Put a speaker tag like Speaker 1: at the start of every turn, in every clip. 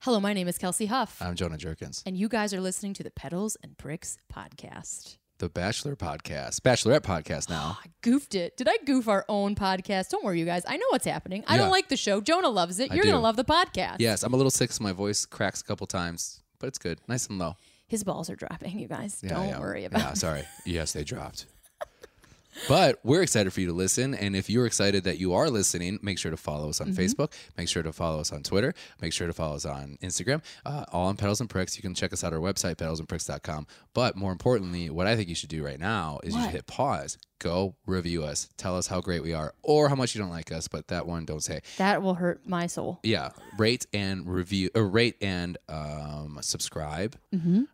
Speaker 1: Hello, my name is Kelsey Huff,
Speaker 2: I'm Jonah Jerkins,
Speaker 1: and you guys are listening to the Pedals and Bricks podcast. Ah,
Speaker 2: the Bachelor podcast, Bachelorette podcast now.
Speaker 1: I goofed it. Did I goof our own podcast? Don't worry, you guys. I know what's happening. I
Speaker 2: Yeah.
Speaker 1: don't like the show. Jonah loves it. You're
Speaker 2: do.
Speaker 1: going to love the podcast.
Speaker 2: yes, I'm a little sick, so my voice cracks a couple times, but it's good. Nice and low.
Speaker 1: His balls are dropping, you guys.
Speaker 2: Yeah,
Speaker 1: don't
Speaker 2: yeah.
Speaker 1: worry about
Speaker 2: Yeah, sorry. Yes, they dropped. But we're excited for you to listen. And if you're excited that you are listening, make sure to follow us on
Speaker 1: Mm-hmm.
Speaker 2: Facebook. Make sure to follow us on Twitter. Make sure to follow us on Instagram. Uh, all on Pedals and Pricks. You can check us out our website, pedalsandpricks.com. But more importantly, what I think you should do right now is you should
Speaker 1: What?
Speaker 2: hit pause, go review us, tell us how great we are or how much you don't like us. But that one, don't say.
Speaker 1: That will hurt my soul.
Speaker 2: Yeah, rate and review, or rate and um, subscribe.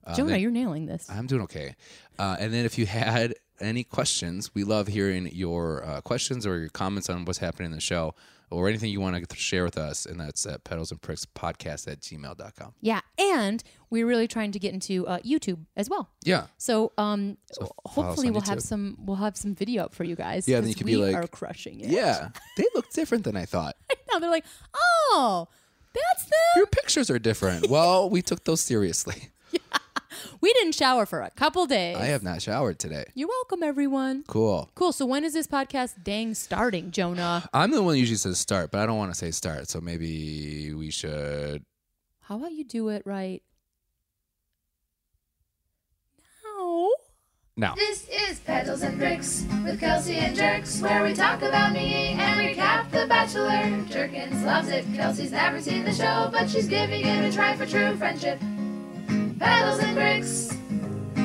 Speaker 2: Uh,
Speaker 1: Jonah, you're nailing this.
Speaker 2: I'm doing okay. Uh, and then if you had any questions, we love hearing your uh, questions or your comments on what's happening in the show or anything you want to share with us. And that's at pedals and pricks podcast at gmail.com.
Speaker 1: yeah. And we're really trying to get into uh, YouTube as well.
Speaker 2: Yeah.
Speaker 1: So, um,
Speaker 2: follow us
Speaker 1: hopefully
Speaker 2: on
Speaker 1: we'll have
Speaker 2: YouTube.
Speaker 1: some we'll have some video up for you guys.
Speaker 2: Yeah, then
Speaker 1: 'cause
Speaker 2: you can
Speaker 1: we
Speaker 2: be like-
Speaker 1: are crushing it.
Speaker 2: Yeah. They look different than I thought.
Speaker 1: Now they're like, oh, that's them.
Speaker 2: Your pictures are different. Well, we took those seriously.
Speaker 1: We didn't shower for a couple days.
Speaker 2: I have not showered today.
Speaker 1: You're welcome, everyone.
Speaker 2: Cool.
Speaker 1: Cool. So when is this podcast dang starting, Jonah?
Speaker 2: I'm the one who usually says start, but I don't want to say start. So maybe we should.
Speaker 1: How about you do it right? No.
Speaker 2: No.
Speaker 3: This is Pedals and Bricks with Kelsey and Jerks, where we talk about me and recap The Bachelor. Jerkins loves it. Kelsey's never seen the show, but she's giving it a try for true friendship. Pedals and Bricks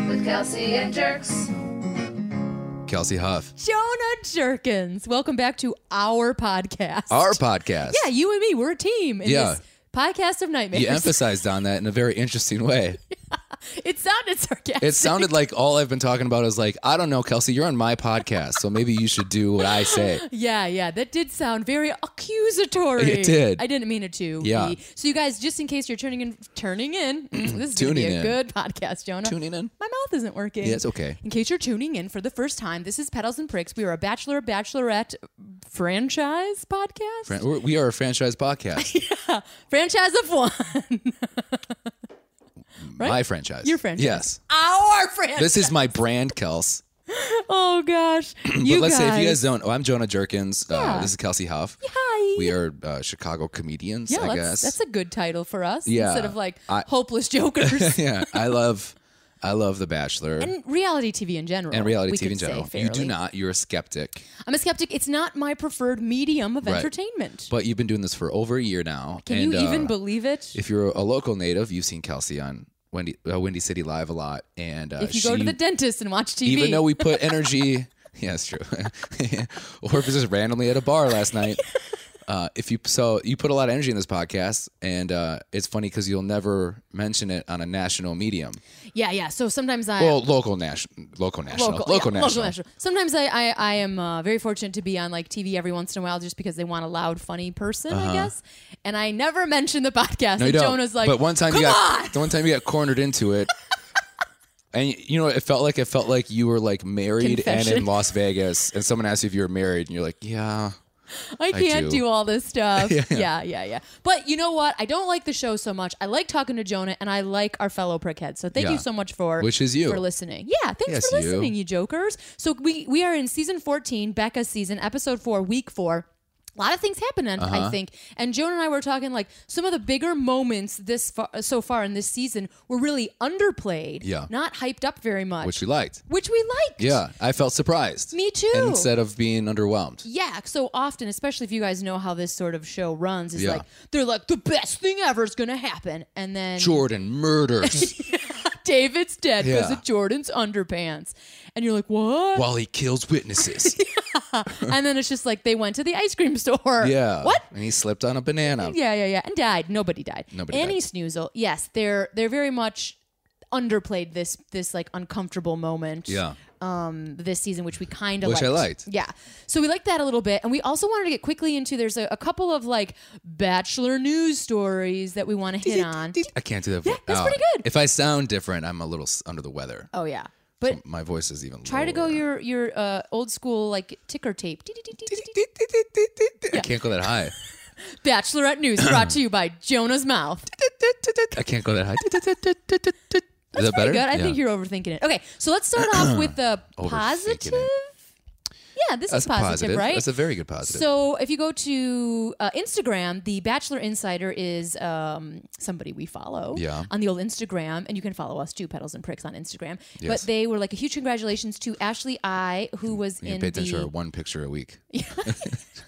Speaker 3: with Kelsey and Jerks.
Speaker 2: Kelsey Huff,
Speaker 1: Jonah Jerkins. Welcome back to our podcast.
Speaker 2: our podcast.
Speaker 1: Yeah, you and me, we're a team in
Speaker 2: Yeah.
Speaker 1: this podcast of nightmares.
Speaker 2: You emphasized on that in a very interesting way.
Speaker 1: it sounded sarcastic.
Speaker 2: It sounded like all I've been talking about is like, I don't know, Kelsey, you're on my podcast, so maybe you should do what I say.
Speaker 1: Yeah, yeah, that did sound very accusatory.
Speaker 2: It did.
Speaker 1: I didn't mean it to.
Speaker 2: Yeah.
Speaker 1: be. So you guys, just in case you're turning in, turning in, this is gonna be
Speaker 2: Tuning
Speaker 1: a
Speaker 2: in.
Speaker 1: good podcast, Jonah.
Speaker 2: Tuning in.
Speaker 1: My mouth isn't working.
Speaker 2: Yeah, it's okay.
Speaker 1: In case you're tuning in for the first time, this is Pedals and Pricks. We are a Bachelor Bachelorette franchise podcast.
Speaker 2: Fran- we're- We are a franchise podcast.
Speaker 1: franchise of one.
Speaker 2: My franchise.
Speaker 1: Your franchise.
Speaker 2: Yes.
Speaker 1: Our franchise.
Speaker 2: This is my brand, Kels.
Speaker 1: oh gosh.
Speaker 2: But
Speaker 1: you
Speaker 2: let's
Speaker 1: guys.
Speaker 2: say if you guys don't, oh, I'm Jonah Jerkins.
Speaker 1: Yeah.
Speaker 2: Uh, this is Kelsey Huff.
Speaker 1: Hi.
Speaker 2: We are uh, Chicago comedians,
Speaker 1: yeah,
Speaker 2: I
Speaker 1: that's,
Speaker 2: guess.
Speaker 1: that's a good title for us.
Speaker 2: Yeah.
Speaker 1: Instead of like
Speaker 2: I-
Speaker 1: hopeless jokers.
Speaker 2: yeah, I love, I love The Bachelor and,
Speaker 1: And reality TV in general.
Speaker 2: reality
Speaker 1: we
Speaker 2: TV in
Speaker 1: could say
Speaker 2: general. You do
Speaker 1: fairly.
Speaker 2: not. You're a skeptic,
Speaker 1: I'm a skeptic. It's not my preferred medium of
Speaker 2: Right.
Speaker 1: entertainment.
Speaker 2: but you've been doing this for over a year now.
Speaker 1: Can
Speaker 2: and,
Speaker 1: you
Speaker 2: uh,
Speaker 1: even believe it?
Speaker 2: if you're a local native, you've seen Kelsey on Wendy uh, Windy City Live a lot, and uh,
Speaker 1: If you go to
Speaker 2: she-
Speaker 1: the dentist and watch TV,
Speaker 2: even though we put energy, yeah, it's true, or if it's just randomly at a bar last night. Uh, if you so you put a lot of energy in this podcast, and uh, it's funny because you'll never mention it on a national medium.
Speaker 1: yeah, yeah. So sometimes I
Speaker 2: Well, local national, local national, local,
Speaker 1: yeah,
Speaker 2: national.
Speaker 1: Sometimes I, I, I am uh, very fortunate to be on like TV every once in a while, just because they want a loud, funny person, I guess. And I never mention the podcast.
Speaker 2: Uh-huh. No, you
Speaker 1: and
Speaker 2: don't.
Speaker 1: Jonah's like,
Speaker 2: but one time
Speaker 1: Come
Speaker 2: you got
Speaker 1: on!
Speaker 2: the one time you got cornered into it. And you know, what it felt like it felt like you were like married and
Speaker 1: Confession.
Speaker 2: in Las Vegas, and someone asked you if you were married, and you're like, "Yeah,
Speaker 1: I can't
Speaker 2: do.
Speaker 1: do. all this stuff."
Speaker 2: Yeah.
Speaker 1: yeah. yeah, yeah, But you know what? I don't like the show so much. I like talking to Jonah, and I like our fellow prickheads. So thank
Speaker 2: Yeah.
Speaker 1: you so much for
Speaker 2: Which is you.
Speaker 1: for listening. Yeah, thanks
Speaker 2: Yes,
Speaker 1: for
Speaker 2: you.
Speaker 1: listening, you. jokers. So we we are in season fourteen, Becca's season, episode four, week four. A lot of things happen, and
Speaker 2: Uh-huh.
Speaker 1: I think. And Joan and I were talking like some of the bigger moments this far, so far in this season were really underplayed,
Speaker 2: Yeah.
Speaker 1: not hyped up very much,
Speaker 2: which
Speaker 1: which,
Speaker 2: you liked."
Speaker 1: we liked.
Speaker 2: Yeah, I felt surprised.
Speaker 1: Me too.
Speaker 2: Instead of being underwhelmed.
Speaker 1: Yeah, so often, especially if you guys know how this sort of show runs, is
Speaker 2: Yeah.
Speaker 1: like they're like the best thing ever is going to happen, and then
Speaker 2: Jordan murders
Speaker 1: David's dead because
Speaker 2: Yeah.
Speaker 1: of Jordan's underpants, and you're like, what?
Speaker 2: while he kills witnesses.
Speaker 1: and then it's just like they went to the ice cream store.
Speaker 2: Yeah.
Speaker 1: what?
Speaker 2: And he slipped on a banana.
Speaker 1: Yeah, yeah, yeah, and died. Nobody died.
Speaker 2: Nobody
Speaker 1: Annie
Speaker 2: died.
Speaker 1: Snoozel. Yes, they're they're very much underplayed this this like uncomfortable moment.
Speaker 2: Yeah.
Speaker 1: this season, which we kind of
Speaker 2: Which I liked.
Speaker 1: Yeah, so we liked that a little bit, and we also wanted to get quickly into. There's a, a couple of like Bachelor news stories that we want to hit on.
Speaker 2: I can't do that. Uh,
Speaker 1: Yeah, that's pretty good.
Speaker 2: If I sound different, I'm a little s- under the weather.
Speaker 1: Oh yeah, but
Speaker 2: My voice is even
Speaker 1: try to go
Speaker 2: lower.
Speaker 1: your your uh, old school like ticker tape.
Speaker 2: I can't go that high.
Speaker 1: Bachelorette news brought to you by Jonah's Mouth.
Speaker 2: I can't go that high. Is that better?
Speaker 1: Pretty good. I
Speaker 2: Yeah.
Speaker 1: think you're overthinking it. Okay, so let's start off with the
Speaker 2: Overthinking
Speaker 1: positive. Yeah, this
Speaker 2: That's
Speaker 1: is positive, right?
Speaker 2: That's a very good positive.
Speaker 1: So if you go to uh, Instagram, the Bachelor Insider is um, somebody we follow
Speaker 2: Yeah.
Speaker 1: on the old Instagram, and you can follow us too, Petals and Pricks on Instagram.
Speaker 2: Yes.
Speaker 1: But they were like a huge congratulations to Ashley I, who was
Speaker 2: you
Speaker 1: in
Speaker 2: pay attention
Speaker 1: the
Speaker 2: to one picture a week.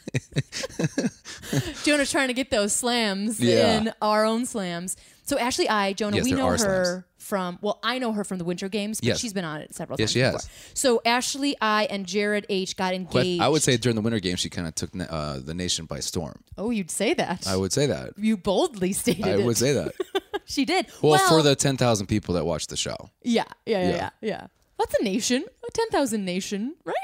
Speaker 1: Jonah's trying to get those slams
Speaker 2: Yeah.
Speaker 1: in our own slams. So Ashley I, Jonah,
Speaker 2: Yes,
Speaker 1: we
Speaker 2: there
Speaker 1: know
Speaker 2: are
Speaker 1: her
Speaker 2: slams.
Speaker 1: from well, I know her from the Winter Games, but
Speaker 2: Yes.
Speaker 1: she's been on it several
Speaker 2: Yes,
Speaker 1: times.
Speaker 2: she has.
Speaker 1: before. So Ashley I and Jared H got
Speaker 2: But
Speaker 1: engaged.
Speaker 2: I would say during the winter game, she kind of took na- uh, the nation by storm.
Speaker 1: Oh, you'd say that.
Speaker 2: I would say that.
Speaker 1: you boldly stated
Speaker 2: I
Speaker 1: it.
Speaker 2: would say that.
Speaker 1: she did.
Speaker 2: Well, for the 10,000 people that watched the show.
Speaker 1: Yeah, yeah, yeah,
Speaker 2: Yeah.
Speaker 1: yeah. yeah. That's a nation, a 10,000 nation, right?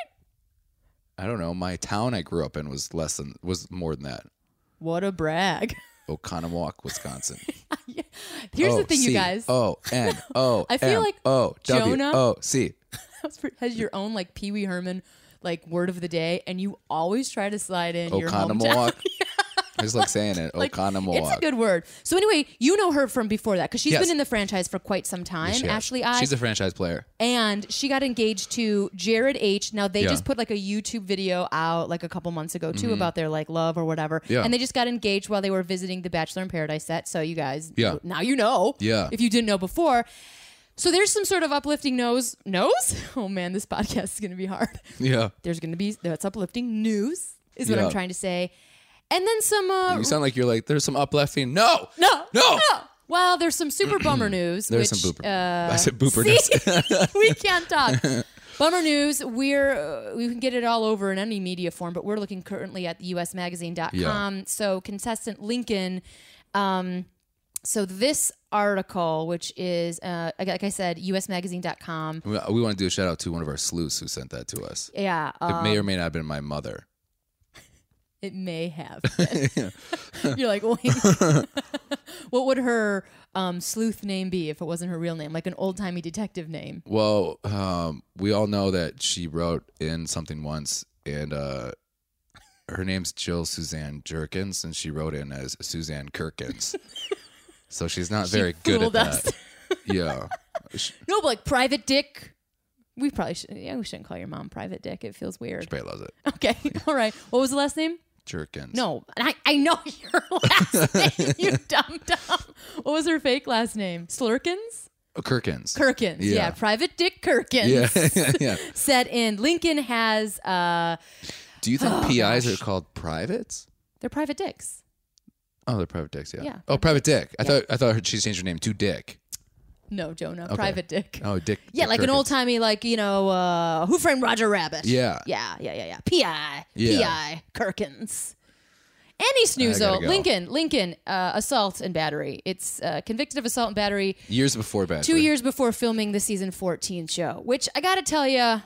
Speaker 2: I don't know. My town I grew up in was less than, was more than that.
Speaker 1: What a brag.
Speaker 2: Oconomowoc, Wisconsin.
Speaker 1: Here's the thing, you guys.
Speaker 2: Oh, N O.
Speaker 1: I feel like
Speaker 2: oh
Speaker 1: Jonah-
Speaker 2: W O C.
Speaker 1: Has your own like Pee Wee Herman like word of the day, and you always try to slide in your hometown.
Speaker 2: Oconomowoc. I just like saying it.
Speaker 1: Like,
Speaker 2: Oconomowoc.
Speaker 1: It's a good word. So anyway, you know her from before that because she's
Speaker 2: Yes.
Speaker 1: been in the franchise for quite some time.
Speaker 2: She has.
Speaker 1: Ashley I.
Speaker 2: She's a franchise player.
Speaker 1: and she got engaged to Jared H. Now they
Speaker 2: Yeah. Mm-hmm.
Speaker 1: just put like a YouTube video out like a couple months ago too about their like love or whatever.
Speaker 2: Yeah.
Speaker 1: And they just got engaged while they were visiting the Bachelor in Paradise set. So you guys,
Speaker 2: Yeah.
Speaker 1: now you know.
Speaker 2: Yeah.
Speaker 1: If you didn't know before. So there's some sort of uplifting nose nose. Oh man, this podcast is gonna be hard.
Speaker 2: Yeah.
Speaker 1: There's gonna be that's uplifting news is what
Speaker 2: Yeah.
Speaker 1: I'm trying to say. And then some uh,
Speaker 2: You sound like you're like, there's some uplifting. No.
Speaker 1: no,
Speaker 2: No.
Speaker 1: Well, there's some super bummer news.
Speaker 2: There's
Speaker 1: which,
Speaker 2: some booper.
Speaker 1: Uh,
Speaker 2: I said booper.
Speaker 1: See? we can't talk. Bummer news. We're uh, we can get it all over in any media form, but we're looking currently at usmagazine.com.
Speaker 2: Yeah.
Speaker 1: So contestant Lincoln. Um, so this article, which is uh, like- like I said, usmagazine.com.
Speaker 2: We, we want to do a shout out to one of our sleuths who sent that to us.
Speaker 1: Yeah,
Speaker 2: It
Speaker 1: uh,
Speaker 2: may or may not have been my mother.
Speaker 1: it may have. been. You're like, wait, what would her um, sleuth name be if it wasn't her real name, like an old timey detective name?
Speaker 2: Well, um, we all know that she wrote in something once, and uh, her name's Jill Suzanne Jerkins, and she wrote in as Suzanne Kirkins. so she's not very good at
Speaker 1: fooled us.
Speaker 2: that. yeah. She
Speaker 1: No, but like private dick. We probably should. Yeah, we shouldn't call your mom private dick. It feels weird.
Speaker 2: probably loves it.
Speaker 1: Okay. All right. What was the last name?
Speaker 2: Jerkins.
Speaker 1: No, and I, I know your last name, you dumb dumb. What was her fake last name? Slurkins?
Speaker 2: Oh, Kirkins.
Speaker 1: Kirkins. Yeah.
Speaker 2: Yeah.
Speaker 1: Private Dick Kirkins.
Speaker 2: yeah, yeah, yeah.
Speaker 1: Set in Lincoln has uh
Speaker 2: Do you think
Speaker 1: Oh,
Speaker 2: PIs are called privates?
Speaker 1: they're private dicks.
Speaker 2: Oh, they're private dicks. Yeah.
Speaker 1: Yeah,
Speaker 2: oh, private dick. I thought I thought she changed her name to Dick.
Speaker 1: No, Jonah. Private dick.
Speaker 2: Oh, Dick.
Speaker 1: yeah,
Speaker 2: Dick
Speaker 1: like an
Speaker 2: Kirkins.
Speaker 1: old timey, like, you know, uh Who Framed Roger Rabbit?
Speaker 2: Yeah.
Speaker 1: Yeah, yeah, yeah, yeah. PI,
Speaker 2: Yeah.
Speaker 1: PI, Kirkins. Any
Speaker 2: gotta
Speaker 1: snoozo,
Speaker 2: go.
Speaker 1: Lincoln, Lincoln, uh, assault and battery. It's uh, convicted of assault and battery
Speaker 2: Years before Bachelor.
Speaker 1: two years before filming the season 14 show, which I gotta tell you,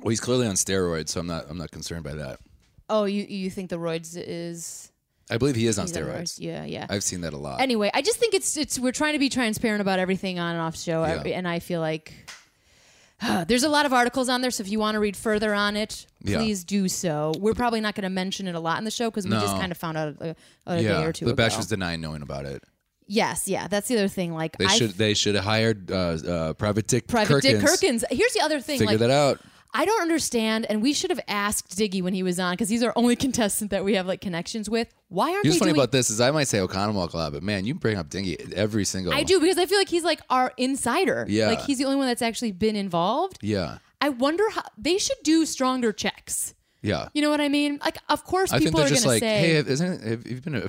Speaker 2: Well, he's clearly on steroids, so I'm not. I'm not concerned by that.
Speaker 1: oh, you, you think the roids is.
Speaker 2: I believe he is on
Speaker 1: is that
Speaker 2: steroids.
Speaker 1: roids? Yeah, yeah.
Speaker 2: I've seen that a lot.
Speaker 1: anyway, I just think it's it's we're trying to be transparent about everything on and off show,
Speaker 2: Yeah.
Speaker 1: and I feel like there's a lot of articles on there. So if you want to read further on it,
Speaker 2: Yeah.
Speaker 1: please do so. We're probably not going to mention it a lot in the show because we just
Speaker 2: No.
Speaker 1: kind of found out a, a
Speaker 2: yeah,
Speaker 1: day or two
Speaker 2: the
Speaker 1: ago.
Speaker 2: Bachelor's denying knowing about it.
Speaker 1: yes, yeah, that's the other thing. Like
Speaker 2: They
Speaker 1: I
Speaker 2: should. They should have hired uh, uh, Private Dick.
Speaker 1: private
Speaker 2: Kirkins.
Speaker 1: Dick Kirkins. Here's the other thing.
Speaker 2: Figure
Speaker 1: like
Speaker 2: that out.
Speaker 1: I don't understand, and we should have asked Diggy when he was on because he's our only contestant that we have like connections with. Why aren't
Speaker 2: Here's
Speaker 1: they
Speaker 2: funny
Speaker 1: doing
Speaker 2: about this is I might say Oconomowoc a lot, but man, you bring up Dingy every single.
Speaker 1: I do because I feel like he's like our insider.
Speaker 2: Yeah.
Speaker 1: Like he's the only one that's actually been involved.
Speaker 2: Yeah.
Speaker 1: I wonder how they should do stronger checks.
Speaker 2: Yeah.
Speaker 1: You know what I mean? Like, of course,
Speaker 2: I think
Speaker 1: people
Speaker 2: they're
Speaker 1: are going
Speaker 2: just
Speaker 1: to
Speaker 2: like,
Speaker 1: say,
Speaker 2: hey,
Speaker 1: "Have
Speaker 2: have- isn't it, have you been? a- Uh,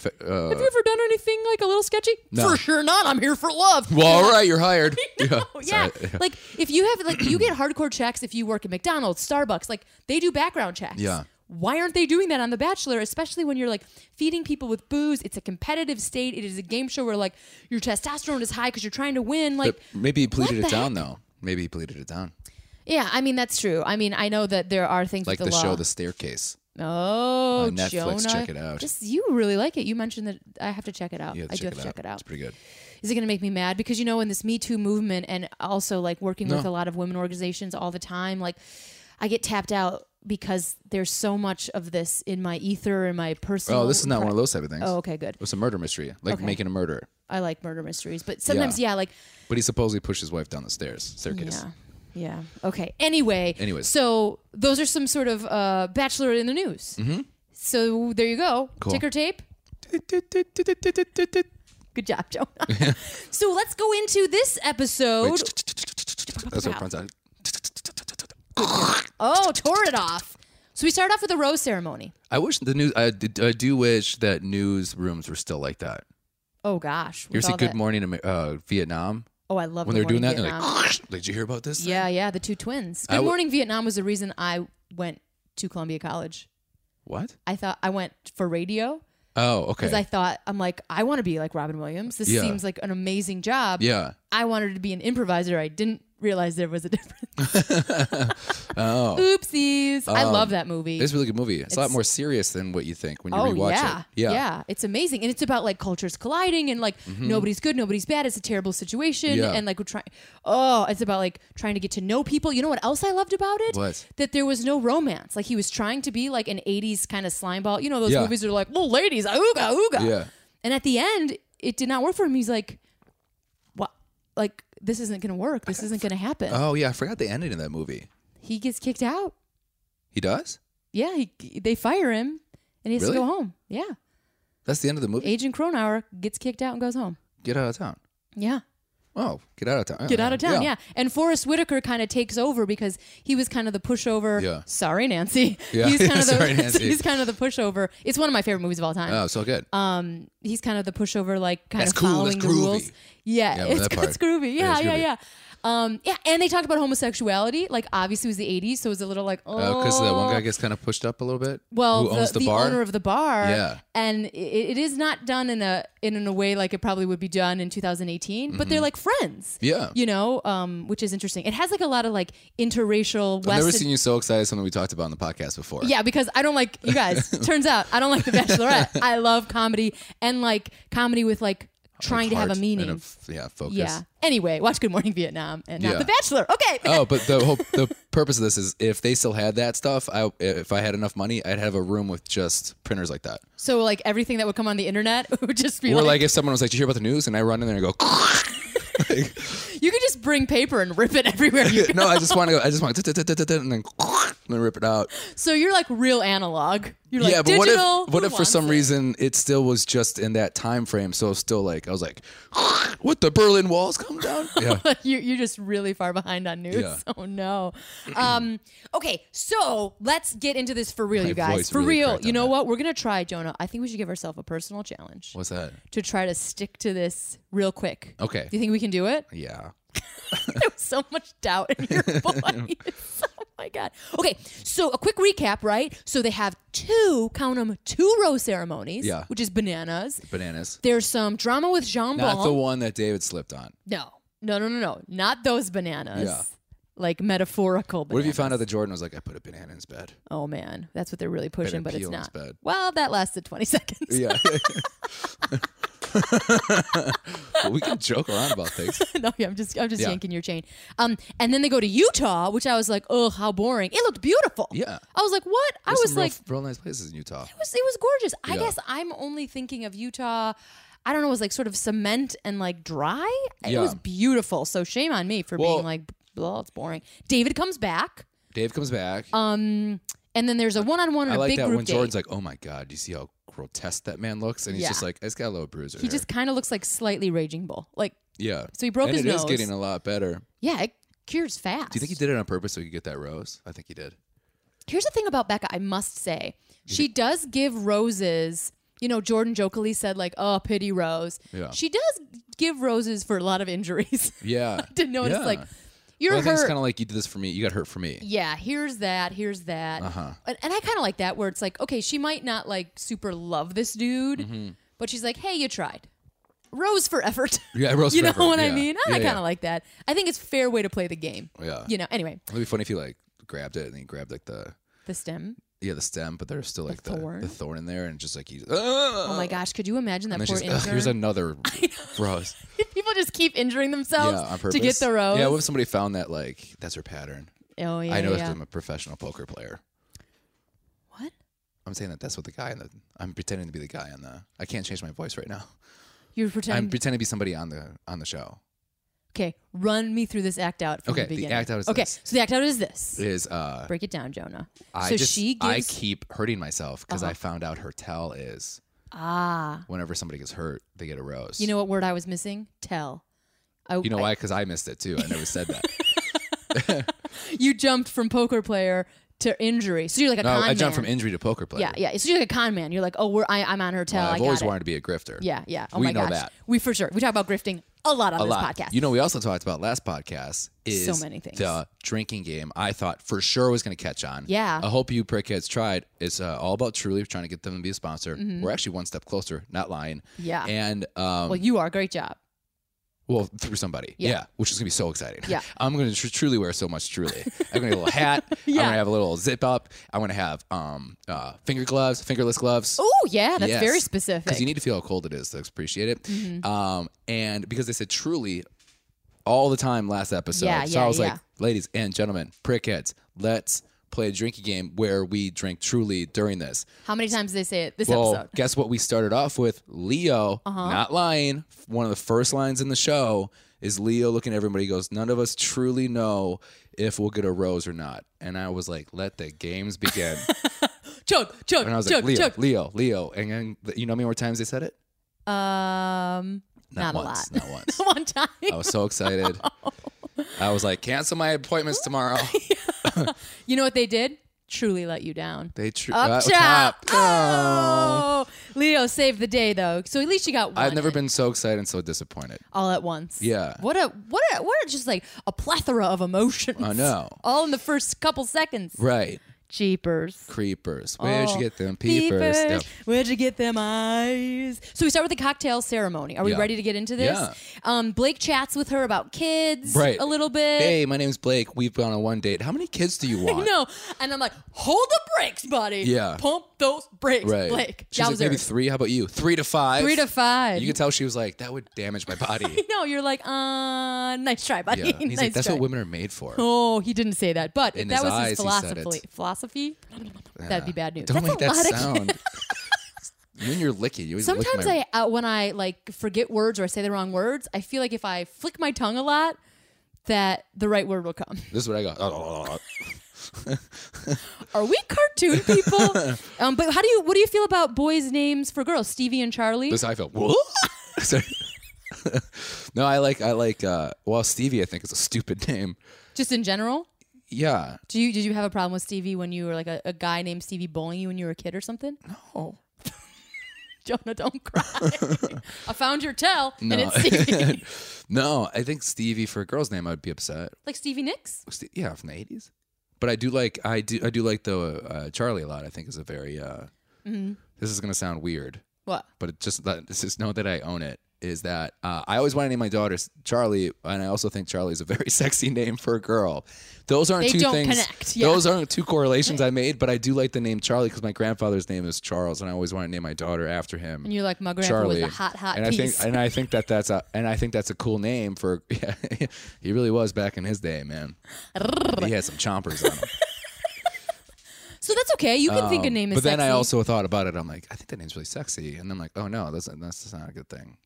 Speaker 1: you ever done anything like a little sketchy?"
Speaker 2: No.
Speaker 1: For sure not. I'm here for love.
Speaker 2: well, all right, you're hired.
Speaker 1: Oh, yeah.
Speaker 2: Sorry.
Speaker 1: Like if you have like you get hardcore checks if you work at McDonald's, Starbucks, like they do background checks.
Speaker 2: Yeah.
Speaker 1: Why aren't they doing that on The Bachelor, especially when you're like feeding people with booze? It's a competitive state. It is a game show where like your testosterone is high because you're trying to win. Like,
Speaker 2: But maybe he pleaded
Speaker 1: the
Speaker 2: it down though. Maybe he pleaded it down.
Speaker 1: yeah, I mean that's true. I mean I know that there are things
Speaker 2: Like
Speaker 1: with
Speaker 2: the, show
Speaker 1: law.
Speaker 2: The Staircase.
Speaker 1: Oh,
Speaker 2: on Netflix.
Speaker 1: Jonah.
Speaker 2: Check it out.
Speaker 1: Just you really like it. You mentioned that I have to check it out.
Speaker 2: Yeah,
Speaker 1: I do
Speaker 2: check
Speaker 1: have to check it out.
Speaker 2: It's pretty good.
Speaker 1: Is it going to make me mad? Because you know, in this Me Too movement, and also like working with
Speaker 2: No.
Speaker 1: a lot of women organizations all the time, like I get tapped out because there's so much of this in my ether and my personal.
Speaker 2: Oh, this is not one of those type of things.
Speaker 1: Oh, okay, good.
Speaker 2: It's a murder mystery, like
Speaker 1: Okay.
Speaker 2: making a murderer.
Speaker 1: I like murder mysteries, but sometimes, yeah, like,
Speaker 2: But he supposedly pushed his wife down the stairs staircase.
Speaker 1: yeah, yeah. Okay. Anyway.
Speaker 2: Anyways.
Speaker 1: So those are some sort of uh, bachelor in the news. Mm-hmm. So there you go.
Speaker 2: Cool.
Speaker 1: Ticker tape. Good job, Jonah. so let's go into this episode.
Speaker 2: That's what it runs out.
Speaker 1: Oh, tore it off. So we start off with a rose ceremony.
Speaker 2: I wish the news. I, did- I do wish that newsrooms were still like that.
Speaker 1: Oh gosh.
Speaker 2: You ever
Speaker 1: with
Speaker 2: see
Speaker 1: all
Speaker 2: Good
Speaker 1: that-
Speaker 2: Morning Amer- uh, Vietnam?
Speaker 1: Oh, I love
Speaker 2: When
Speaker 1: Good
Speaker 2: they're doing that,
Speaker 1: Morning
Speaker 2: they're
Speaker 1: Vietnam.
Speaker 2: like, "Did you hear about this?"
Speaker 1: Yeah, yeah, the two twins. Good
Speaker 2: I w-
Speaker 1: Morning Vietnam was the reason I went to Columbia College.
Speaker 2: What?
Speaker 1: I thought I went for radio
Speaker 2: Oh, okay.
Speaker 1: because I thought I'm like I want to be like Robin Williams. This
Speaker 2: Yeah.
Speaker 1: seems like an amazing job.
Speaker 2: yeah.
Speaker 1: I wanted to be an improviser. I didn't realize there was a difference.
Speaker 2: Oh.
Speaker 1: Oopsies. I
Speaker 2: Um,
Speaker 1: love that movie.
Speaker 2: It's a really good movie. It's, a lot more serious than what you think when you rewatch
Speaker 1: Oh, yeah.
Speaker 2: it. Yeah. Mm-hmm.
Speaker 1: yeah, it's amazing, and it's about like cultures colliding, and like nobody's good, nobody's bad. It's a terrible situation,
Speaker 2: Yeah.
Speaker 1: and like we're trying. Oh, it's about like trying to get to know people. You know what else I loved about it?
Speaker 2: What?
Speaker 1: That there was no romance. Like he was trying to be like an '80s kind of slime ball. You know those
Speaker 2: Yeah.
Speaker 1: movies are like, well, ladies, ooga ooga.
Speaker 2: Yeah.
Speaker 1: And at the end, it did not work for him. He's like, what? Like this isn't gonna work. This isn't gonna happen.
Speaker 2: Oh, yeah. I forgot the ending of that movie.
Speaker 1: he gets kicked out.
Speaker 2: He does.
Speaker 1: Yeah, he, they fire him, and he has to
Speaker 2: Really?
Speaker 1: go home. Yeah,
Speaker 2: That's the end of the movie.
Speaker 1: Agent Cronauer gets kicked out and goes home.
Speaker 2: Get out of town.
Speaker 1: Yeah.
Speaker 2: Oh, get out of town.
Speaker 1: Get out of town, yeah. And Forrest Whitaker kind of takes over because he was kind of the pushover.
Speaker 2: Yeah.
Speaker 1: Sorry, Nancy.
Speaker 2: Yeah.
Speaker 1: He's kind of the
Speaker 2: Sorry, Nancy.
Speaker 1: he's kind of the pushover. It's one of my favorite movies of all time. Um,
Speaker 2: Oh, so good.
Speaker 1: he's kind of the pushover, like kind
Speaker 2: That's
Speaker 1: of
Speaker 2: cool, that's
Speaker 1: following the
Speaker 2: groovy.
Speaker 1: rules. Yeah,
Speaker 2: Yeah, well,
Speaker 1: it's,
Speaker 2: that part.
Speaker 1: it's groovy. Yeah,
Speaker 2: it's
Speaker 1: yeah,
Speaker 2: groovy.
Speaker 1: yeah. Um, yeah, and they talked about homosexuality. Like, obviously, it was the '80s, so it was a little like, oh,
Speaker 2: Because that one guy gets kind of pushed up a little bit.
Speaker 1: well,
Speaker 2: who
Speaker 1: the,
Speaker 2: owns the,
Speaker 1: the
Speaker 2: bar?
Speaker 1: owner of the bar,
Speaker 2: Yeah.
Speaker 1: and it, it is not done in a in, a way like it probably would be done in 2018. But they're like friends,
Speaker 2: Mm-hmm. Yeah.
Speaker 1: you know, um, which is interesting. It has like a lot of like interracial.
Speaker 2: I've
Speaker 1: West
Speaker 2: never seen you so excited. Something we talked about on the podcast before.
Speaker 1: yeah, because I don't like you guys. turns out I don't like The Bachelorette. I love comedy and like comedy with like trying
Speaker 2: Like
Speaker 1: to have
Speaker 2: heart
Speaker 1: a
Speaker 2: and
Speaker 1: meaning.
Speaker 2: f- yeah, focus.
Speaker 1: yeah. Anyway, watch Good Morning Vietnam and not
Speaker 2: Yeah.
Speaker 1: The Bachelor. Okay.
Speaker 2: oh, but the whole the purpose of this is if they still had that stuff, I if I had enough money, I'd have a room with just printers like that.
Speaker 1: So like everything that would come on the internet would just be
Speaker 2: Or
Speaker 1: like,
Speaker 2: like if someone was like, "Did you hear about the news?" and I run in there and go, like,
Speaker 1: you could just bring paper and rip it everywhere you go.
Speaker 2: "No, I just want to go. I just want to," and then and then rip it out.
Speaker 1: So you're like real analog. You're like
Speaker 2: yeah, but
Speaker 1: digital.
Speaker 2: what if what
Speaker 1: Who
Speaker 2: if for
Speaker 1: wants
Speaker 2: some
Speaker 1: it?
Speaker 2: reason it still was just in that time frame? So it was still like I was like, "What the Berlin Wall's come down?" Yeah.
Speaker 1: you, you're just really far behind on news.
Speaker 2: Yeah.
Speaker 1: Oh no. Um, okay, so let's get into this for real,
Speaker 2: My
Speaker 1: you guys.
Speaker 2: voice
Speaker 1: For
Speaker 2: really
Speaker 1: real.
Speaker 2: cracked
Speaker 1: You
Speaker 2: on
Speaker 1: know
Speaker 2: that.
Speaker 1: what? We're gonna try, Jonah. I think we should give ourselves a personal challenge
Speaker 2: What's that?
Speaker 1: to try to stick to this real quick.
Speaker 2: Okay.
Speaker 1: Do you think we can do it?
Speaker 2: Yeah.
Speaker 1: there was so much doubt in your voice. oh my god. Okay, so a quick recap, right? So they have two, count them, two rose ceremonies,
Speaker 2: Yeah.
Speaker 1: which is bananas.
Speaker 2: Bananas.
Speaker 1: There's some drama with Jean
Speaker 2: Not
Speaker 1: Blanc.
Speaker 2: the one that David slipped on.
Speaker 1: No, no, no, no, no. Not those bananas.
Speaker 2: Yeah.
Speaker 1: Like metaphorical bananas.
Speaker 2: What if you found out that Jordan was like, I put a banana in his bed?
Speaker 1: Oh, man. That's what they're really pushing, but it's
Speaker 2: peel
Speaker 1: not.
Speaker 2: instead.
Speaker 1: Well, that lasted 20 seconds.
Speaker 2: Yeah. But we can joke around about things.
Speaker 1: no, yeah, I'm just, I'm just
Speaker 2: Yeah.
Speaker 1: yanking your chain. Um, and then they go to Utah, which I was like, oh, how boring. It looked beautiful.
Speaker 2: Yeah.
Speaker 1: I was like, what? I
Speaker 2: There's
Speaker 1: was
Speaker 2: some real-
Speaker 1: like,
Speaker 2: real, nice places in Utah.
Speaker 1: it was, it was gorgeous. I
Speaker 2: Yeah.
Speaker 1: guess I'm only thinking of Utah. I don't know. It was like sort of cement and like dry. It
Speaker 2: Yeah.
Speaker 1: was beautiful. So shame on me for being
Speaker 2: Well-
Speaker 1: like, blah, it's boring. David comes back.
Speaker 2: Dave comes back.
Speaker 1: And then there's a one-on-one and
Speaker 2: I
Speaker 1: a
Speaker 2: like
Speaker 1: big
Speaker 2: that
Speaker 1: group
Speaker 2: when
Speaker 1: date.
Speaker 2: Jordan's like, oh my God, do you see how grotesque that man looks? And he's
Speaker 1: Yeah.
Speaker 2: just like, it's got a little bruiser.
Speaker 1: He just kind of looks like slightly raging bull. Like,
Speaker 2: yeah.
Speaker 1: so he broke
Speaker 2: and
Speaker 1: his
Speaker 2: it is
Speaker 1: nose.
Speaker 2: getting a lot better. Do
Speaker 1: yeah, it cures fast. Do
Speaker 2: you think he did it on purpose so he could get that rose? I think he did.
Speaker 1: Here's the thing about Becca. I must say, she does give roses. You know, Jordan jokingly said like, "Oh, pity Rose."
Speaker 2: Yeah.
Speaker 1: She does give roses for a lot of injuries.
Speaker 2: Yeah.
Speaker 1: Didn't notice
Speaker 2: Yeah.
Speaker 1: like you're
Speaker 2: Well, I think it's
Speaker 1: hurt.
Speaker 2: kind of like you did this for me. You got hurt for me.
Speaker 1: yeah, here's that. Here's that. Uh-huh. And, and I kind of like that where it's like, okay, she might not like super love this dude,
Speaker 2: Mm-hmm.
Speaker 1: but she's like, hey, you tried. Rose for effort.
Speaker 2: Yeah, rose
Speaker 1: you
Speaker 2: for
Speaker 1: know
Speaker 2: effort,
Speaker 1: what I
Speaker 2: yeah.
Speaker 1: mean? Oh, I
Speaker 2: Yeah,
Speaker 1: kind of
Speaker 2: yeah. Oh,
Speaker 1: like that. I think it's fair way to play the game.
Speaker 2: Yeah.
Speaker 1: You know. Anyway,
Speaker 2: It'd be funny if you like grabbed it and he grabbed like the
Speaker 1: the stem.
Speaker 2: yeah the stem, but there's still like the,
Speaker 1: thorn?
Speaker 2: the thorn in there, and just like he's
Speaker 1: Oh my gosh, could you imagine that
Speaker 2: And then
Speaker 1: poor
Speaker 2: she's, Uh, "Ugh,
Speaker 1: intern?
Speaker 2: here's another rose.
Speaker 1: People just keep injuring
Speaker 2: Yeah,
Speaker 1: themselves
Speaker 2: on purpose.
Speaker 1: to get the rose.
Speaker 2: Yeah, what if somebody found that like that's her pattern?
Speaker 1: oh yeah,
Speaker 2: I know
Speaker 1: yeah.
Speaker 2: I'm a professional poker player. I'm saying that that's what the guy in the. I'm pretending to be the guy on the. I can't change my voice right now.
Speaker 1: You're
Speaker 2: I'm
Speaker 1: pretending.
Speaker 2: pretending to be somebody on the on the show.
Speaker 1: okay, run me through this act out. From
Speaker 2: Okay,
Speaker 1: the,
Speaker 2: the
Speaker 1: beginning.
Speaker 2: act out is
Speaker 1: okay.
Speaker 2: this.
Speaker 1: So the act out is this.
Speaker 2: Is uh,
Speaker 1: Break it down, Jonah.
Speaker 2: I
Speaker 1: so
Speaker 2: just
Speaker 1: she
Speaker 2: I
Speaker 1: gives. Uh-huh.
Speaker 2: keep hurting myself because I found out her tell is
Speaker 1: ah,
Speaker 2: whenever somebody gets hurt, they get a rose.
Speaker 1: you know what word I was missing? Tell. I,
Speaker 2: You know
Speaker 1: I-
Speaker 2: why? Because I missed it too. I never said that.
Speaker 1: you jumped from poker player to injury. So you're like a
Speaker 2: No,
Speaker 1: con
Speaker 2: I jumped
Speaker 1: man.
Speaker 2: from injury to poker player.
Speaker 1: Yeah, yeah. So you're like a con man. You're like, oh, we're I, I'm on her tail. I
Speaker 2: Uh, I've
Speaker 1: got
Speaker 2: always
Speaker 1: it.
Speaker 2: wanted to be a grifter.
Speaker 1: Yeah, yeah. Oh
Speaker 2: we
Speaker 1: my
Speaker 2: know
Speaker 1: gosh.
Speaker 2: that.
Speaker 1: We for sure. We talk about grifting a lot on
Speaker 2: a
Speaker 1: this
Speaker 2: lot.
Speaker 1: podcast.
Speaker 2: You know, we also talked about last podcast is
Speaker 1: So many things.
Speaker 2: The drinking game I thought for sure was going to catch on.
Speaker 1: Yeah.
Speaker 2: I hope you prickheads tried. It's uh, all about truly trying to get them to be a sponsor. We're actually one step closer. Not lying.
Speaker 1: Mm-hmm. Yeah.
Speaker 2: And um,
Speaker 1: well, you are. Great job.
Speaker 2: well, through somebody.
Speaker 1: Yeah.
Speaker 2: Yeah. Which is going to be so exciting.
Speaker 1: Yeah.
Speaker 2: I'm going to tr- truly wear so much truly. I'm going to have a little hat. I'm
Speaker 1: Yeah.
Speaker 2: going to have a little zip up. I'm going to have um, uh, finger gloves, fingerless gloves.
Speaker 1: Oh yeah, that's very specific. Mm-hmm.
Speaker 2: Because you need to feel how cold it is to appreciate it. Um, and because they said truly all the time last episode.
Speaker 1: Yeah,
Speaker 2: so
Speaker 1: yeah,
Speaker 2: I was
Speaker 1: yeah.
Speaker 2: like, ladies and gentlemen, prickheads, let's play a drinking game where we drink truly during this.
Speaker 1: How many times did they say it this
Speaker 2: Well,
Speaker 1: episode?
Speaker 2: guess what we started off with? Leo,
Speaker 1: Uh-huh.
Speaker 2: not lying. One of the first lines in the show is Leo looking at everybody he goes, None of us truly know if we'll get a rose or not. And I was like, Let the games begin.
Speaker 1: Chug, chug,
Speaker 2: and I was
Speaker 1: chug,
Speaker 2: like, Leo,
Speaker 1: chug.
Speaker 2: Leo, Leo. And then you know how many more times they said it?
Speaker 1: Um, not,
Speaker 2: once,
Speaker 1: a lot.
Speaker 2: Not once.
Speaker 1: One time.
Speaker 2: I was so excited. I was like, cancel my appointments tomorrow.
Speaker 1: You know what they did? Truly let you down.
Speaker 2: They tr-
Speaker 1: Up
Speaker 2: uh,
Speaker 1: top.
Speaker 2: Oh.
Speaker 1: Oh, Leo saved the day though. So at least you got one.
Speaker 2: I've never been so excited and so disappointed.
Speaker 1: all at once.
Speaker 2: Yeah.
Speaker 1: What a what a what a just like a plethora of emotions.
Speaker 2: I know.
Speaker 1: All in the first couple seconds.
Speaker 2: Right.
Speaker 1: Jeepers.
Speaker 2: Creepers. Where'd
Speaker 1: Oh,
Speaker 2: you get them peepers?
Speaker 1: peepers. Where'd you get them eyes? So we start with the cocktail ceremony. Are we
Speaker 2: Yeah.
Speaker 1: ready to get into this?
Speaker 2: Yeah.
Speaker 1: Um, Blake chats with her about kids
Speaker 2: Right.
Speaker 1: a little bit.
Speaker 2: Hey, my name's Blake. We've gone on one date. How many kids do you want?
Speaker 1: No, and I'm like, hold the brakes, buddy.
Speaker 2: Yeah.
Speaker 1: Pump those brakes,
Speaker 2: Right.
Speaker 1: Blake.
Speaker 2: She's like,
Speaker 1: Yowzers.
Speaker 2: maybe three. How about you? Three to five.
Speaker 1: Three to five.
Speaker 2: You could tell she was like, that would damage my body.
Speaker 1: no, you're like, uh, nice try, buddy.
Speaker 2: yeah. And he's
Speaker 1: nice
Speaker 2: like, that's
Speaker 1: try.
Speaker 2: what women are made for.
Speaker 1: Oh, he didn't say that, but if
Speaker 2: In
Speaker 1: that
Speaker 2: his
Speaker 1: was his
Speaker 2: eyes, he said
Speaker 1: philosophy.
Speaker 2: it.
Speaker 1: Philosophy? That'd be bad news.
Speaker 2: Don't
Speaker 1: That's
Speaker 2: make
Speaker 1: a
Speaker 2: that
Speaker 1: lot of-
Speaker 2: sound. you and your licky. You always lick
Speaker 1: Sometimes
Speaker 2: my-
Speaker 1: I, uh, when I like forget words or I say the wrong words, I feel like if I flick my tongue a lot, that the right word will come.
Speaker 2: This is what I got.
Speaker 1: Are we cartoon people? um, but how do you? What do you feel about boys' names for girls? Stevie and Charlie.
Speaker 2: This I feel. Whoa. Sorry. no, I like I like uh well Stevie I think is a stupid name.
Speaker 1: Just in general,
Speaker 2: Yeah.
Speaker 1: do you did you have a problem with Stevie when you were like a, a guy named Stevie bullying you when you were a kid or something?
Speaker 2: Oh.
Speaker 1: Jonah, don't cry. I found your tell,
Speaker 2: No.
Speaker 1: and it's Stevie.
Speaker 2: no, I think Stevie for a girl's name I'd be upset.
Speaker 1: like Stevie Nicks.
Speaker 2: Ste- yeah, from the 80s. But I do like I do I do like the uh, Charlie a lot. I think is a very uh
Speaker 1: Mm-hmm.
Speaker 2: This is going to sound weird,
Speaker 1: What?
Speaker 2: but it just that it's just know that I own it is that uh, I always want to name my daughter Charlie and I also think Charlie is a very sexy name for a girl. Those aren't
Speaker 1: They
Speaker 2: two
Speaker 1: don't
Speaker 2: things
Speaker 1: connect, yeah.
Speaker 2: Those aren't two correlations I made, but I do like the name Charlie cuz my grandfather's name is Charles and I always want to name my daughter after him.
Speaker 1: And you're like, my grandpa
Speaker 2: Charlie.
Speaker 1: was a hot, hot
Speaker 2: and I
Speaker 1: piece.
Speaker 2: think and I think that that's a and I think that's a cool name for yeah, he really was back in his day, man. he had some chompers on him.
Speaker 1: so that's okay. You can think a
Speaker 2: Um,
Speaker 1: name is
Speaker 2: but then I
Speaker 1: sexy.
Speaker 2: also thought about it. I'm like, I think that name's really sexy, and I'm like, oh no, that's that's not a good thing.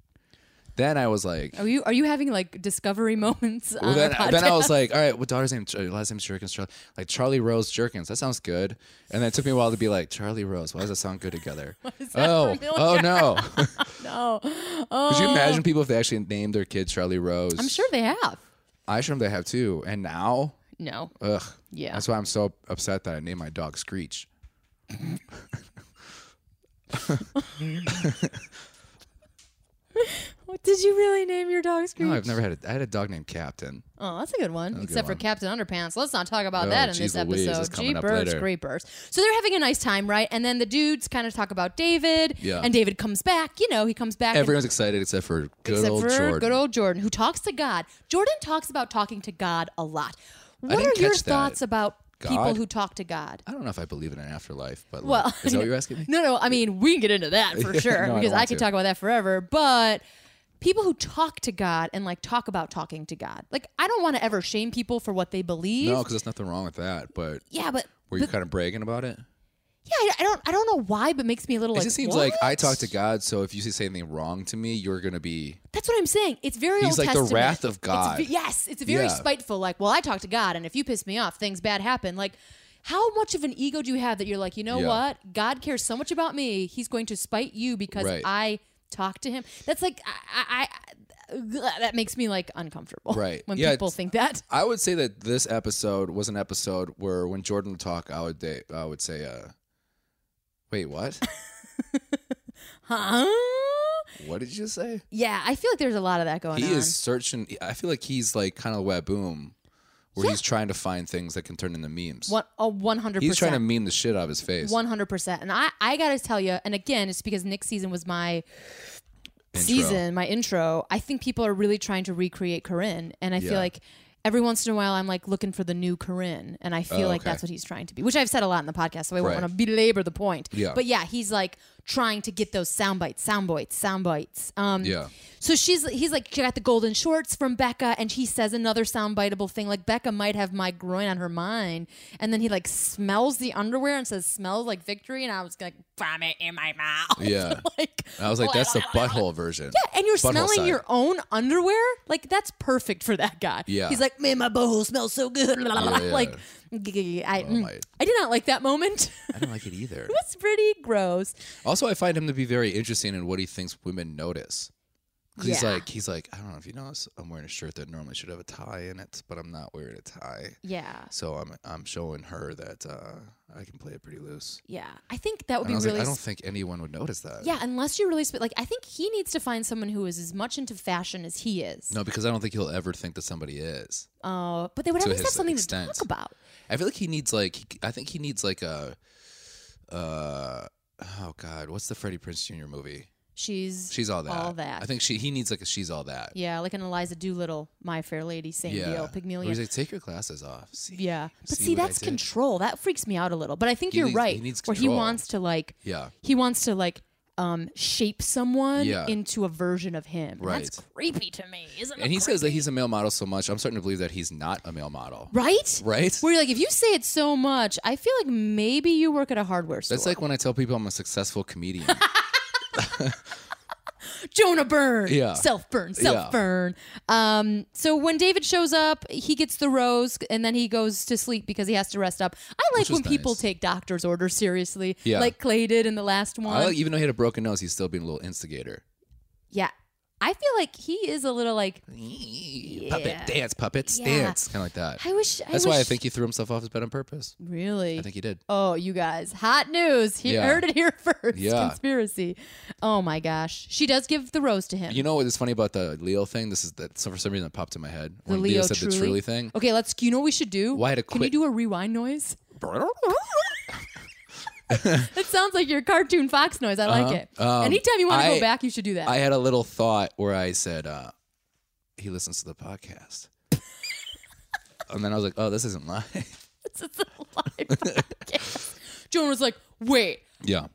Speaker 2: Then I was like,
Speaker 1: Are you are you having like discovery moments?
Speaker 2: well,
Speaker 1: on
Speaker 2: then,
Speaker 1: our
Speaker 2: then I
Speaker 1: podcast?
Speaker 2: was like, all right, what daughter's name? Her last name's Jerkins. Charlie, like Charlie Rose Jerkins. That sounds good. And then it took me a while to be like, Charlie Rose. Why does that sound good together?
Speaker 1: that
Speaker 2: oh,
Speaker 1: familiar?
Speaker 2: oh no.
Speaker 1: no, Oh.
Speaker 2: Could you imagine people if they actually named their kid Charlie Rose?
Speaker 1: I'm sure they have.
Speaker 2: I sure they have too. And now,
Speaker 1: No,
Speaker 2: ugh.
Speaker 1: Yeah.
Speaker 2: That's why I'm so upset that I named my dog Screech.
Speaker 1: what did you really name your dog? Screech?
Speaker 2: No, I've never had a. I had a dog named Captain.
Speaker 1: Oh, that's a good one. Except for
Speaker 2: one.
Speaker 1: Captain Underpants. Let's not talk about
Speaker 2: Oh,
Speaker 1: that in
Speaker 2: geez
Speaker 1: this
Speaker 2: Louise, that's
Speaker 1: episode.
Speaker 2: coming up
Speaker 1: Jeepers
Speaker 2: later.
Speaker 1: creepers. So they're having a nice time, right? And then the dudes kind of talk about David.
Speaker 2: Yeah.
Speaker 1: And David comes back. You know, he comes back. and-
Speaker 2: Everyone's excited except for good
Speaker 1: except
Speaker 2: old
Speaker 1: for
Speaker 2: Jordan.
Speaker 1: good old Jordan, who talks to God. Jordan talks about talking to God a lot. What
Speaker 2: didn't
Speaker 1: are your
Speaker 2: catch that.
Speaker 1: thoughts about people
Speaker 2: God?
Speaker 1: who talk to God?
Speaker 2: I don't know if I believe in an afterlife, but
Speaker 1: Well,
Speaker 2: like, is that what you're asking me?
Speaker 1: No, no. I mean, we can get into that for
Speaker 2: Yeah,
Speaker 1: sure
Speaker 2: no, I
Speaker 1: because
Speaker 2: don't
Speaker 1: I,
Speaker 2: want
Speaker 1: could
Speaker 2: to.
Speaker 1: talk about that forever. But people who talk to God and like talk about talking to God, like I don't want to ever shame people for what they believe.
Speaker 2: No, because there's nothing wrong with that. But
Speaker 1: yeah, but
Speaker 2: were you kind of bragging about it?
Speaker 1: Yeah, I, I don't. I don't know why, but it makes me a little.
Speaker 2: It
Speaker 1: like,
Speaker 2: just seems
Speaker 1: what?
Speaker 2: like I talk to God, so if you say anything wrong to me, you're gonna be
Speaker 1: That's what I'm saying. It's very.
Speaker 2: He's
Speaker 1: Old
Speaker 2: like the
Speaker 1: Testament.
Speaker 2: wrath of
Speaker 1: It's
Speaker 2: God.
Speaker 1: ve- yes, it's very
Speaker 2: Yeah.
Speaker 1: spiteful. Like, well, I talk to God, and if you piss me off, things bad happen. Like, how much of an ego do you have that you're like, you know
Speaker 2: Yeah.
Speaker 1: what? God cares so much about me, He's going to spite you because
Speaker 2: Right.
Speaker 1: I talk to Him. That's like, I, I, I that makes me like uncomfortable.
Speaker 2: Right.
Speaker 1: When
Speaker 2: Yeah,
Speaker 1: people
Speaker 2: it's-
Speaker 1: think that.
Speaker 2: I would say that this episode was an episode where when Jordan would talk, I would da- I would say, uh, "Wait, what?
Speaker 1: Huh?
Speaker 2: what did you say?"
Speaker 1: Yeah, I feel like there's a lot of that going
Speaker 2: He
Speaker 1: on.
Speaker 2: is searching. I feel like he's like kind of Waboom, where he's trying to find things that can turn into memes.
Speaker 1: One, oh, 100%.
Speaker 2: He's trying to meme the shit out of his face.
Speaker 1: One hundred percent. And I, I gotta tell you, and again, it's because Nick's season was my
Speaker 2: Intro.
Speaker 1: season, my intro. I think people are really trying to recreate Corinne, and I feel
Speaker 2: Yeah.
Speaker 1: like every once in a while I'm like looking for the new Corinne, and I feel
Speaker 2: Oh,
Speaker 1: like
Speaker 2: okay.
Speaker 1: that's what he's trying to be, which I've said a lot in the podcast, so I won't
Speaker 2: Right.
Speaker 1: want to belabor the point.
Speaker 2: Yeah.
Speaker 1: But yeah, he's like trying to get those sound bites, sound bites, sound bites. Um,
Speaker 2: Yeah.
Speaker 1: so she's he's like she got the golden shorts from Becca, and he says another sound biteable thing like Becca might have my groin on her mind, and then he like smells the underwear and says smells like victory, and I was like vomit in my mouth.
Speaker 2: Yeah.
Speaker 1: like
Speaker 2: And I was like, "That's the butthole version." Yeah,
Speaker 1: And you're
Speaker 2: Butthole
Speaker 1: smelling
Speaker 2: side.
Speaker 1: your own underwear, like that's perfect for that guy.
Speaker 2: Yeah.
Speaker 1: he's like, man, my butthole smells so good. Blah, blah, blah.
Speaker 2: Yeah, yeah.
Speaker 1: Like, g- I, mm.
Speaker 2: my-
Speaker 1: I did not like that moment.
Speaker 2: I don't like it either.
Speaker 1: It's pretty gross.
Speaker 2: Also, I find him to be very interesting in what he thinks women notice. 'Cause He's
Speaker 1: Yeah.
Speaker 2: like, he's like, I don't know if you notice, I'm wearing a shirt that normally should have a tie in it, but I'm not wearing a tie.
Speaker 1: Yeah,
Speaker 2: So I'm I'm showing her that uh, I can play it pretty loose.
Speaker 1: yeah. I think that would be
Speaker 2: And I was
Speaker 1: really.
Speaker 2: like, I don't think anyone would notice that.
Speaker 1: Yeah, unless you really sp- like, I think he needs to find someone who is as much into fashion as he is.
Speaker 2: No, because I don't think he'll ever think that somebody is.
Speaker 1: Uh, but they would at
Speaker 2: To
Speaker 1: least have
Speaker 2: his
Speaker 1: something
Speaker 2: extent.
Speaker 1: to talk about.
Speaker 2: I feel like he needs like he- I think he needs like a uh oh god, what's the Freddie Prince Jr. movie?
Speaker 1: She's
Speaker 2: She's all that.
Speaker 1: All that.
Speaker 2: I think she he needs like a she's all that.
Speaker 1: yeah, like an Eliza Doolittle, My Fair Lady, same deal,
Speaker 2: Where he's
Speaker 1: Pygmalion.
Speaker 2: like, take your glasses off. See?
Speaker 1: yeah, but
Speaker 2: see
Speaker 1: see,
Speaker 2: what I
Speaker 1: that's
Speaker 2: did?
Speaker 1: control. That freaks me out a little. But I think
Speaker 2: He
Speaker 1: you're
Speaker 2: needs-
Speaker 1: right.
Speaker 2: he needs
Speaker 1: where he
Speaker 2: control.
Speaker 1: wants to like,
Speaker 2: Yeah.
Speaker 1: he wants to like. Um, shape someone
Speaker 2: Yeah.
Speaker 1: into a version of him. And That's
Speaker 2: Right.
Speaker 1: creepy to me, isn't it?
Speaker 2: And he says that he's a male model so much, I'm starting to believe that he's not a male model.
Speaker 1: right?
Speaker 2: Right?
Speaker 1: Where you're like, if you say it so much, I feel like maybe you work at a hardware store.
Speaker 2: That's like when I tell people I'm a successful comedian.
Speaker 1: Jonah Burn.
Speaker 2: Yeah.
Speaker 1: Self burn,
Speaker 2: Yeah.
Speaker 1: self burn. Um, so when David shows up, he gets the rose and then he goes to sleep because he has to rest up. I like
Speaker 2: was
Speaker 1: when people
Speaker 2: nice.
Speaker 1: take doctor's orders seriously,
Speaker 2: Yeah.
Speaker 1: like Clay did in the last one.
Speaker 2: I like, even though he had a broken nose, he's still being a little instigator.
Speaker 1: yeah. I feel like he is a little like,
Speaker 2: Puppet dance, puppet
Speaker 1: Yeah.
Speaker 2: dance, kind of like that.
Speaker 1: I wish. I
Speaker 2: That's why I
Speaker 1: wish-
Speaker 2: think he threw himself off his bed on purpose.
Speaker 1: Really?
Speaker 2: I think he did.
Speaker 1: Oh, you guys. Hot news. He
Speaker 2: Yeah.
Speaker 1: heard it here first.
Speaker 2: Yeah.
Speaker 1: Conspiracy. Oh, my gosh. She does give the rose to him.
Speaker 2: You know what is funny about the Leo thing? This is that so for some reason it popped in my head
Speaker 1: the
Speaker 2: when Leo, said the truly thing.
Speaker 1: Okay, let's. You know what we should do?
Speaker 2: Why to
Speaker 1: Can you
Speaker 2: quit-
Speaker 1: do a rewind noise? That sounds like your cartoon fox noise. I like it.
Speaker 2: Um,
Speaker 1: Anytime you want to
Speaker 2: I-
Speaker 1: go back, you should do that.
Speaker 2: I had a little thought where I said, uh, "He listens to the podcast," and then I was like, "Oh, this isn't live."
Speaker 1: it's a live podcast. Joan was like, "Wait,
Speaker 2: yeah.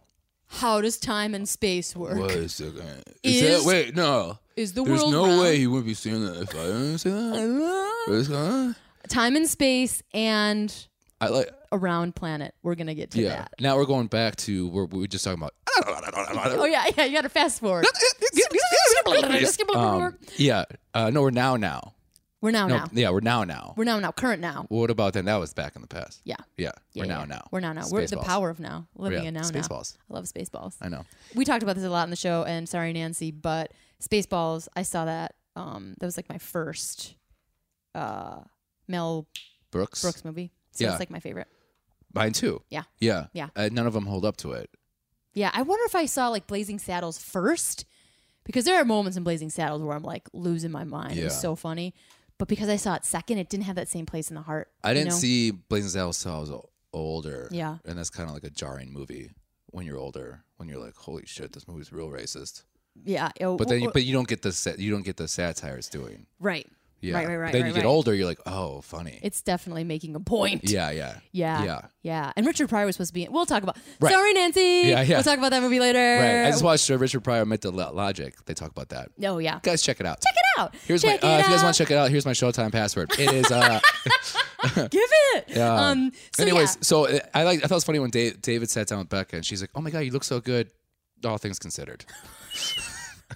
Speaker 1: how does time and space work?
Speaker 2: Wait a second.
Speaker 1: Is Is- that-
Speaker 2: Uh, wait, no.
Speaker 1: Is the world round?
Speaker 2: he wouldn't be saying that if I didn't say that.
Speaker 1: Time and space and
Speaker 2: I like.
Speaker 1: around planet. We're gonna get to
Speaker 2: Yeah.
Speaker 1: that.
Speaker 2: Now we're going back to where we were just talking about.
Speaker 1: Oh yeah, yeah. You gotta fast forward.
Speaker 2: Um, yeah. Uh, no, we're now now.
Speaker 1: we're now
Speaker 2: No,
Speaker 1: now.
Speaker 2: Yeah, we're now now.
Speaker 1: We're now now. Current now.
Speaker 2: what about then? That was back in the past.
Speaker 1: Yeah.
Speaker 2: Yeah.
Speaker 1: Yeah,
Speaker 2: we're
Speaker 1: yeah,
Speaker 2: now
Speaker 1: yeah.
Speaker 2: now.
Speaker 1: We're now now. We're the
Speaker 2: Spaceballs.
Speaker 1: power of now. Living
Speaker 2: Yeah,
Speaker 1: in now
Speaker 2: Spaceballs.
Speaker 1: now. I love Spaceballs.
Speaker 2: I know.
Speaker 1: we talked about this a lot in the show and sorry nancy but spaceballs i saw that um that was like my first uh mel
Speaker 2: Brooks.
Speaker 1: brooks movie so
Speaker 2: Yeah.
Speaker 1: it's like my favorite
Speaker 2: Mine too.
Speaker 1: Yeah.
Speaker 2: Yeah.
Speaker 1: Yeah.
Speaker 2: Uh, none of them hold up to it.
Speaker 1: yeah i wonder if i saw like blazing saddles first because there are moments in blazing saddles where i'm like losing my mind it
Speaker 2: Yeah.
Speaker 1: was so funny but because i saw it second it didn't have that same place in the heart
Speaker 2: I
Speaker 1: you
Speaker 2: didn't
Speaker 1: know?
Speaker 2: see Blazing Saddles till I was o- older.
Speaker 1: Yeah.
Speaker 2: And that's kind of like a jarring movie when you're older. When you're like, holy shit, this movie's real racist.
Speaker 1: yeah oh, it-
Speaker 2: But then, you, but you don't get the sa- you don't get the satire it's doing.
Speaker 1: right
Speaker 2: Yeah.
Speaker 1: Right, right, right,
Speaker 2: But then
Speaker 1: right,
Speaker 2: you get
Speaker 1: right.
Speaker 2: older, you're like, oh, funny.
Speaker 1: It's definitely making a point.
Speaker 2: yeah, yeah.
Speaker 1: Yeah.
Speaker 2: Yeah.
Speaker 1: Yeah. And Richard Pryor was supposed to be in. We'll talk about.
Speaker 2: Right.
Speaker 1: Sorry, Nancy.
Speaker 2: Yeah, yeah.
Speaker 1: We'll talk about that movie later.
Speaker 2: Right. I just watched uh, Richard Pryor met the Lo- Logic. They talk about that.
Speaker 1: Oh, yeah.
Speaker 2: Guys, check it out.
Speaker 1: Check it out.
Speaker 2: Here's
Speaker 1: check
Speaker 2: my. Uh,
Speaker 1: it
Speaker 2: if you guys want
Speaker 1: out.
Speaker 2: to check it out, here's my Showtime password. It is. Uh,
Speaker 1: Give it. Um, so
Speaker 2: anyways,
Speaker 1: yeah.
Speaker 2: so uh, I like. I thought it was funny when Dave, David sat down with Becca and she's like, "Oh my god, you look so good." All things considered,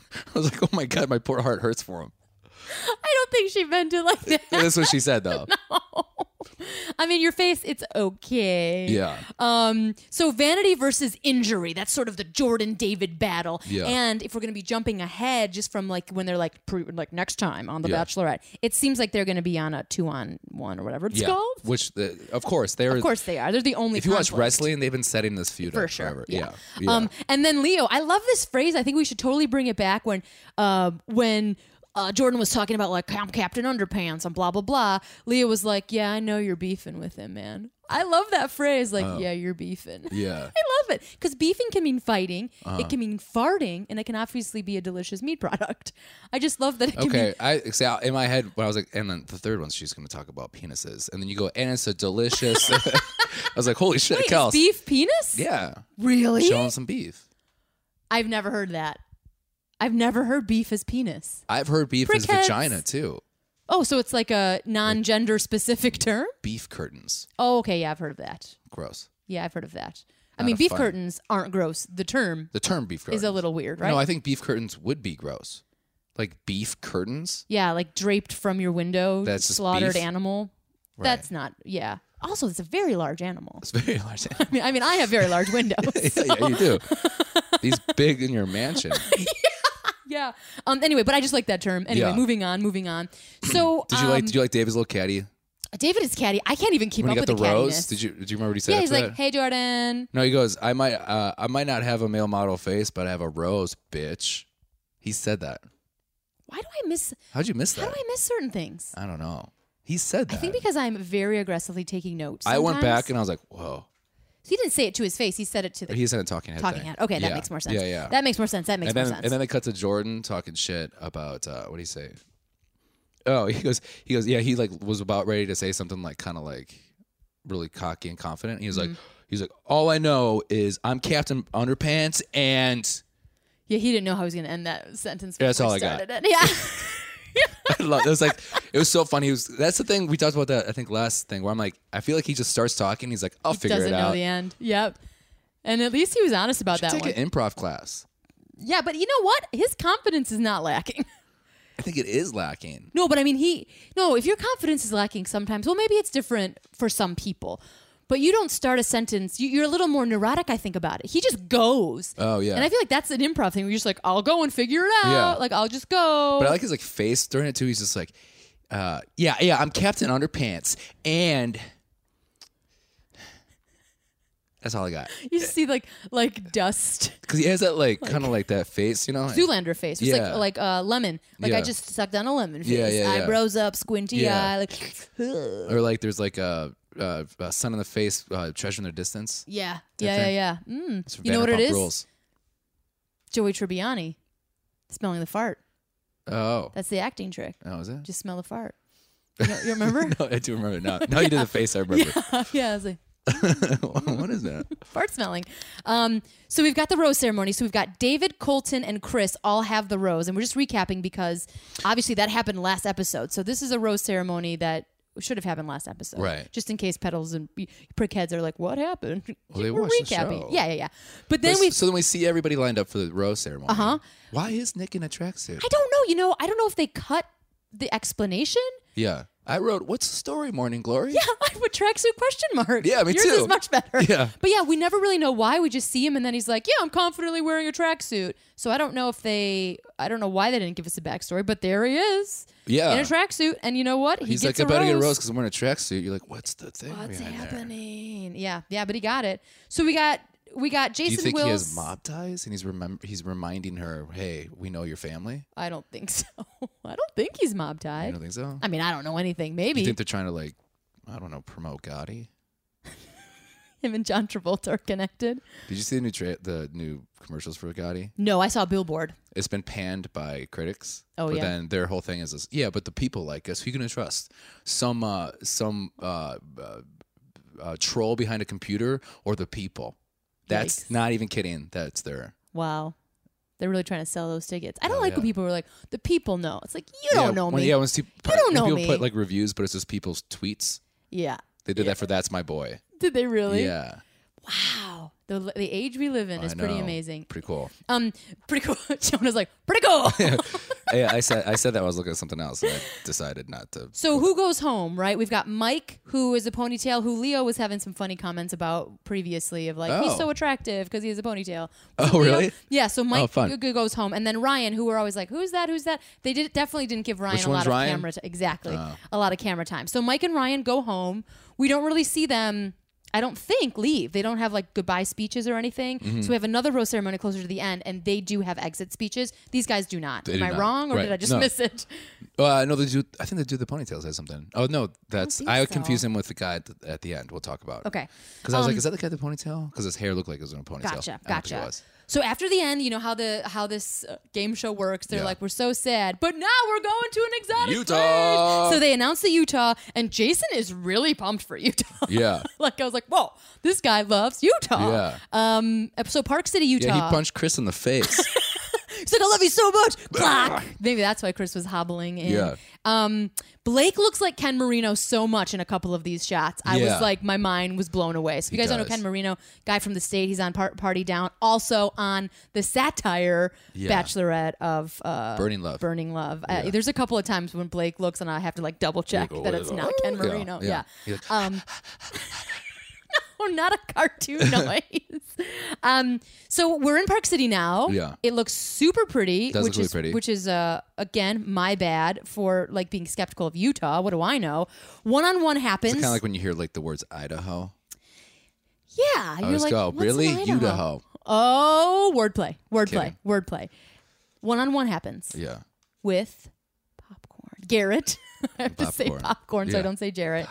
Speaker 2: I was like, "Oh my god, my poor heart hurts for him."
Speaker 1: I don't think she meant it like that.
Speaker 2: That's what she said though.
Speaker 1: I mean, your face, it's okay.
Speaker 2: Yeah.
Speaker 1: Um, so vanity versus injury. That's sort of the Jordan David battle.
Speaker 2: Yeah.
Speaker 1: And if we're gonna be jumping ahead, just from like when they're like pre- like next time on The
Speaker 2: Yeah.
Speaker 1: Bachelorette, it seems like they're gonna be on a two on one or whatever it's
Speaker 2: yeah.
Speaker 1: called.
Speaker 2: Which, the, of course, they're.
Speaker 1: Of course they are. They're the only.
Speaker 2: If you watch
Speaker 1: conflict.
Speaker 2: wrestling, they've been setting this feud
Speaker 1: for
Speaker 2: up
Speaker 1: sure.
Speaker 2: forever.
Speaker 1: Yeah.
Speaker 2: Yeah.
Speaker 1: Um, and then Leo, I love this phrase. I think we should totally bring it back when, uh, when. Uh, Jordan was talking about like I'm Captain Underpants and blah blah blah. Leo was like, "Yeah, I know you're beefing with him, man." I love that phrase. Like, "Yeah, you're beefing."
Speaker 2: Oh. Yeah. Uh-huh.
Speaker 1: I love it because beefing can mean fighting, it can mean farting, and it can obviously be a delicious meat product. I just love that it can
Speaker 2: Okay,
Speaker 1: be.
Speaker 2: I see. I- In my head, when I was like, and then the third one, she's going to talk about penises, and then you go, and it's a delicious. I was like, holy shit,
Speaker 1: Wait, is
Speaker 2: Kels.
Speaker 1: beef penis?
Speaker 2: Yeah,
Speaker 1: really?
Speaker 2: show him some beef.
Speaker 1: I've never heard that. I've never heard beef as penis.
Speaker 2: I've heard beef is
Speaker 1: Briquettes.
Speaker 2: vagina too.
Speaker 1: Oh, so it's like a non-gender specific term?
Speaker 2: Beef curtains,
Speaker 1: Oh, okay, yeah, I've heard of that.
Speaker 2: gross.
Speaker 1: Yeah, I've heard of that. I
Speaker 2: Not
Speaker 1: mean,
Speaker 2: a
Speaker 1: beef
Speaker 2: fun-
Speaker 1: curtains aren't gross. The term
Speaker 2: The term beef curtains
Speaker 1: is a little weird, right?
Speaker 2: No, I think beef curtains would be gross. Like beef curtains.
Speaker 1: yeah, like draped from your window,
Speaker 2: That's just
Speaker 1: slaughtered
Speaker 2: beef?
Speaker 1: animal.
Speaker 2: Right.
Speaker 1: That's not. Yeah. Also, it's a very large animal.
Speaker 2: It's very large.
Speaker 1: I mean, I mean, I have very large windows.
Speaker 2: yeah, yeah, you do. These big in your mansion.
Speaker 1: yeah. Um. Anyway, but I just like that term. Anyway,
Speaker 2: Yeah.
Speaker 1: moving on, moving on. So,
Speaker 2: Did you like? Did you like David's little caddy
Speaker 1: um, David is catty. I can't even keep
Speaker 2: when
Speaker 1: up
Speaker 2: he got
Speaker 1: with
Speaker 2: the,
Speaker 1: the,
Speaker 2: rose?
Speaker 1: cattiness.
Speaker 2: Did you? Do you remember what he said?
Speaker 1: yeah,
Speaker 2: after
Speaker 1: he's like,
Speaker 2: that?
Speaker 1: "Hey, Jordan."
Speaker 2: No, he goes, I might uh, I might not have a male model face, but I have a rose, bitch. He said that.
Speaker 1: Why do I miss?
Speaker 2: How'd you miss
Speaker 1: How
Speaker 2: that?
Speaker 1: do I miss certain things?
Speaker 2: I don't know. He said that.
Speaker 1: I think because I'm very aggressively taking notes.
Speaker 2: Uh, I went
Speaker 1: sometimes.
Speaker 2: back and I was like, whoa.
Speaker 1: he didn't say it to his face. He said it to the
Speaker 2: He said a talking head.
Speaker 1: talking
Speaker 2: thing.
Speaker 1: head. Okay, that
Speaker 2: Yeah.
Speaker 1: makes more sense.
Speaker 2: Yeah, yeah.
Speaker 1: That makes more sense. That makes
Speaker 2: and then
Speaker 1: more sense.
Speaker 2: and then they cut to Jordan talking shit about uh, what do you say? Oh, he goes he goes, Yeah, he like was about ready to say something like kinda like really cocky and confident. He was like
Speaker 1: Mm-hmm.
Speaker 2: he's like, All I know is I'm Captain Underpants and
Speaker 1: yeah, he didn't know how he was going to end that sentence.
Speaker 2: Yeah, that's
Speaker 1: before
Speaker 2: all
Speaker 1: he
Speaker 2: I got.
Speaker 1: started It. Yeah.
Speaker 2: I love- it was like it was so funny. He was that's the thing we talked about that I think last thing where I'm like I feel like he just starts talking. He's like I'll figure
Speaker 1: Doesn't
Speaker 2: it
Speaker 1: know
Speaker 2: out.
Speaker 1: the end. Yep. And at least he was honest about that
Speaker 2: Take
Speaker 1: one.
Speaker 2: an improv class.
Speaker 1: Yeah, but you know what? His confidence is not lacking.
Speaker 2: I think it is lacking.
Speaker 1: No, but I mean, he. No, if your confidence is lacking sometimes, well, maybe it's different for some people. But you don't start a sentence. You, you're a little more neurotic, I think, about it. He just goes.
Speaker 2: Oh, yeah.
Speaker 1: And I feel like that's an improv thing. Where you're just like, I'll go and figure it out.
Speaker 2: Yeah.
Speaker 1: Like I'll just go.
Speaker 2: But I like his like face during it too. He's just like, uh, yeah, yeah. I'm Captain Underpants, and that's all I got.
Speaker 1: you just see like like dust.
Speaker 2: Because he has that like, kind of like that face, you know.
Speaker 1: Zoolander face. It's
Speaker 2: Yeah.
Speaker 1: like like uh, lemon. Like
Speaker 2: Yeah.
Speaker 1: I just sucked on a lemon face.
Speaker 2: Yeah, yeah, yeah.
Speaker 1: Eyebrows up, squinty
Speaker 2: Yeah.
Speaker 1: eye. Like,
Speaker 2: Or like there's like a. Uh, uh, sun in the face, uh, treasuring their distance.
Speaker 1: yeah, yeah, yeah, yeah. Mm.
Speaker 2: It's
Speaker 1: You know what it
Speaker 2: Vanderpump
Speaker 1: is?
Speaker 2: Rules.
Speaker 1: Joey Tribbiani, smelling the fart.
Speaker 2: Oh,
Speaker 1: That's the acting trick.
Speaker 2: oh, is it?
Speaker 1: Just smell the fart. You, know- you remember?
Speaker 2: No, I do remember. Now, now you did the face. I remember.
Speaker 1: yeah, I was like,
Speaker 2: what is that?
Speaker 1: fart smelling. Um, so we've got the rose ceremony. So we've got David, Colton, and Chris all have the rose, and we're just recapping because obviously that happened last episode. So this is a rose ceremony that should have happened last episode,
Speaker 2: Right.
Speaker 1: Just in case petals and y- prickheads are like, "What happened?"
Speaker 2: they
Speaker 1: we're
Speaker 2: watched the
Speaker 1: recapping.
Speaker 2: show.
Speaker 1: Yeah, yeah, yeah. But then we. Uh-huh.
Speaker 2: so then we see everybody lined up for the rose ceremony. Uh huh. Why is Nick in a tracksuit?
Speaker 1: I don't know. You know, I don't know if they cut the explanation.
Speaker 2: Yeah. I wrote, "What's the story, Morning Glory?"
Speaker 1: Yeah, I would tracksuit question mark.
Speaker 2: Yeah, me
Speaker 1: Yours
Speaker 2: too.
Speaker 1: is much better.
Speaker 2: Yeah.
Speaker 1: But yeah, we never really know why. We just see him and then he's like, Yeah, I'm confidently wearing a tracksuit. So I don't know if they I don't know why they didn't give us a backstory, but there he is.
Speaker 2: Yeah.
Speaker 1: In a tracksuit. And you know what? He
Speaker 2: Uh. He's
Speaker 1: gets
Speaker 2: like, "I better get a rose because I'm wearing a tracksuit." You're like, "What's the thing?"
Speaker 1: What's
Speaker 2: behind there?"
Speaker 1: happening? Yeah, yeah, but he got it. So we got we got Jason
Speaker 2: Do you think
Speaker 1: Wills.
Speaker 2: he has mob ties and he's remember he's reminding her, "Hey, we know your family."
Speaker 1: I don't think so. I don't think he's mob
Speaker 2: I
Speaker 1: tied.
Speaker 2: don't think so.
Speaker 1: I mean, I don't know anything. Maybe.
Speaker 2: You think they're trying to like, I don't know, promote Gotti?
Speaker 1: Him and John Travolta are connected.
Speaker 2: Did you see the new tra- the new commercials for Bugatti?
Speaker 1: No, I saw a billboard.
Speaker 2: It's been panned by critics.
Speaker 1: Oh,
Speaker 2: but
Speaker 1: yeah.
Speaker 2: then their whole thing is, this, yeah, but the people like us, who you gonna trust? Some uh, some uh, uh, uh, troll behind a computer or the people? That's
Speaker 1: Yikes.
Speaker 2: not even kidding. That's their.
Speaker 1: Wow. They're really trying to sell those tickets. I don't like when
Speaker 2: yeah.
Speaker 1: people are like, the people know. It's like, you don't
Speaker 2: yeah,
Speaker 1: know
Speaker 2: when,
Speaker 1: me.
Speaker 2: Yeah, when, see,
Speaker 1: You don't
Speaker 2: when
Speaker 1: know
Speaker 2: people
Speaker 1: me.
Speaker 2: put like reviews, but it's just people's tweets.
Speaker 1: yeah.
Speaker 2: They did that for "That's My Boy."
Speaker 1: Did they really?
Speaker 2: Yeah,
Speaker 1: Wow. The, the age we live in
Speaker 2: I
Speaker 1: is pretty
Speaker 2: know.
Speaker 1: amazing.
Speaker 2: Pretty cool.
Speaker 1: Um, pretty cool. Jonah's like, pretty cool.
Speaker 2: yeah, I said I said that when I was looking at something else, and I decided not to.
Speaker 1: so who goes home, right? We've got Mike, who is a ponytail, who Leo was having some funny comments about previously of like, he's
Speaker 2: Oh.
Speaker 1: so attractive because he has a ponytail.
Speaker 2: Oh,
Speaker 1: So Leo-
Speaker 2: really?
Speaker 1: Yeah. So Mike
Speaker 2: fun.
Speaker 1: g- g- goes home. And then Ryan, who were always like, who's that? Who's that? They did definitely didn't give Ryan
Speaker 2: Which
Speaker 1: a lot
Speaker 2: one's
Speaker 1: of
Speaker 2: Ryan? Oh.
Speaker 1: camera. T- exactly. A lot of camera time. So Mike and Ryan go home. We don't really see them. I don't think leave. They don't have like goodbye speeches or anything.
Speaker 2: Mm-hmm.
Speaker 1: So we have another rose ceremony closer to the end, and they do have exit speeches. These guys do not.
Speaker 2: They
Speaker 1: Am
Speaker 2: do
Speaker 1: I
Speaker 2: not.
Speaker 1: wrong, or
Speaker 2: Right.
Speaker 1: did I just
Speaker 2: No.
Speaker 1: miss it?
Speaker 2: Uh, no, they do. I think they do the ponytails has something. Oh no, that's
Speaker 1: think
Speaker 2: I, would
Speaker 1: so.
Speaker 2: confuse him with the guy at the, at the end. We'll talk about.
Speaker 1: Okay. Um,
Speaker 2: Because I was like, is that the guy with the ponytail? Because his hair looked like it was in a ponytail.
Speaker 1: Gotcha,
Speaker 2: I don't think it
Speaker 1: gotcha.
Speaker 2: was.
Speaker 1: So after the end, you know how the how this uh, game show works. They're
Speaker 2: Yeah.
Speaker 1: like, we're so sad, but now we're going to an exotic
Speaker 2: Utah!"
Speaker 1: place." So they announced the Utah, and Jason is really pumped for Utah.
Speaker 2: Yeah.
Speaker 1: like I was like, whoa, this guy loves Utah.
Speaker 2: Yeah.
Speaker 1: Um. So Park City, Utah.
Speaker 2: Yeah, he punched Chris in the face.
Speaker 1: He's like, I love you so much. Clack. Maybe that's why Chris was hobbling in.
Speaker 2: Yeah.
Speaker 1: Um, Blake looks like Ken Marino so much in a couple of these shots. I
Speaker 2: Yeah.
Speaker 1: was like, my mind was blown away. So if you
Speaker 2: He
Speaker 1: guys don't know
Speaker 2: does.
Speaker 1: Ken Marino, guy from the state, he's on par- Party Down, also on the satire
Speaker 2: Yeah.
Speaker 1: Bachelorette of uh,
Speaker 2: Burning Love.
Speaker 1: Burning Love. Uh, there's a couple of times when Blake looks and I have to like double check
Speaker 2: Like,
Speaker 1: that
Speaker 2: "Oh,
Speaker 1: it's
Speaker 2: yeah."
Speaker 1: not Ken
Speaker 2: Yeah,
Speaker 1: Marino.
Speaker 2: yeah.
Speaker 1: yeah.
Speaker 2: He's like,
Speaker 1: Um, no, not a cartoon noise. um, so we're in Park City now.
Speaker 2: Yeah.
Speaker 1: it looks super pretty,
Speaker 2: Does look
Speaker 1: which
Speaker 2: really
Speaker 1: is
Speaker 2: pretty.
Speaker 1: which is uh again my bad for like being skeptical of Utah. What do I know? One on one happens.
Speaker 2: It's kind of like when you hear like the words Idaho.
Speaker 1: yeah,
Speaker 2: I
Speaker 1: you're
Speaker 2: always
Speaker 1: like
Speaker 2: go,
Speaker 1: "What's in
Speaker 2: really?
Speaker 1: Idaho?"
Speaker 2: Idaho.
Speaker 1: Oh, wordplay, wordplay,
Speaker 2: Kidding.
Speaker 1: wordplay. One on one happens
Speaker 2: Yeah.
Speaker 1: with popcorn. Garrett, I have to say
Speaker 2: Popcorn.
Speaker 1: popcorn, so I
Speaker 2: Yeah.
Speaker 1: don't say Jarrett.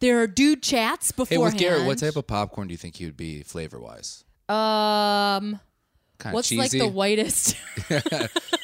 Speaker 1: There are dude chats
Speaker 2: Hey,
Speaker 1: beforehand.
Speaker 2: with Garrett, what type of popcorn do you think he would be flavor wise?
Speaker 1: um?
Speaker 2: Kind of
Speaker 1: What's
Speaker 2: cheesy.
Speaker 1: like the whitest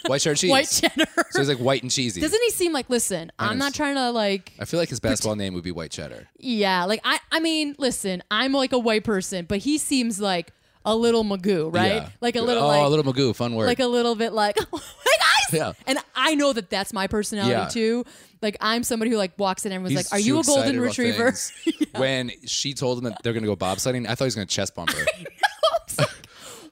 Speaker 2: white cheddar cheese.
Speaker 1: white cheddar?
Speaker 2: So he's like white and cheesy.
Speaker 1: Doesn't he seem like? Listen, I'm
Speaker 2: Minus-
Speaker 1: not trying to like.
Speaker 2: I feel like his basketball name would be white cheddar.
Speaker 1: Yeah, like I. I mean, listen, I'm like a white person, but he seems like a little Magoo, right?
Speaker 2: Yeah.
Speaker 1: Like a little,
Speaker 2: Oh,
Speaker 1: like,
Speaker 2: a little Magoo. Fun word.
Speaker 1: like a little bit like. hey guys.
Speaker 2: Yeah.
Speaker 1: And I know that that's my personality
Speaker 2: Yeah.
Speaker 1: too. Like I'm somebody who like walks in and was
Speaker 2: He's
Speaker 1: like, "Are
Speaker 2: too
Speaker 1: you a
Speaker 2: excited
Speaker 1: golden
Speaker 2: about
Speaker 1: retriever?"
Speaker 2: things. When she told him that they're gonna go bobsledding, I thought he was gonna chest bump her.
Speaker 1: I was like,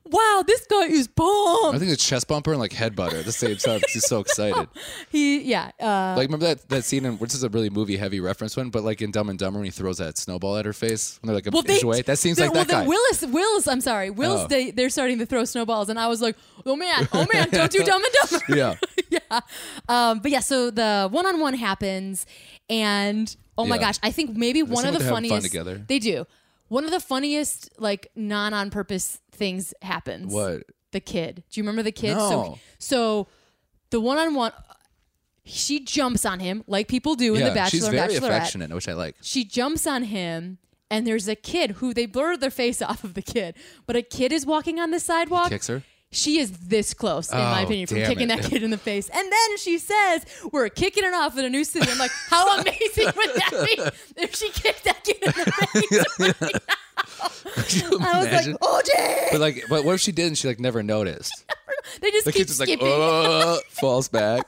Speaker 1: wow, this guy is
Speaker 2: I
Speaker 1: bomb.
Speaker 2: think it's chest bumper and like head butter at the same time. She's so excited.
Speaker 1: He, yeah. Uh,
Speaker 2: Like remember that that scene in which is a really movie heavy reference one, but like in Dumb and Dumber when he throws that snowball at her face when they're like a
Speaker 1: Well, they,
Speaker 2: inch away. That seems
Speaker 1: they-
Speaker 2: like
Speaker 1: well,
Speaker 2: that guy.
Speaker 1: then Willis, Willis, I'm sorry, Willis.
Speaker 2: Oh.
Speaker 1: They they're starting to throw snowballs, and I was like, oh man, oh man, don't do Dumb and Dumber.
Speaker 2: yeah.
Speaker 1: yeah. Um, but yeah, so the one on one happens, and oh my
Speaker 2: Yeah.
Speaker 1: gosh, I think maybe one of
Speaker 2: seem
Speaker 1: the
Speaker 2: like they're having
Speaker 1: funniest.
Speaker 2: fun together.
Speaker 1: They do. One of the funniest, like non on purpose things happens.
Speaker 2: What?
Speaker 1: The kid. Do you remember the kid? So,
Speaker 2: No.
Speaker 1: so the one on one, she jumps on him like people do in
Speaker 2: Yeah.
Speaker 1: The Bachelor
Speaker 2: she's
Speaker 1: and
Speaker 2: very
Speaker 1: Bachelorette
Speaker 2: affectionate, which I like.
Speaker 1: she jumps on him and there's a kid who they blurred their face off of the kid but a kid is walking on the sidewalk
Speaker 2: Kicks her.
Speaker 1: she is this close in my
Speaker 2: Oh,
Speaker 1: opinion from
Speaker 2: damn
Speaker 1: kicking
Speaker 2: it.
Speaker 1: that kid in the face and then she says we're kicking it off in a new city i'm like how amazing would that be if she kicked that kid in the face
Speaker 2: Could you
Speaker 1: i was
Speaker 2: imagine?
Speaker 1: like oh jay
Speaker 2: but like, but what if she did and she like never noticed?
Speaker 1: they just
Speaker 2: The
Speaker 1: keep
Speaker 2: kid's just like,
Speaker 1: skipping oh.
Speaker 2: oh, falls back.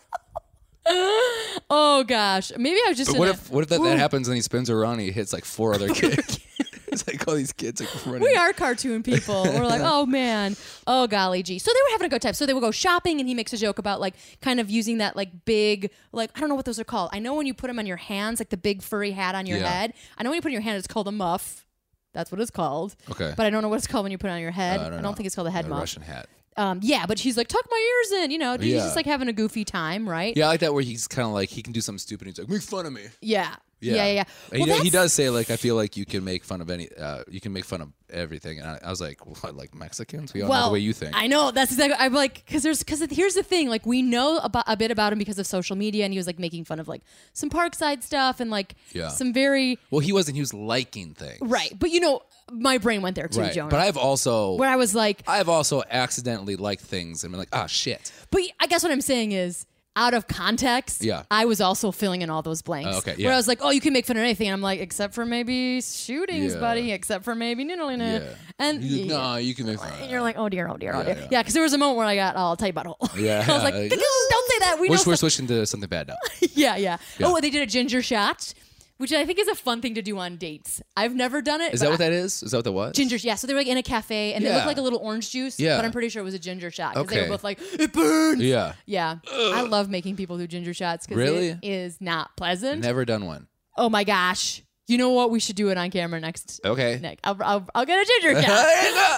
Speaker 1: Oh, gosh maybe i was just
Speaker 2: But
Speaker 1: in
Speaker 2: what
Speaker 1: a-
Speaker 2: if what if that,
Speaker 1: Ooh.
Speaker 2: that happens and he spins around and he hits like four other kids? it's like all these kids are running.
Speaker 1: we are cartoon people. We're like, oh man, oh golly gee. So they were having a good time. So they would go shopping, and he makes a joke about like kind of using that like big, like I don't know what those are called. I know when you put them on your hands, like the big furry hat on your
Speaker 2: Yeah.
Speaker 1: head. I know when you put it on your hand, it's called a muff. That's what it's called.
Speaker 2: Okay.
Speaker 1: But I don't know what it's called when you put it on your head.
Speaker 2: Uh,
Speaker 1: I don't,
Speaker 2: know.
Speaker 1: think it's called a head
Speaker 2: A
Speaker 1: muff.
Speaker 2: Russian hat.
Speaker 1: Um, yeah, but she's like, tuck my ears in. You know, he's
Speaker 2: Yeah.
Speaker 1: just like having a goofy time, right?
Speaker 2: Yeah, I like that where he's kind of like he can do something stupid. and He's like, make fun of me.
Speaker 1: Yeah. Yeah, yeah, yeah.
Speaker 2: And
Speaker 1: Well,
Speaker 2: he,
Speaker 1: that's-
Speaker 2: he does say like, I feel like you can make fun of any, uh, you can make fun of everything. And I, I was like, what, like Mexicans? We all know the way you think.
Speaker 1: I know that's exactly. I'm like, because there's because here's the thing. Like we know about a bit about him because of social media, and he was like making fun of like some Parkside stuff and like
Speaker 2: Yeah.
Speaker 1: some very
Speaker 2: well, he wasn't. He was liking things.
Speaker 1: right. But you know, my brain went there too,
Speaker 2: right.
Speaker 1: Jonah.
Speaker 2: But I've also
Speaker 1: where I was like,
Speaker 2: I've also accidentally liked things and been like, ah, shit.
Speaker 1: But I guess what I'm saying is, out of context,
Speaker 2: Yeah.
Speaker 1: I was also filling in all those blanks.
Speaker 2: Oh, okay,
Speaker 1: Where
Speaker 2: yeah.
Speaker 1: I was like, oh, you can make fun of anything. And I'm like, except for maybe shootings,
Speaker 2: Yeah.
Speaker 1: buddy, except for maybe. no, no, no, no."
Speaker 2: Yeah.
Speaker 1: Uh, And
Speaker 2: You- No, you can make fun. of
Speaker 1: And
Speaker 2: that.
Speaker 1: you're like, oh dear, oh dear, oh
Speaker 2: Yeah,
Speaker 1: dear. Yeah,
Speaker 2: yeah.
Speaker 1: because there was a moment where I got all tight butthole.
Speaker 2: Yeah,
Speaker 1: I was like,
Speaker 2: like,
Speaker 1: don't say that. We
Speaker 2: We're,
Speaker 1: know.
Speaker 2: we're
Speaker 1: some-
Speaker 2: switching to something bad now.
Speaker 1: yeah, yeah, Oh, they did a ginger shot, which I think is a fun thing to do on dates. I've never done it.
Speaker 2: Is
Speaker 1: but
Speaker 2: that what
Speaker 1: I-
Speaker 2: that is? Is that what that was?
Speaker 1: Gingers, yeah. So they were like in a cafe, and they
Speaker 2: Yeah.
Speaker 1: looked like a little orange juice.
Speaker 2: Yeah.
Speaker 1: but I'm pretty sure it was a ginger shot because they
Speaker 2: Okay.
Speaker 1: were both like, "It burns."
Speaker 2: Yeah.
Speaker 1: Yeah. I love making people do ginger shots because
Speaker 2: Really?
Speaker 1: it is not pleasant.
Speaker 2: Never done one.
Speaker 1: Oh my gosh. You know what? We should do it on camera next.
Speaker 2: Okay.
Speaker 1: Nick, I'll, I'll, I'll get a ginger shot.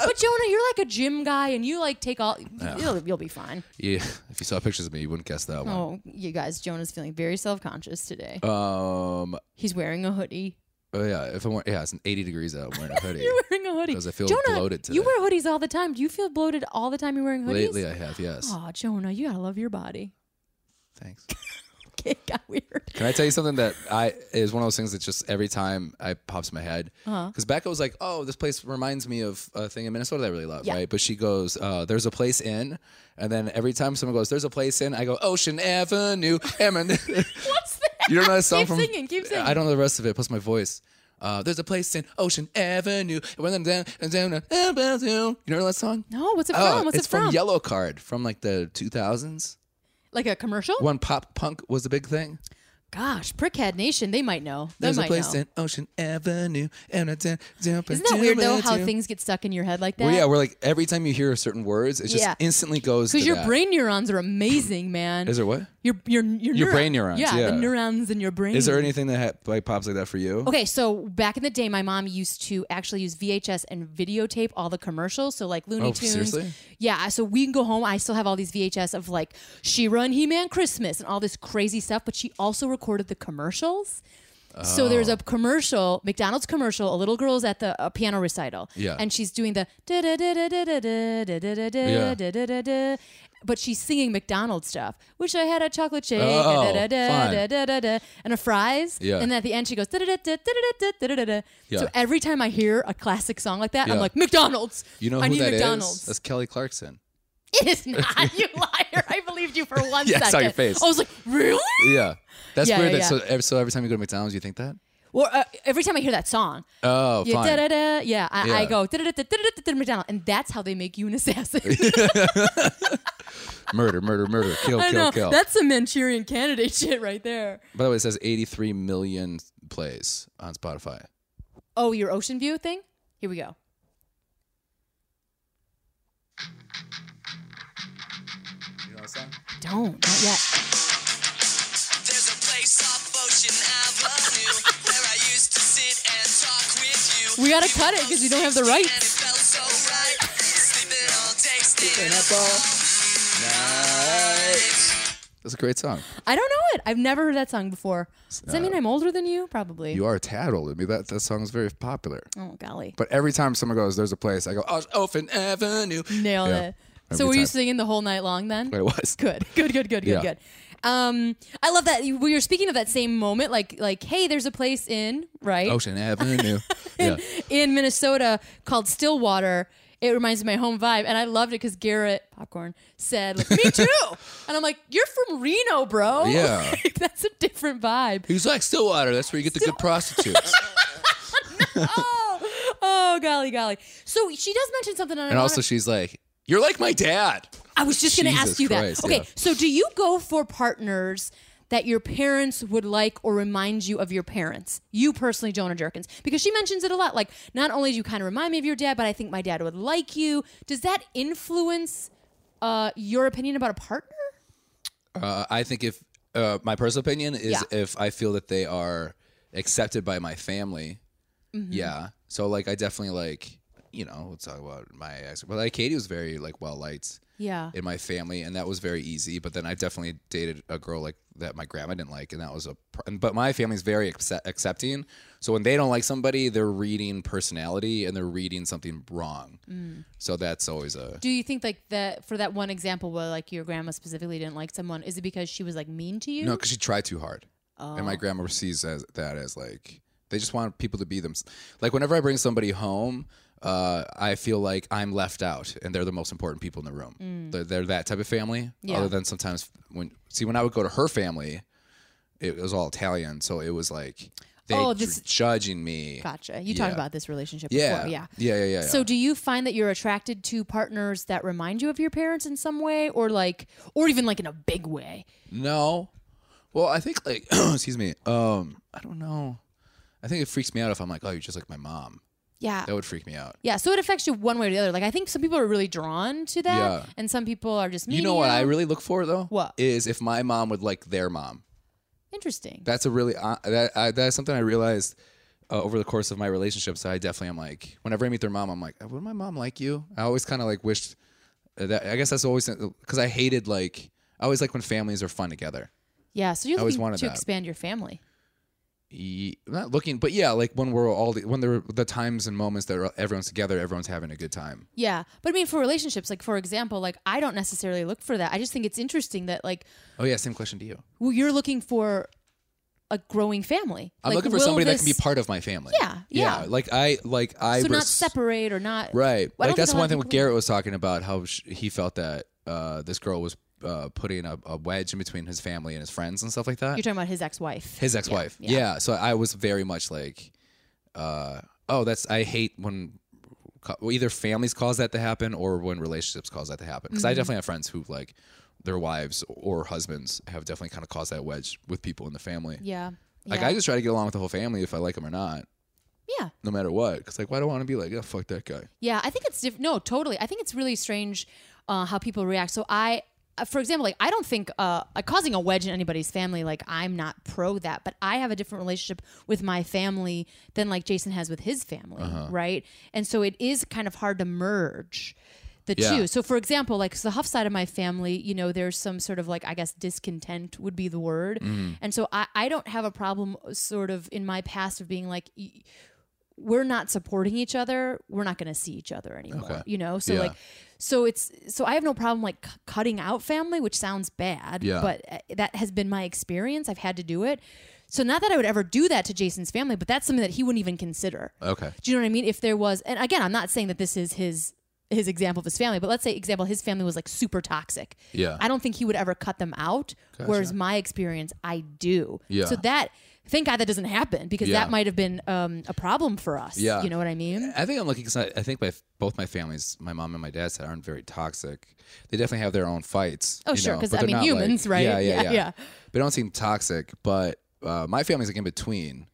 Speaker 1: but Jonah, you're like a gym guy and you like take all, you'll, you'll be fine.
Speaker 2: Yeah. If you saw pictures of me, you wouldn't guess that one.
Speaker 1: Oh, you guys, Jonah's feeling very self conscious
Speaker 2: Oh.
Speaker 1: today.
Speaker 2: Um.
Speaker 1: He's wearing a hoodie.
Speaker 2: Oh yeah. If I'm wear- yeah, it's an 80 degrees out. I'm wearing a hoodie.
Speaker 1: You're wearing a hoodie.
Speaker 2: 'Cause I feel
Speaker 1: Jonah,
Speaker 2: bloated
Speaker 1: You
Speaker 2: today.
Speaker 1: wear hoodies all the time. Do you feel bloated all the time you're wearing hoodies?
Speaker 2: Lately, I have. Yes.
Speaker 1: Oh, Jonah, you gotta love your body.
Speaker 2: Thanks.
Speaker 1: Okay, it got weird.
Speaker 2: Can I tell you something that I is one of those things that just every time I pops in my head
Speaker 1: Uh-huh.
Speaker 2: because Becca was like, "Oh, this place reminds me of a thing in Minnesota that I really love,"
Speaker 1: Yeah.
Speaker 2: right? But she goes, uh, "There's a place in," and then every time someone goes, "There's a place in," I go, "Ocean Avenue." Emin.
Speaker 1: What's that?
Speaker 2: you don't know that song
Speaker 1: Keep
Speaker 2: from?
Speaker 1: singing, keep singing.
Speaker 2: I don't know the rest of it. Plus my voice. Uh, there's a place in Ocean Avenue. and when I'm down- and down- and down- You know that song?
Speaker 1: No, what's it
Speaker 2: Oh,
Speaker 1: from? What's
Speaker 2: it's
Speaker 1: it from?
Speaker 2: from Yellow Card from like the 2000s
Speaker 1: like a commercial?
Speaker 2: when pop punk was a big thing.
Speaker 1: Gosh, Prickhead Nation, they might know. They
Speaker 2: There's a
Speaker 1: might
Speaker 2: place
Speaker 1: know.
Speaker 2: in Ocean Avenue, and I jump
Speaker 1: Isn't that weird though? How things get stuck in your head like that?
Speaker 2: Well, yeah, we're like every time you hear certain words, it just
Speaker 1: Yeah.
Speaker 2: instantly goes.
Speaker 1: because
Speaker 2: to
Speaker 1: your
Speaker 2: that.
Speaker 1: brain neurons are amazing, man.
Speaker 2: is there what?
Speaker 1: your your your,
Speaker 2: Your
Speaker 1: neuro-
Speaker 2: brain neurons,
Speaker 1: Yeah,
Speaker 2: yeah.
Speaker 1: the neurons in your brain.
Speaker 2: Is there anything that ha- like pops like that for you?
Speaker 1: Mm. Okay, so back in the day, my mom used to actually use VHS and videotape all the commercials. So like Looney
Speaker 2: Oh,
Speaker 1: Tunes.
Speaker 2: seriously?
Speaker 1: Yeah. So we can go home. I still have all these VHS of like She-Ra and He-Man Christmas and all this crazy stuff. But she also recorded the commercials.
Speaker 2: Oh.
Speaker 1: So there's a commercial, McDonald's commercial. A little girl's at the a piano recital,
Speaker 2: Yeah.
Speaker 1: and she's doing the da da da da da da da da da da
Speaker 2: Yeah.
Speaker 1: da da da da, but she's singing McDonald's stuff. Wish I had a chocolate shake,
Speaker 2: Oh,
Speaker 1: da da da
Speaker 2: fun.
Speaker 1: da da da da, and a fries.
Speaker 2: Yeah.
Speaker 1: And then at the end, she goes. "Da-da-da-da, da-da-da-da, da-da-da-da."
Speaker 2: Yeah.
Speaker 1: So every time I hear a classic song like that, I'm
Speaker 2: Yeah.
Speaker 1: like McDonald's.
Speaker 2: You know
Speaker 1: I
Speaker 2: who
Speaker 1: need
Speaker 2: that is?
Speaker 1: McDonald's.
Speaker 2: That's Kelly Clarkson.
Speaker 1: It is not you liar. I believed you for one second.
Speaker 2: Yeah, I saw your face.
Speaker 1: I was like, really?
Speaker 2: Yeah, that's
Speaker 1: Yeah,
Speaker 2: weird.
Speaker 1: yeah,
Speaker 2: that,
Speaker 1: yeah.
Speaker 2: So, ev- so every time you go to McDonald's, you think that?
Speaker 1: Well, uh, every time I hear that song,
Speaker 2: Oh,
Speaker 1: yeah,
Speaker 2: fine.
Speaker 1: da-da-da, yeah, I, I
Speaker 2: Yeah.
Speaker 1: go da-da-da-da, da-da-da-da, McDonald's, and that's how they make you an assassin.
Speaker 2: Murder, murder, murder. Kill,
Speaker 1: I
Speaker 2: kill,
Speaker 1: know
Speaker 2: kill.
Speaker 1: that's some Manchurian candidate shit right there.
Speaker 2: By the way, it says 83 million plays on Spotify.
Speaker 1: Oh, your Ocean View thing? Here we go.
Speaker 2: You know that song?
Speaker 1: Don't not yet.
Speaker 4: There's a place off Ocean Avenue where I used to sit and talk with you.
Speaker 1: We gotta cut it because we don't have the
Speaker 4: And
Speaker 1: rights.
Speaker 4: it felt so right. Sleeping all day, staying up
Speaker 2: That's a great song.
Speaker 1: I don't know it. I've never heard that song before. Does that mean I'm older than you? Probably.
Speaker 2: Uh, You are a tad older. than me. that that song is very popular.
Speaker 1: oh golly,
Speaker 2: But every time someone goes, "There's a place," I go, "Oh, Open Avenue."
Speaker 1: nailed
Speaker 2: Yeah.
Speaker 1: it.
Speaker 2: Every
Speaker 1: So were you
Speaker 2: time.
Speaker 1: singing the whole night long then?
Speaker 2: It was
Speaker 1: Good, good, good, good, good,
Speaker 2: Yeah.
Speaker 1: good. Um, I love that you- we were speaking of that same moment, like like hey, there's a place in right
Speaker 2: Ocean Avenue. yeah.
Speaker 1: in Minnesota called Stillwater. It reminds me of my home vibe, and I loved it because Garrett Popcorn said, like, "Me too," and I'm like, "You're from Reno, bro.
Speaker 2: Yeah.
Speaker 1: Like, that's a different vibe."
Speaker 2: He's like Stillwater. That's where you get the good prostitutes.
Speaker 1: oh, oh, golly, golly. So she does mention something, and, I
Speaker 2: and
Speaker 1: wanna-
Speaker 2: also, she's like, "You're like my dad."
Speaker 1: I was just going to ask
Speaker 2: Jesus
Speaker 1: you
Speaker 2: Christ,
Speaker 1: that. Okay,
Speaker 2: yeah.
Speaker 1: so do you go for partners that your parents would like or remind you of your parents? You personally, Jonah Jerkins, because she mentions it a lot. Like, not only do you kind of remind me of your dad, but I think my dad would like you. Does that influence uh, your opinion about a partner?
Speaker 2: Uh, I think if uh, my personal opinion is
Speaker 1: Yeah.
Speaker 2: if I feel that they are accepted by my family,
Speaker 1: Mm-hmm.
Speaker 2: yeah. So like, I definitely like you know we'll talk about my ex, but like Katie was very like well liked.
Speaker 1: Yeah.
Speaker 2: in my family, and that was very easy. But then I definitely dated a girl like that my grandma didn't like, and that was a. pr- and- But my family's very accept- accepting, so when they don't like somebody, they're reading personality and they're reading something wrong. So that's always a.
Speaker 1: Do you think like that for that one example where like your grandma specifically didn't like someone? Is it because she was like mean to you? Oh.
Speaker 2: No, because she tried too hard, and my grandma sees as, that as like They just want people to be them. Like whenever I bring somebody home, uh, I feel like I'm left out, and they're the most important people in the room. They're, they're that type of family.
Speaker 1: Mm. Yeah.
Speaker 2: Other than sometimes when see when I would go to her family, it was all Italian, so it was like they
Speaker 1: Oh,
Speaker 2: were
Speaker 1: this-
Speaker 2: judging me.
Speaker 1: Gotcha. You talked
Speaker 2: Yeah.
Speaker 1: about this relationship
Speaker 2: Yeah.
Speaker 1: before. Yeah.
Speaker 2: Yeah. Yeah. Yeah.
Speaker 1: So do you find that you're attracted to partners that remind you of your parents in some way or like or even like in a big way?
Speaker 2: No. Well, I think like excuse me. Um, I don't know. I think it freaks me out if I'm like, oh, you're just like my mom.
Speaker 1: Yeah.
Speaker 2: That would freak me out.
Speaker 1: Yeah, so it affects you one way or the other. Like I think some people are really drawn to that
Speaker 2: Yeah.
Speaker 1: and some people are just
Speaker 2: You know what I
Speaker 1: medium.
Speaker 2: really look for though?
Speaker 1: What?
Speaker 2: is if my mom would like their mom?
Speaker 1: Interesting.
Speaker 2: That's a really uh, that I, that's something I realized uh, over the course of my relationship. So I definitely am like, whenever I meet their mom, I'm like, would my mom like you? I always kind of like wished uh, that. I guess that's always because I hated like I always like when families are fun together.
Speaker 1: yeah, so you're
Speaker 2: I always
Speaker 1: looking
Speaker 2: wanted
Speaker 1: to
Speaker 2: that.
Speaker 1: expand your family.
Speaker 2: Ye- not looking, but yeah, like when we're all the, when there were the times and moments that are- everyone's together, everyone's having a good time.
Speaker 1: Yeah. But I mean for relationships, like for example, like I don't necessarily look for that. I just think it's interesting that like
Speaker 2: Oh yeah, same question to you.
Speaker 1: well, you're looking for a growing family.
Speaker 2: I'm
Speaker 1: Like,
Speaker 2: looking for
Speaker 1: will
Speaker 2: somebody that
Speaker 1: this-
Speaker 2: can be part of my family.
Speaker 1: Yeah, yeah.
Speaker 2: Like I, like I.
Speaker 1: So not
Speaker 2: res-
Speaker 1: separate or not
Speaker 2: Right.
Speaker 1: I don't
Speaker 2: like that's
Speaker 1: think a lot
Speaker 2: one
Speaker 1: of
Speaker 2: thing what
Speaker 1: people-
Speaker 2: Garrett was talking about how sh- he felt that uh, this girl was uh, putting a, a wedge in between his family and his friends and stuff like that.
Speaker 1: You're talking about his ex-wife.
Speaker 2: his ex-wife.
Speaker 1: yeah.
Speaker 2: Yeah, So I was very much like, uh, oh, that's I hate when co- well, either families cause that to happen or when relationships cause that to happen.
Speaker 1: Mm-hmm.
Speaker 2: Because I definitely have friends who like their wives or husbands have definitely kind of caused that wedge with people in the family.
Speaker 1: yeah.
Speaker 2: Like
Speaker 1: yeah.
Speaker 2: I just try to get along with the whole family if I like them or not,
Speaker 1: yeah.
Speaker 2: no matter what. Because like, why do I want to be like, oh, fuck that guy?
Speaker 1: Yeah, I think it's diff- no, totally. I think it's really strange uh, how people react. So I, uh, for example, like I don't think uh, uh, causing a wedge in anybody's family. Like I'm not pro that, but I have a different relationship with my family than like Jason has with his family, right? And so it is kind of hard to merge. The
Speaker 2: Yeah.
Speaker 1: two. So, for example, like so the Huff side of my family, you know, there's some sort of like, I guess, discontent would be the word. And so I, I don't have a problem, sort of, in my past of being like, y- we're not supporting each other, we're not going to see each other anymore.
Speaker 2: Okay.
Speaker 1: You know, so
Speaker 2: Yeah.
Speaker 1: like, so it's so I have no problem like c- cutting out family, which sounds bad,
Speaker 2: Yeah.
Speaker 1: but uh, that has been my experience. I've had to do it. So not that I would ever do that to Jason's family, but that's something that he wouldn't even consider.
Speaker 2: Okay.
Speaker 1: Do you know what I mean? If there was, and again, I'm not saying that this is his his example of his family, but let's say example his family was like super toxic.
Speaker 2: Yeah.
Speaker 1: I don't think he would ever cut them out. Whereas my experience, I do.
Speaker 2: Yeah.
Speaker 1: So that thank God that doesn't happen because
Speaker 2: Yeah.
Speaker 1: that might have been um, a problem for us.
Speaker 2: Yeah.
Speaker 1: You know what I mean?
Speaker 2: I think I'm lucky because I, I think my both my families, my mom and my dad, side, aren't very toxic. They definitely have their own fights.
Speaker 1: Oh,
Speaker 2: you
Speaker 1: sure,
Speaker 2: know,
Speaker 1: 'cause,
Speaker 2: but
Speaker 1: I
Speaker 2: they're
Speaker 1: mean,
Speaker 2: not, like-
Speaker 1: humans, right?
Speaker 2: Yeah, yeah,
Speaker 1: Yeah,
Speaker 2: yeah.
Speaker 1: yeah.
Speaker 2: They don't seem toxic, but uh, my family's like in between.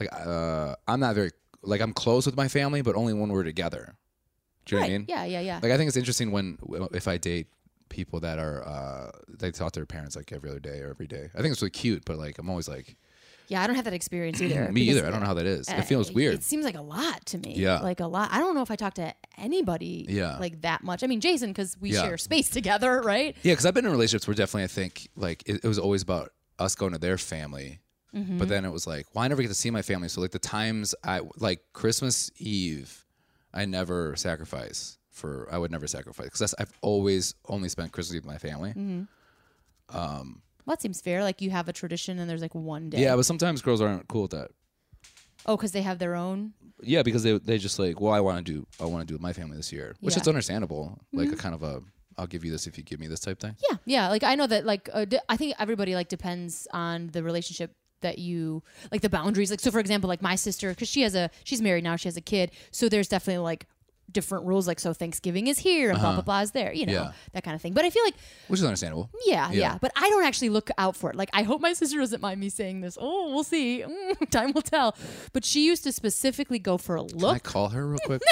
Speaker 2: Like uh, I'm not very like I'm close with my family, but only when we're together. Do you know what I mean?
Speaker 1: Yeah. Yeah. Yeah.
Speaker 2: Like I think it's interesting when if I date people that are uh, they talk to their parents like every other day or every day. I think it's really cute, but like I'm always like
Speaker 1: yeah. I don't have that experience either.
Speaker 2: me
Speaker 1: because,
Speaker 2: either. I don't know how that is.
Speaker 1: uh,
Speaker 2: it feels weird.
Speaker 1: It seems like a lot to me.
Speaker 2: Yeah.
Speaker 1: Like a lot. I don't know if I talk to anybody.
Speaker 2: Yeah.
Speaker 1: Like that much. I mean, Jason, because we
Speaker 2: Yeah.
Speaker 1: share space together, right?
Speaker 2: Yeah, because I've been in relationships where definitely I think like it, it was always about us going to their family,
Speaker 1: Mm-hmm.
Speaker 2: but then it was like, well, I never get to see my family. So like the times I like Christmas Eve, I never sacrifice for. I would never sacrifice because I've always only spent Christmas Eve with my family.
Speaker 1: Mm-hmm. Well, that seems fair. Like you have a tradition, and there's like one day.
Speaker 2: Yeah, but sometimes girls aren't cool with that.
Speaker 1: Oh, because they have their own.
Speaker 2: Yeah, because they they just like, well, I want to do I want to do it with my family this year, which
Speaker 1: Yeah. Mm-hmm.
Speaker 2: is understandable. Like a kind of a I'll give you this if you give me this type thing.
Speaker 1: Yeah, yeah. Like I know that. Like uh, d- I think everybody like depends on the relationship that you like the boundaries. Like so, for example, like my sister, because she has a she's married now, she has a kid. So there's definitely like different rules. Like so, Thanksgiving is here and blah blah blah is there. You know
Speaker 2: Uh-huh. Yeah.
Speaker 1: that kind of thing. But I feel like
Speaker 2: which is understandable.
Speaker 1: yeah, yeah,
Speaker 2: Yeah.
Speaker 1: But I don't actually look out for it. Like I hope my sister doesn't mind me saying this. Oh, we'll see. Mm, time will tell. But she used to specifically go for a
Speaker 2: Can I
Speaker 1: look.
Speaker 2: call her real quick?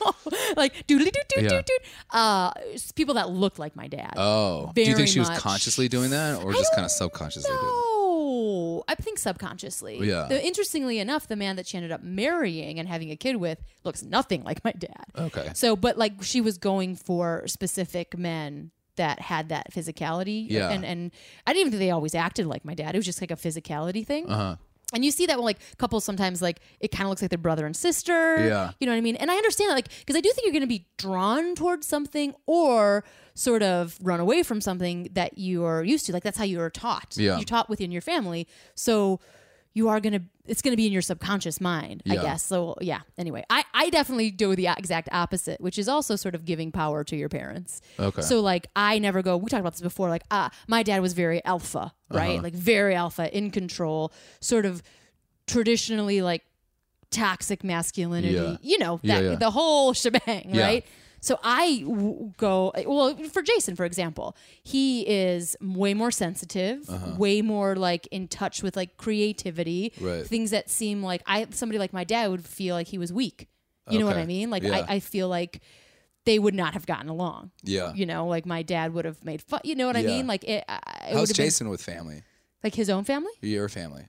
Speaker 1: like doodly doot doot
Speaker 2: Yeah.
Speaker 1: doot doot. Uh, s- people that looked like my dad.
Speaker 2: Oh, do you
Speaker 1: Very
Speaker 2: think she was
Speaker 1: much.
Speaker 2: consciously doing that, or
Speaker 1: I
Speaker 2: just
Speaker 1: don't
Speaker 2: kind of subconsciously? doing it?
Speaker 1: No, Oh, I think subconsciously.
Speaker 2: Yeah.
Speaker 1: Though, interestingly enough, the man that she ended up marrying and having a kid with looks nothing like my dad.
Speaker 2: Okay.
Speaker 1: So, but like she was going for specific men that had that physicality.
Speaker 2: Yeah.
Speaker 1: And and I didn't even think they always acted like my dad. It was just like a physicality thing.
Speaker 2: Uh-huh.
Speaker 1: And you see that when like couples sometimes like it kind of looks like they're brother and sister.
Speaker 2: Yeah.
Speaker 1: You know what I mean? And I understand that like because I do think you're going to be drawn towards something or sort of run away from something that you are used to. Like that's how you were taught.
Speaker 2: Yeah.
Speaker 1: You're taught within your family. So you are gonna it's gonna be in your subconscious mind i
Speaker 2: Yeah.
Speaker 1: guess so yeah anyway i i definitely do the exact opposite which is also sort of giving power to your parents
Speaker 2: Okay.
Speaker 1: so like i never go we talked about this before like ah my dad was very alpha right
Speaker 2: Uh-huh.
Speaker 1: like very alpha in control sort of traditionally like toxic masculinity
Speaker 2: Yeah.
Speaker 1: you know
Speaker 2: Yeah,
Speaker 1: that
Speaker 2: yeah.
Speaker 1: the whole shebang
Speaker 2: Yeah.
Speaker 1: right so I w- go well for Jason, for example, he is way more sensitive,
Speaker 2: Uh-huh.
Speaker 1: way more like in touch with like creativity,
Speaker 2: Right.
Speaker 1: things that seem like I somebody like my dad would feel like he was weak. You know what
Speaker 2: Okay.
Speaker 1: I mean? Like
Speaker 2: Yeah.
Speaker 1: I, I feel like they would not have gotten along.
Speaker 2: Yeah.
Speaker 1: You know, like my dad would have made fun. You know what I
Speaker 2: Ah. Yeah.
Speaker 1: mean? Like it. I- it
Speaker 2: How's
Speaker 1: would have been-
Speaker 2: Jason with family?
Speaker 1: like his own family?
Speaker 2: Your family.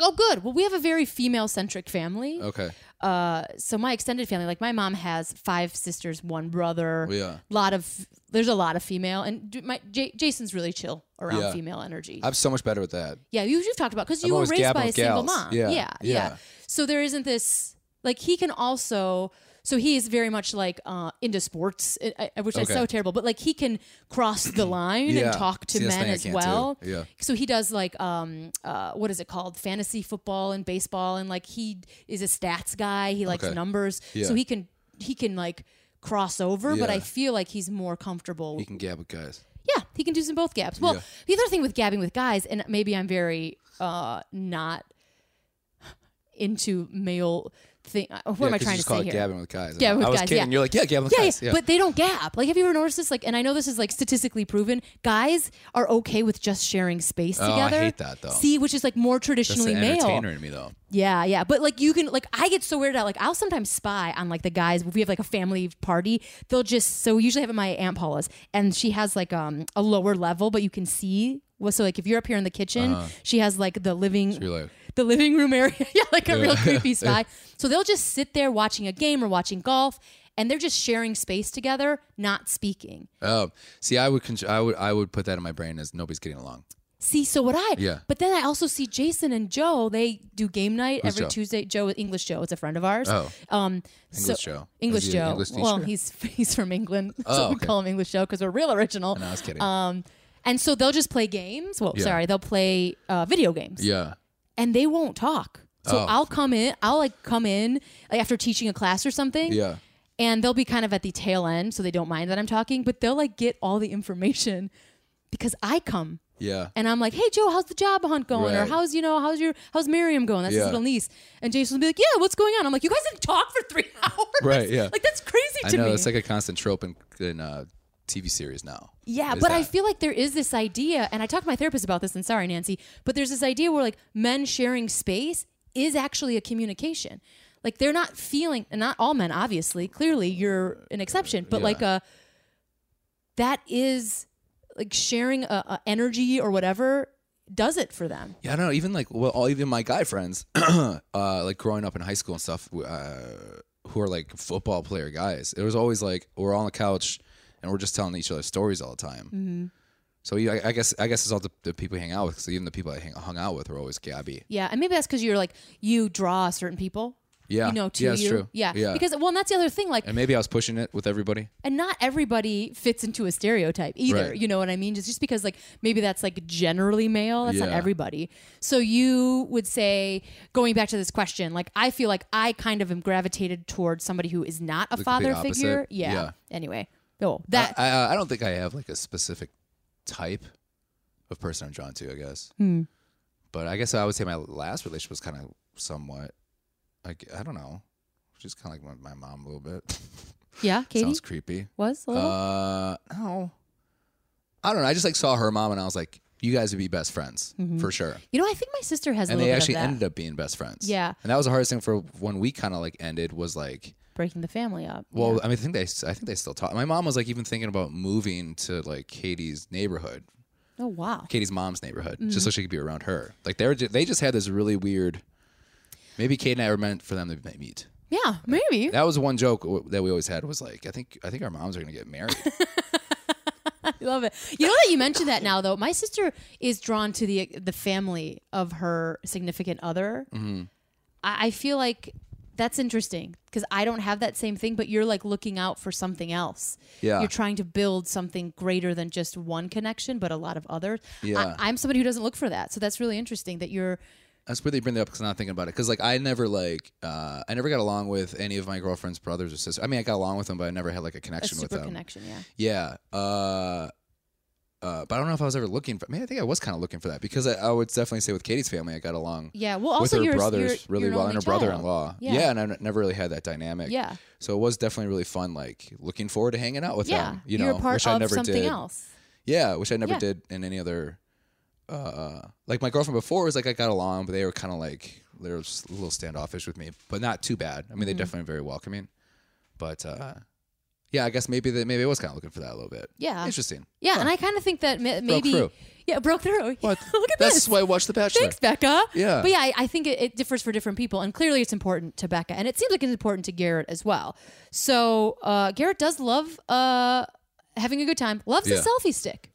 Speaker 1: Oh, good. Well, we have a very female centric family.
Speaker 2: Okay.
Speaker 1: Uh, so my extended family, like my mom has five sisters, one brother.
Speaker 2: Well, yeah.
Speaker 1: lot of there's a lot of female, and d- my J- Jason's really chill around
Speaker 2: Yeah.
Speaker 1: female energy.
Speaker 2: I'm so much better with that.
Speaker 1: yeah, you, you've talked about because
Speaker 2: I'm
Speaker 1: you were
Speaker 2: always
Speaker 1: raised
Speaker 2: gabbing
Speaker 1: by a
Speaker 2: with
Speaker 1: single
Speaker 2: gals.
Speaker 1: mom.
Speaker 2: Yeah,
Speaker 1: yeah,
Speaker 2: yeah.
Speaker 1: yeah. So there isn't this like he can also. So he is very much like uh, into sports, I- I- which is
Speaker 2: Okay.
Speaker 1: so terrible. But like he can cross the line
Speaker 2: Yeah.
Speaker 1: and talk to
Speaker 2: See, that's the
Speaker 1: men
Speaker 2: thing I
Speaker 1: as
Speaker 2: can't do.
Speaker 1: well.
Speaker 2: Yeah.
Speaker 1: So he does like um uh what is it called fantasy football and baseball and like he is a stats guy. He likes
Speaker 2: Okay.
Speaker 1: numbers,
Speaker 2: Yeah.
Speaker 1: so he can he can like cross over. But
Speaker 2: Yeah.
Speaker 1: I feel like he's more comfortable
Speaker 2: He can gab with guys.
Speaker 1: yeah, he can do some both gaps. Well,
Speaker 2: Yeah.
Speaker 1: the other thing with gabbing with guys, and maybe I'm very uh not into male thing. uh, What am I
Speaker 2: 'cause you
Speaker 1: trying to
Speaker 2: just call
Speaker 1: say
Speaker 2: it
Speaker 1: here?
Speaker 2: Gabbing with guys.
Speaker 1: Gabbing with
Speaker 2: I was
Speaker 1: guys,
Speaker 2: kidding.
Speaker 1: yeah.
Speaker 2: You're like, yeah, gabbing with
Speaker 1: yeah,
Speaker 2: guys.
Speaker 1: yeah, but they don't gap. Like, have you ever noticed this? Like, and I know this is like statistically proven. Guys are okay with just sharing space
Speaker 2: Oh, I
Speaker 1: together.
Speaker 2: hate that, though.
Speaker 1: See, which is like more
Speaker 2: That's the
Speaker 1: traditionally male.
Speaker 2: entertainer in me, though.
Speaker 1: Yeah, yeah. But like you can like I get so weirded out. Like I'll sometimes spy on like the guys if we have like a family party. They'll just so we usually have it at my Aunt Paula's and she has like um a lower level, but you can see well, so like if you're up here in the kitchen,
Speaker 2: Uh-huh.
Speaker 1: she has like the living
Speaker 2: You're like,
Speaker 1: the living room area. yeah, like a real creepy spy. So they'll just sit there watching a game or watching golf and they're just sharing space together, not speaking.
Speaker 2: oh, see, I would, con- I would, I would put that in my brain as nobody's getting along.
Speaker 1: See, so would I.
Speaker 2: Yeah.
Speaker 1: But then I also see Jason and Joe. They do game night
Speaker 2: Who's
Speaker 1: every
Speaker 2: Joe?
Speaker 1: Tuesday. Joe, English Joe, it's a friend of ours.
Speaker 2: Oh.
Speaker 1: um,
Speaker 2: English
Speaker 1: so-
Speaker 2: Joe.
Speaker 1: English
Speaker 2: Is he an
Speaker 1: Joe.
Speaker 2: English
Speaker 1: well,
Speaker 2: teacher?
Speaker 1: he's he's from England, so
Speaker 2: Oh,
Speaker 1: we
Speaker 2: okay.
Speaker 1: call him English Joe because we're real original.
Speaker 2: No, I was kidding.
Speaker 1: Um, and so they'll just play games. Well,
Speaker 2: Yeah.
Speaker 1: sorry, they'll play uh, video games,
Speaker 2: yeah.
Speaker 1: and they won't talk. So
Speaker 2: Oh.
Speaker 1: I'll come in. I'll like come in like, after teaching a class or something.
Speaker 2: Yeah.
Speaker 1: And they'll be kind of at the tail end, so they don't mind that I'm talking, but they'll like get all the information because I come
Speaker 2: Yeah.
Speaker 1: and I'm like, "Hey Joe, how's the job hunt going? Or
Speaker 2: Right.
Speaker 1: how's you know how's your how's Miriam going? That's
Speaker 2: Yeah.
Speaker 1: his little niece." And Jason will be like, "Yeah, what's going on?" I'm like, "You guys didn't talk for three hours,
Speaker 2: Right, yeah.
Speaker 1: like that's crazy
Speaker 2: I
Speaker 1: to
Speaker 2: know
Speaker 1: me."
Speaker 2: it's like a constant trope in, in uh, TV series now.
Speaker 1: yeah,
Speaker 2: Is
Speaker 1: but I
Speaker 2: that-
Speaker 1: feel like there is this idea, and I talked to my therapist about this. And sorry, Nancy, but there's this idea where like men sharing space is actually a communication. Like they're not feeling, and not all men, obviously. Clearly, you're an exception, but
Speaker 2: Yeah.
Speaker 1: like a that is like sharing a, a energy or whatever does it for them.
Speaker 2: Yeah, I don't know. Even like, well, all, even my guy friends, uh, like growing up in high school and stuff, uh, who are like football player guys. It was always like we're on the couch and we're just telling each other stories all the time. So yeah, I, I guess I guess it's all the, the people you hang out with. Because even the people I hang, hung out with were always gabby.
Speaker 1: Yeah, and maybe that's because you're like you draw certain people.
Speaker 2: Yeah,
Speaker 1: you know, to
Speaker 2: yeah, that's
Speaker 1: you.
Speaker 2: true.
Speaker 1: Yeah,
Speaker 2: yeah.
Speaker 1: Because well, and that's the other thing. Like,
Speaker 2: and maybe I was pushing it with everybody.
Speaker 1: and not everybody fits into a stereotype either.
Speaker 2: Right.
Speaker 1: You know what I mean? Just just because like maybe that's like generally male. That's not
Speaker 2: Yeah.
Speaker 1: everybody. So you would say, going back to this question, like I feel like I kind of am gravitated towards somebody who is not a
Speaker 2: The complete
Speaker 1: father
Speaker 2: opposite.
Speaker 1: figure. Yeah.
Speaker 2: Yeah. Uh,
Speaker 1: Anyway, oh that
Speaker 2: I, I, I don't think I have like a specific type of person I'm drawn to. I guess,
Speaker 1: Hmm.
Speaker 2: but I guess I would say my last relationship was kind of somewhat. Like I don't know, she's kind of like my, my mom a little bit.
Speaker 1: yeah, Katie
Speaker 2: Sounds creepy.
Speaker 1: was a little.
Speaker 2: Uh, no, I don't know. I just like saw her mom and I was like, you guys would be best friends for sure.
Speaker 1: you know, I think my sister has a
Speaker 2: And
Speaker 1: Mm-hmm. little
Speaker 2: they
Speaker 1: bit
Speaker 2: actually
Speaker 1: of that.
Speaker 2: ended up being best friends.
Speaker 1: Yeah.
Speaker 2: and that was the hardest thing for when we kind of like ended was like.
Speaker 1: breaking the family up.
Speaker 2: Well, I mean, I think they, I think they still talk. My mom was like even thinking about moving to like Katie's neighborhood,
Speaker 1: oh wow.
Speaker 2: Katie's mom's neighborhood,
Speaker 1: Mm-hmm.
Speaker 2: just so she could be around her. Like they were, ju- they just had this really weird. Maybe Kate and I were meant for them to meet.
Speaker 1: Yeah, maybe.
Speaker 2: That was one joke w- that we always had was like, I think, I think our moms are gonna get married.
Speaker 1: I love it. You know that you mentioned that now though. My sister is drawn to the the family of her significant other.
Speaker 2: Mm-hmm.
Speaker 1: I, I feel like that's interesting because I don't have that same thing, but you're like looking out for something else.
Speaker 2: Yeah.
Speaker 1: You're trying to build something greater than just one connection, but a lot of others.
Speaker 2: Yeah.
Speaker 1: I, I'm somebody who doesn't look for that, so that's really interesting that you're
Speaker 2: That's where they bring that up because I'm not thinking about it. Because like I never like uh, I never got along with any of my girlfriend's brothers or sisters. I mean, I got along with them, but I never had like a
Speaker 1: A
Speaker 2: connection with
Speaker 1: super
Speaker 2: them.
Speaker 1: connection, yeah.
Speaker 2: Yeah. Uh, uh, but I don't know if I was ever looking for. I mean, I think I was kind of looking for that because I, I would definitely say with Katie's family, I got along
Speaker 1: Yeah. Well, also
Speaker 2: with her
Speaker 1: you're,
Speaker 2: brothers
Speaker 1: you're,
Speaker 2: really
Speaker 1: you're
Speaker 2: well
Speaker 1: an
Speaker 2: and her
Speaker 1: only child.
Speaker 2: brother-in-law.
Speaker 1: Yeah.
Speaker 2: Yeah. and I n- never really had that dynamic.
Speaker 1: Yeah.
Speaker 2: So it was definitely really fun, like looking forward to hanging out with
Speaker 1: Yeah.
Speaker 2: them. You
Speaker 1: are
Speaker 2: know,
Speaker 1: a part
Speaker 2: which
Speaker 1: of
Speaker 2: I never
Speaker 1: something
Speaker 2: did.
Speaker 1: else.
Speaker 2: Yeah, which I never
Speaker 1: Yeah.
Speaker 2: did in any other. Uh, like my girlfriend before was like I got along, but they were kind of like they were just a little standoffish with me, but not too bad. I mean,
Speaker 1: Mm-hmm.
Speaker 2: they definitely very welcoming, but uh, yeah, I guess maybe that maybe I was kind of looking for that a little bit.
Speaker 1: Yeah.
Speaker 2: interesting.
Speaker 1: Yeah, and I kind of think that ma- maybe
Speaker 2: through.
Speaker 1: yeah broke through.
Speaker 2: What?
Speaker 1: Look at
Speaker 2: That's
Speaker 1: this.
Speaker 2: why I watched The Bachelor.
Speaker 1: Thanks, Becca.
Speaker 2: Yeah.
Speaker 1: but yeah, I, I think it, it differs for different people, and clearly it's important to Becca, and it seems like it's important to Garrett as well. So uh, Garrett does love uh, having a good time. Loves
Speaker 2: Yeah.
Speaker 1: the selfie stick.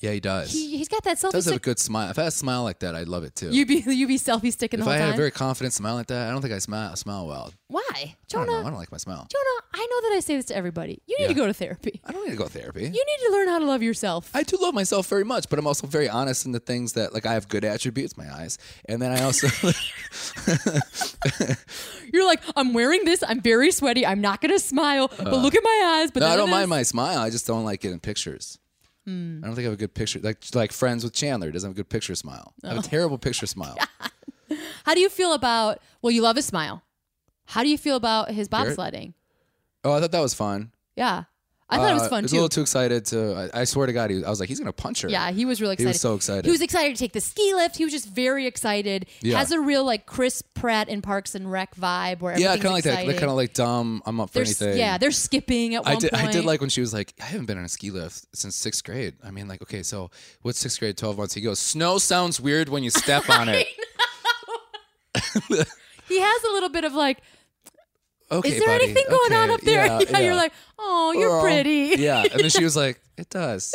Speaker 2: Yeah, he does.
Speaker 1: He, he's got that selfie
Speaker 2: does have a
Speaker 1: stick.
Speaker 2: good smile. If I had a smile like that, I'd love it too.
Speaker 1: You be you be selfie sticking
Speaker 2: if
Speaker 1: the
Speaker 2: I
Speaker 1: whole
Speaker 2: had
Speaker 1: time.
Speaker 2: a very confident smile like that, I don't think I smile smile well.
Speaker 1: Why,
Speaker 2: I
Speaker 1: Jonah?
Speaker 2: don't know. I don't like my smile.
Speaker 1: Jonah, I know that I say this to everybody. You need to go to therapy.
Speaker 2: I don't need to go to therapy.
Speaker 1: You need to learn how to love yourself.
Speaker 2: I do love myself very much, but I'm also very honest in the things that like I have good attributes, my eyes, and then I also
Speaker 1: You're like, I'm wearing this. I'm very sweaty. I'm not gonna smile, but look at my eyes. But
Speaker 2: Uh. no, I
Speaker 1: none of
Speaker 2: don't mind
Speaker 1: this-
Speaker 2: my smile. I just don't like it in pictures.
Speaker 1: Hmm.
Speaker 2: I don't think I have a good picture. Like like friends with Chandler doesn't have a good picture smile.
Speaker 1: Oh.
Speaker 2: I have a terrible picture smile.
Speaker 1: How do you feel about? Well, you love his smile. How do you feel about his
Speaker 2: Garrett?
Speaker 1: bobsledding?
Speaker 2: Oh, I thought that was fun.
Speaker 1: Yeah, I thought it
Speaker 2: Uh,
Speaker 1: was fun
Speaker 2: I was
Speaker 1: too.
Speaker 2: a little too excited to. I, I swear to God, he, I was like, he's gonna punch her.
Speaker 1: yeah, he was really
Speaker 2: He
Speaker 1: excited.
Speaker 2: was so excited.
Speaker 1: He was excited to take the ski lift. He was just very excited.
Speaker 2: Yeah.
Speaker 1: Has a real like Chris Pratt in Parks and Rec vibe where
Speaker 2: yeah,
Speaker 1: everything's
Speaker 2: kind of like that.
Speaker 1: exciting.
Speaker 2: That kind of like dumb. I'm up for
Speaker 1: They're s-
Speaker 2: anything.
Speaker 1: yeah, they're skipping at
Speaker 2: I
Speaker 1: one
Speaker 2: did.
Speaker 1: point.
Speaker 2: I did like when she was like, "I haven't been on a ski lift since sixth grade." I mean, like, okay, so what's sixth grade? Twelve months. He goes, "Snow sounds weird when you step on it."
Speaker 1: He has a little bit of like,
Speaker 2: Okay,
Speaker 1: is there
Speaker 2: buddy.
Speaker 1: anything going on
Speaker 2: Okay,
Speaker 1: up there?
Speaker 2: Yeah,
Speaker 1: you're
Speaker 2: yeah.
Speaker 1: like, oh, you're
Speaker 2: Girl."
Speaker 1: pretty.
Speaker 2: Yeah, and then she was like, "It does."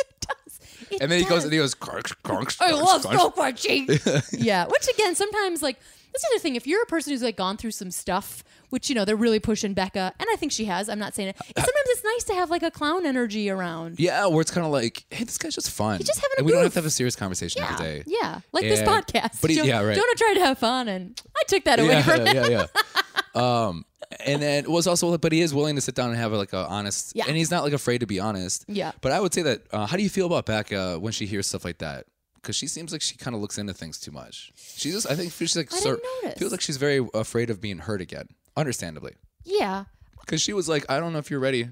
Speaker 2: and then he goes and he goes, "Crunch, crunch,
Speaker 1: I
Speaker 2: crunch,
Speaker 1: love
Speaker 2: crunch."
Speaker 1: snow crunching. yeah, which again, sometimes like that's the other thing. If you're a person who's like gone through some stuff, which you know they're really pushing Becca, and I think she has. I'm not saying it. Sometimes it's nice to have like a clown energy around.
Speaker 2: Uh, Yeah, where it's kind of like, "Hey, this guy's just fun."
Speaker 1: just having a
Speaker 2: and we don't have
Speaker 1: goof.
Speaker 2: to have a serious conversation
Speaker 1: Yeah,
Speaker 2: every day.
Speaker 1: yeah, like this
Speaker 2: And-
Speaker 1: podcast.
Speaker 2: but he-
Speaker 1: Jo-
Speaker 2: yeah, right.
Speaker 1: Jonah tried to have fun, and I took that away
Speaker 2: yeah,
Speaker 1: from
Speaker 2: yeah, yeah, yeah. Um, and then it was also, but he is willing to sit down and have like a honest,
Speaker 1: Yeah.
Speaker 2: and he's not like afraid to be honest.
Speaker 1: Yeah.
Speaker 2: But I would say that. Uh, how do you feel about Becca when she hears stuff like that? Because she seems like she kind of looks into things too much. She just, I think she's like,
Speaker 1: I
Speaker 2: sort-
Speaker 1: didn't notice.
Speaker 2: feels like she's very afraid of being hurt again, understandably.
Speaker 1: yeah.
Speaker 2: Because she was like, I don't know if you're ready.